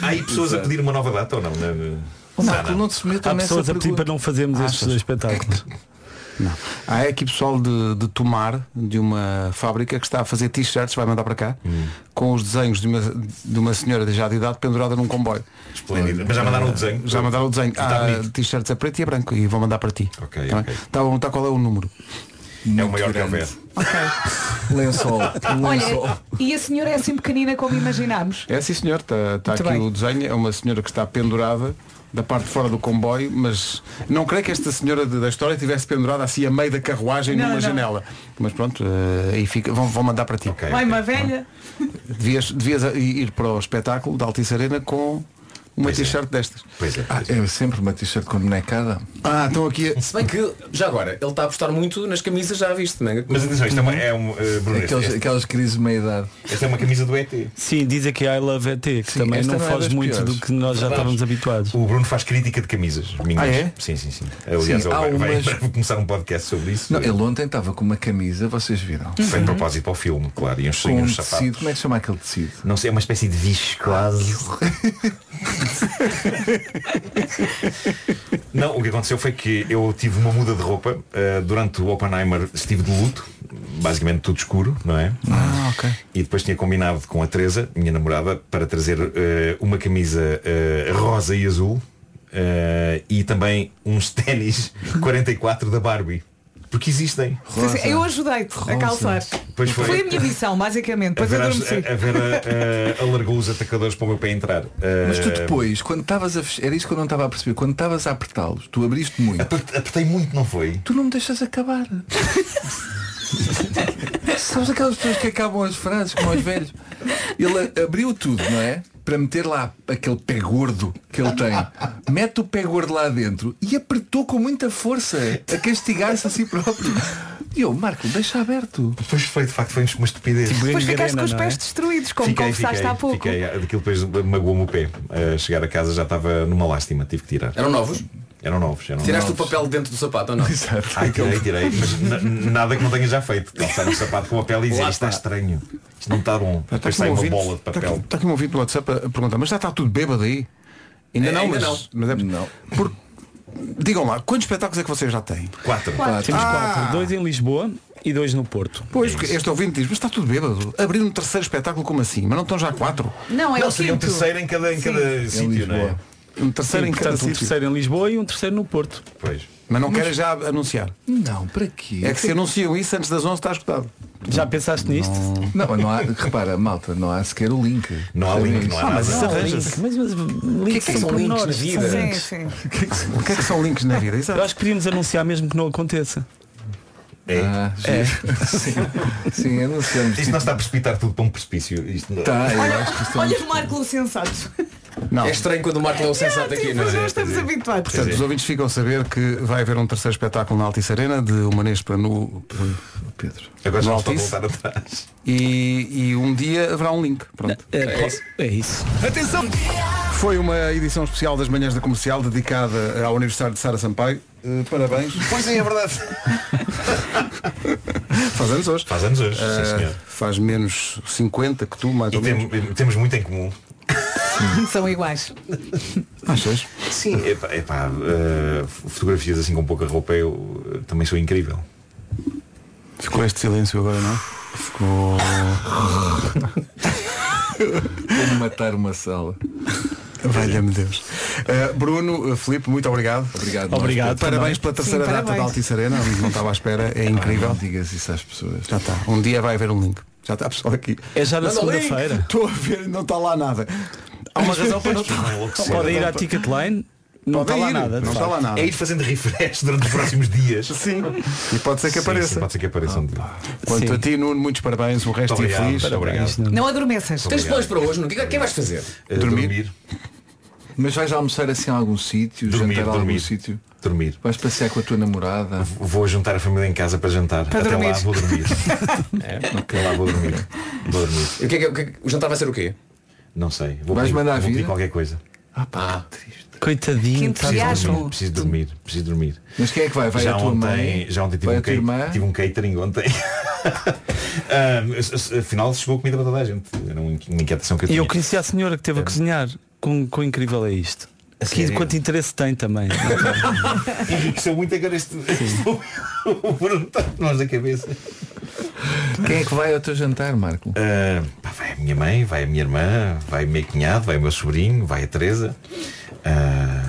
Speaker 10: Há aí Ah, pessoas a pedir uma nova data ou não? Não, não?
Speaker 1: Marco, não te
Speaker 9: Há
Speaker 1: submetam nessa
Speaker 9: pessoas a pedir
Speaker 1: pergunta.
Speaker 9: para não fazermos estes dois espetáculos.
Speaker 7: Há aqui pessoal de, de Tomar, de uma fábrica, que está a fazer t-shirts, vai mandar para cá, com os desenhos de uma, de uma senhora já de idade pendurada num comboio.
Speaker 10: Esplêndida. Mas já mandaram o desenho?
Speaker 7: Já mandaram o desenho.
Speaker 1: Ah,
Speaker 10: Está
Speaker 7: Há
Speaker 10: bonito.
Speaker 7: t-shirts a preto e a branco e vou mandar para ti.
Speaker 10: Ok,
Speaker 7: Está bem?
Speaker 10: ok.
Speaker 7: Está a perguntar qual é o número.
Speaker 10: É o maior que houver.
Speaker 1: Lençol.
Speaker 4: Olha, e a senhora é assim pequenina como imaginámos.
Speaker 7: É sim senhor, está está
Speaker 4: Muito
Speaker 7: aqui
Speaker 4: bem.
Speaker 7: o desenho, é uma senhora que está pendurada da parte de fora do comboio, mas não creio que esta senhora de- da história tivesse pendurada assim a meio da carruagem
Speaker 4: Não,
Speaker 7: numa
Speaker 4: não.
Speaker 7: janela. Mas pronto, eh, aí fica, vão, vão mandar para ti.
Speaker 10: é
Speaker 4: Vai uma velha.
Speaker 7: Devias, devias ir para o espetáculo da Altice Arena com uma t-shirt destas.
Speaker 10: Pois é.
Speaker 1: Ah, é sempre uma t-shirt com bonecada.
Speaker 7: Ah, estão aqui.
Speaker 27: Se bem que, já agora, ele está a apostar muito nas camisas, já viste, não é?
Speaker 10: Mas atenção, isto é
Speaker 1: Uhum.
Speaker 10: uma. É um, eh, Bruno, este-
Speaker 1: Aquelas,
Speaker 10: este-
Speaker 1: aquelas crises de meia-idade.
Speaker 10: esta é uma camisa do ET.
Speaker 9: Sim, diz aqui I love ET, que
Speaker 10: Sim,
Speaker 9: também
Speaker 10: esta
Speaker 9: não
Speaker 10: não é
Speaker 9: foge
Speaker 10: das
Speaker 9: muito
Speaker 10: piores.
Speaker 9: do que nós já
Speaker 10: Verdade.
Speaker 9: estávamos habituados.
Speaker 10: O Bruno faz crítica de camisas minhas.
Speaker 1: Ah, é?
Speaker 10: Sim, sim, sim. Aliás,
Speaker 1: Sim,
Speaker 10: ele
Speaker 1: há
Speaker 10: vai, vai-
Speaker 1: umas-
Speaker 10: vai começar um podcast sobre isso.
Speaker 1: Não, ele ontem estava com uma camisa, vocês viram?
Speaker 10: Foi de propósito para o filme, claro. E uns, e
Speaker 1: Com um
Speaker 10: uns sapatos.
Speaker 1: tecido, como é que se chama aquele tecido?
Speaker 10: Não sei, é uma espécie de viscose. Não, o que aconteceu foi que eu tive uma muda de roupa. eh, durante o Oppenheimer estive de luto, basicamente tudo escuro, não é?
Speaker 7: Ah, ok.
Speaker 10: E depois tinha combinado com a Teresa, minha namorada, para trazer eh, uma camisa eh, rosa e azul eh, e também uns ténis 44 da Barbie. Porque existem.
Speaker 4: Eu ajudei-te a calçar.
Speaker 10: Pois
Speaker 4: foi.
Speaker 10: foi.
Speaker 4: a minha missão, basicamente.
Speaker 10: A
Speaker 4: Depois
Speaker 10: Vera,
Speaker 4: adormeci.
Speaker 10: a, a Vera eh, alargou os atacadores para o meu pé entrar. Eh,
Speaker 28: Mas tu depois, quando estavas a fechar, era isso que eu não estava a perceber, quando estavas a apertá-los, tu abriste muito.
Speaker 10: Apertei muito, não foi?
Speaker 28: Tu não me deixas acabar. Sabes aquelas pessoas que acabam as frases como aos velhos? Ele a- abriu tudo, não é? Para meter lá aquele pé gordo que ele tem. Mete o pé gordo lá dentro e apertou com muita força a castigar-se a si próprio. E eu, Marco, deixa aberto.
Speaker 10: Pois foi, de facto, foi um uma estupidez.
Speaker 28: Tipo,
Speaker 4: Depois ficaste com os
Speaker 28: é?
Speaker 4: pés destruídos, como
Speaker 10: é? Fiquei,
Speaker 4: confessaste
Speaker 10: fiquei,
Speaker 4: há pouco.
Speaker 10: Fiquei, aquilo depois magoou-me o pé. Eh, chegar a casa já estava numa lástima, tive que tirar.
Speaker 7: Eram novos?
Speaker 10: Eram novos. Eram
Speaker 7: Tiraste
Speaker 10: novos.
Speaker 7: o papel de dentro do sapato ou não?
Speaker 28: Exato.
Speaker 10: Ai, tirei, tirei. Mas na- nada que não tenha já feito. Calçar um sapato com a pele e dizer
Speaker 28: Lá
Speaker 10: isto está estranho. Isto não está bom.
Speaker 1: Está
Speaker 10: Depois
Speaker 1: aqui um
Speaker 10: sai uma
Speaker 1: ouvinte-
Speaker 10: bola de
Speaker 1: Está aqui,
Speaker 10: papel.
Speaker 1: está aqui um ouvinte pelo WhatsApp a, a perguntar, mas já está tudo bêbado aí? Ainda
Speaker 10: É,
Speaker 1: não,
Speaker 10: ainda
Speaker 1: mas, mas é, não. digam lá, quantos espetáculos é que vocês já têm?
Speaker 10: Quatro.
Speaker 1: Quatro.
Speaker 3: Temos
Speaker 1: Ah!
Speaker 3: quatro. Dois em Lisboa e dois no Porto.
Speaker 1: Pois, porque este ouvinte diz, mas está tudo bêbado. Abrir um terceiro espetáculo como assim? Mas não estão já quatro?
Speaker 4: Não, é
Speaker 10: Não,
Speaker 4: o
Speaker 10: seria um
Speaker 4: quinto.
Speaker 10: terceiro em cada, em cada sítio, não é?
Speaker 1: Um terceiro
Speaker 3: Sim,
Speaker 1: em cada
Speaker 3: portanto, um
Speaker 1: sítio.
Speaker 3: terceiro em Lisboa e um terceiro no Porto.
Speaker 10: Pois.
Speaker 1: Mas não querem já anunciar.
Speaker 28: Não, para quê?
Speaker 1: É que se anunciam isso antes das 11 está escutado.
Speaker 3: Já pensaste nisto?
Speaker 28: Não, não, há, repara, malta, não há sequer o link.
Speaker 10: Não há link, não há Ah, mas nada. isso
Speaker 1: arranja-se.
Speaker 3: Mas, mas, links
Speaker 1: que é que
Speaker 3: são
Speaker 1: são links
Speaker 3: pormenores,
Speaker 1: na vida?
Speaker 3: são
Speaker 1: Sim,
Speaker 3: links.
Speaker 1: sim. O que é que são links na vida? Exato.
Speaker 3: Eu acho que podíamos anunciar mesmo que não aconteça.
Speaker 10: É.
Speaker 3: É.
Speaker 28: Ah, sim. sim, anunciamos.
Speaker 10: Isto não está a precipitar tudo para um precipício. Isto não...
Speaker 28: Tá, eu
Speaker 4: Olha, olha o Marco sensato.
Speaker 1: Não.
Speaker 7: É estranho quando o Marco é o sensato aqui, não
Speaker 4: Mas
Speaker 7: é?
Speaker 4: não estamos habituados.
Speaker 1: Portanto, os ouvintes ficam a saber que vai haver um terceiro espetáculo na Altice Arena de Humanês para nu... Pedro.
Speaker 10: Agora já
Speaker 1: No
Speaker 10: não está a
Speaker 1: Altice.
Speaker 10: voltar atrás.
Speaker 1: E, e um dia haverá um link. Pronto.
Speaker 3: É isso.
Speaker 1: Atenção! Foi uma edição especial das manhãs da comercial dedicada ao aniversário de Sara Sampaio. Eh, parabéns.
Speaker 10: Pois é, é verdade.
Speaker 1: Faz anos hoje.
Speaker 10: Faz anos hoje, sim,
Speaker 1: Eh,
Speaker 10: senhor.
Speaker 1: Faz menos 50 que tu, mais
Speaker 10: E
Speaker 1: ou menos.
Speaker 10: temos, temos muito em comum.
Speaker 4: São iguais.
Speaker 1: Achas?
Speaker 10: Sim, epá, epá, eh, fotografias assim com pouca roupa eu eh, também sou incrível.
Speaker 1: Ficou este silêncio agora, não? Ficou.
Speaker 28: Como matar uma sala.
Speaker 1: Valha-me Deus. Eh, Bruno, eh, Filipe, muito obrigado.
Speaker 28: Obrigado.
Speaker 1: Obrigado. Parabéns pela terceira
Speaker 28: Sim,
Speaker 1: data
Speaker 28: parabéns.
Speaker 1: da Altice Arena, onde não estava à espera, é incrível.
Speaker 28: Ah, Não digas isso às pessoas.
Speaker 1: Já está. Um dia vai haver um link. Já está a pessoa aqui.
Speaker 3: É já na
Speaker 1: Manda o link.
Speaker 3: segunda-feira.
Speaker 1: Estou a ver, não está lá nada. Há uma razão para não estar.
Speaker 3: Podem ir à Ticketline. Não
Speaker 1: Podem
Speaker 3: está lá
Speaker 1: ir,
Speaker 3: nada. de
Speaker 1: não está
Speaker 3: facto.
Speaker 1: lá nada.
Speaker 10: É ir fazendo refresh durante os próximos dias.
Speaker 1: Sim. E pode ser que
Speaker 10: Sim,
Speaker 1: apareça.
Speaker 10: sim, pode ser que apareça um dia.
Speaker 28: Ah,
Speaker 1: Quanto a ti, Nuno, muitos parabéns. O resto é
Speaker 10: Obrigado,
Speaker 1: infeliz.
Speaker 10: parabéns, Nuno.
Speaker 4: Não adormeças.
Speaker 7: Tens planos para hoje, não? O que é que vais fazer?
Speaker 10: Eh, dormir.
Speaker 28: Mas vais almoçar assim a algum sítio?
Speaker 10: Dormir,
Speaker 28: jantar a algum
Speaker 10: dormir.
Speaker 28: sítio?
Speaker 10: Dormir.
Speaker 28: Vais passear com a tua namorada?
Speaker 10: Vou juntar a família em casa para jantar.
Speaker 28: Para
Speaker 10: Até lá
Speaker 28: dormir.
Speaker 10: vou dormir. é, até lá vou dormir. Vou dormir.
Speaker 7: E o que é que- o que é que- o jantar vai ser o quê?
Speaker 10: Não sei. Vou
Speaker 7: Vais
Speaker 10: pedir-
Speaker 7: mandar
Speaker 10: vou
Speaker 7: vir?
Speaker 10: pedir qualquer coisa.
Speaker 7: Ah,
Speaker 3: Coitadinho.
Speaker 4: Que
Speaker 3: tá-
Speaker 10: Preciso
Speaker 4: entusiasmo.
Speaker 10: dormir, preciso dormir, preciso dormir.
Speaker 28: Mas quem é que vai? Vai
Speaker 10: já
Speaker 28: a tua
Speaker 10: ontem,
Speaker 28: mãe?
Speaker 10: Já ontem tive,
Speaker 28: Vai
Speaker 10: um,
Speaker 28: a tua
Speaker 1: é
Speaker 10: cate-
Speaker 28: irmã?
Speaker 10: tive um catering ontem. Ahm, s- s- afinal chegou comida para toda a gente. Era uma inqui- uma inquietação que eu
Speaker 3: E
Speaker 10: tinha. É.
Speaker 3: eu conheci a senhora que teve a cozinhar. Quão, quão incrível é isto. Que,
Speaker 10: sério?
Speaker 3: quanto interesse tem também. é?
Speaker 10: Enriqueceu é muito agora este. O Bruno está de nós da cabeça.
Speaker 1: um
Speaker 28: Quem é que vai ao teu jantar, Marco?
Speaker 10: Ah, pá, vai a minha mãe, vai a minha irmã, vai o meu cunhado, vai o meu sobrinho, vai a Teresa.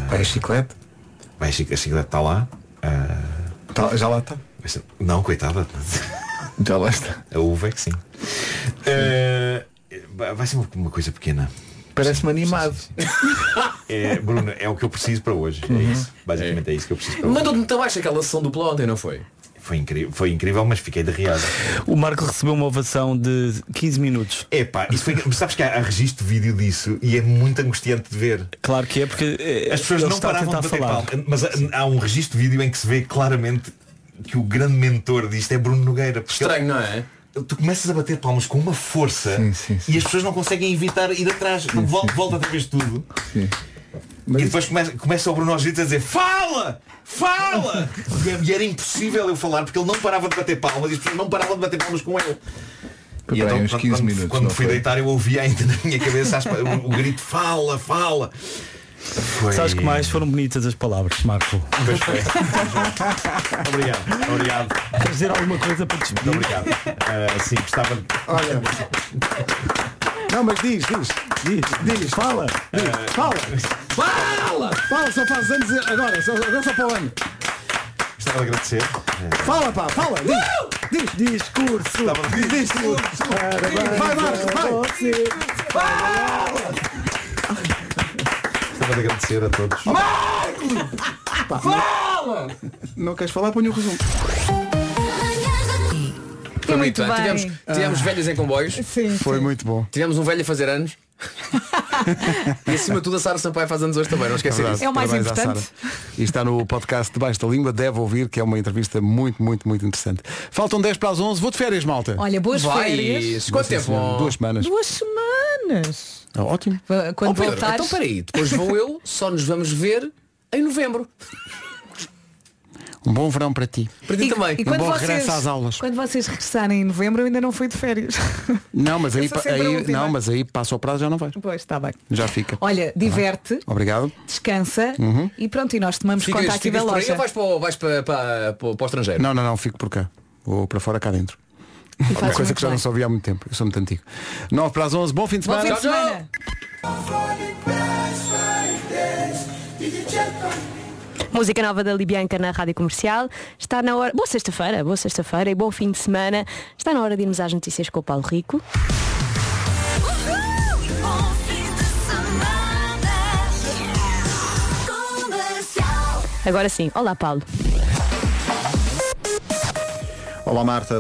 Speaker 1: vai a chiclete?
Speaker 10: Vai a chic- a chiclete está lá. Ah,
Speaker 1: Tá- já lá está.
Speaker 10: Mas, Não, coitada.
Speaker 28: Já lá está.
Speaker 10: A uva é que sim. Eh, vai- vai ser uma- uma coisa pequena.
Speaker 28: Parece-me animado.
Speaker 10: É, Bruno, é o que eu preciso para hoje.
Speaker 3: Uhum.
Speaker 10: É isso. Basicamente é isso que eu preciso para hoje.
Speaker 7: Mandou-te muito abaixo aquela sessão dupla ontem, não foi?
Speaker 10: Foi incrível, foi incrível, mas fiquei de riada.
Speaker 3: O Marco recebeu uma ovação de 15 minutos.
Speaker 10: Epá, isso foi, mas sabes que há, há registro de vídeo disso e é muito angustiante de ver.
Speaker 3: Claro que é porque eh,
Speaker 10: As pessoas
Speaker 3: ele
Speaker 10: não
Speaker 3: está a
Speaker 10: paravam de
Speaker 3: tentar
Speaker 10: bater
Speaker 3: falar.
Speaker 10: palma, mas há, há um registro de vídeo em que se vê claramente que o grande mentor disto é Bruno Nogueira. porque
Speaker 7: Estranho,
Speaker 10: ele-
Speaker 7: não é?
Speaker 10: Tu começas a bater palmas com uma força e as pessoas não conseguem evitar ir atrás. volta, volta outra vez tudo. E depois começa, começa o Bruno aos gritos a dizer Fala! Fala! e era impossível eu falar porque ele não parava de bater palmas e as pessoas não paravam de bater palmas com ele.
Speaker 28: Bem,
Speaker 1: então,
Speaker 28: uns
Speaker 10: então, quando-
Speaker 28: 15
Speaker 10: quando,
Speaker 28: minutos,
Speaker 10: quando
Speaker 28: não
Speaker 10: fui
Speaker 28: foi?
Speaker 10: deitar eu ouvia ainda na minha cabeça as- o, o grito fala, fala. Foi...
Speaker 3: Sabes que mais foram bonitas as palavras, Marco.
Speaker 10: Pois foi. obrigado, obrigado.
Speaker 3: Queres dizer alguma coisa para despedir?
Speaker 10: Muito obrigado. Ah, sim, gostava de-
Speaker 1: Olha. Não, mas diz, diz.
Speaker 3: Diz,
Speaker 10: Ah.
Speaker 1: Diz, fala. Diz, fala.
Speaker 7: Fala!
Speaker 1: Fala! Fala, só faz anos agora, só, agora só para o ano.
Speaker 10: Gostava de agradecer.
Speaker 1: Fala, pá, fala! Diz, diz, discurso! Diz, discurso! Vai, Marcos, vai!
Speaker 10: Gostava de agradecer a todos.
Speaker 1: Pá, não- Não queres falar, ponho o resumo.
Speaker 7: Foi
Speaker 1: Muito bem.
Speaker 7: muito bem. Tivemos, tivemos
Speaker 1: Ah.
Speaker 7: velhas em comboios.
Speaker 1: Foi muito bom.
Speaker 7: Tivemos um velho a fazer anos. e acima de tudo a Sara Sampaio faz anos hoje também, não esquecer
Speaker 1: É verdade.
Speaker 7: isso.
Speaker 4: É
Speaker 1: Parabéns à Sara. E está no podcast Debaixo da Língua, deve ouvir, que é uma entrevista muito, muito, muito interessante. Faltam 10 para as 11, vou de férias, malta.
Speaker 4: Olha, boas
Speaker 1: Vai.
Speaker 4: férias.
Speaker 1: Quanto tempo? Duas semanas.
Speaker 4: Duas semanas.
Speaker 1: Ah, ótimo.
Speaker 4: Quando
Speaker 7: Oh, Pedro,
Speaker 4: voltares-
Speaker 7: Então peraí, depois vou eu, só nos vamos ver em novembro.
Speaker 1: Um bom verão para ti.
Speaker 4: E- E
Speaker 1: um
Speaker 4: quando
Speaker 1: bom
Speaker 4: vocês,
Speaker 1: regresso às aulas.
Speaker 4: quando vocês regressarem em novembro, eu ainda não fui de férias.
Speaker 1: Não, Ah, mas aí,
Speaker 4: Essa sempre é a
Speaker 1: aí-
Speaker 4: última.
Speaker 1: não, mas aí passa o prazo já não vais.
Speaker 4: Pois, está bem.
Speaker 1: Já fica.
Speaker 4: Olha, diverte,
Speaker 1: Obrigado.
Speaker 4: descansa
Speaker 1: Uhum.
Speaker 4: e pronto, e nós tomamos conta aqui da
Speaker 7: por aí
Speaker 4: loja.
Speaker 7: ou vais para, o- vais para, para, para, o- para o estrangeiro?
Speaker 1: Não, não, não, fico por cá. Vou para fora, cá dentro. Uma
Speaker 7: fazes
Speaker 1: coisa
Speaker 7: muito
Speaker 1: que já
Speaker 7: bem.
Speaker 1: não se ouvia há muito tempo. Eu sou muito antigo. 9 para as 11, bom fim de semana.
Speaker 5: Música nova da Libianca na Rádio Comercial. Está na hora. Boa sexta-feira, boa sexta-feira e bom fim de semana. Está na hora de irmos às notícias com o Paulo Rico. Agora sim. Olá, Paulo.
Speaker 29: Olá Marta,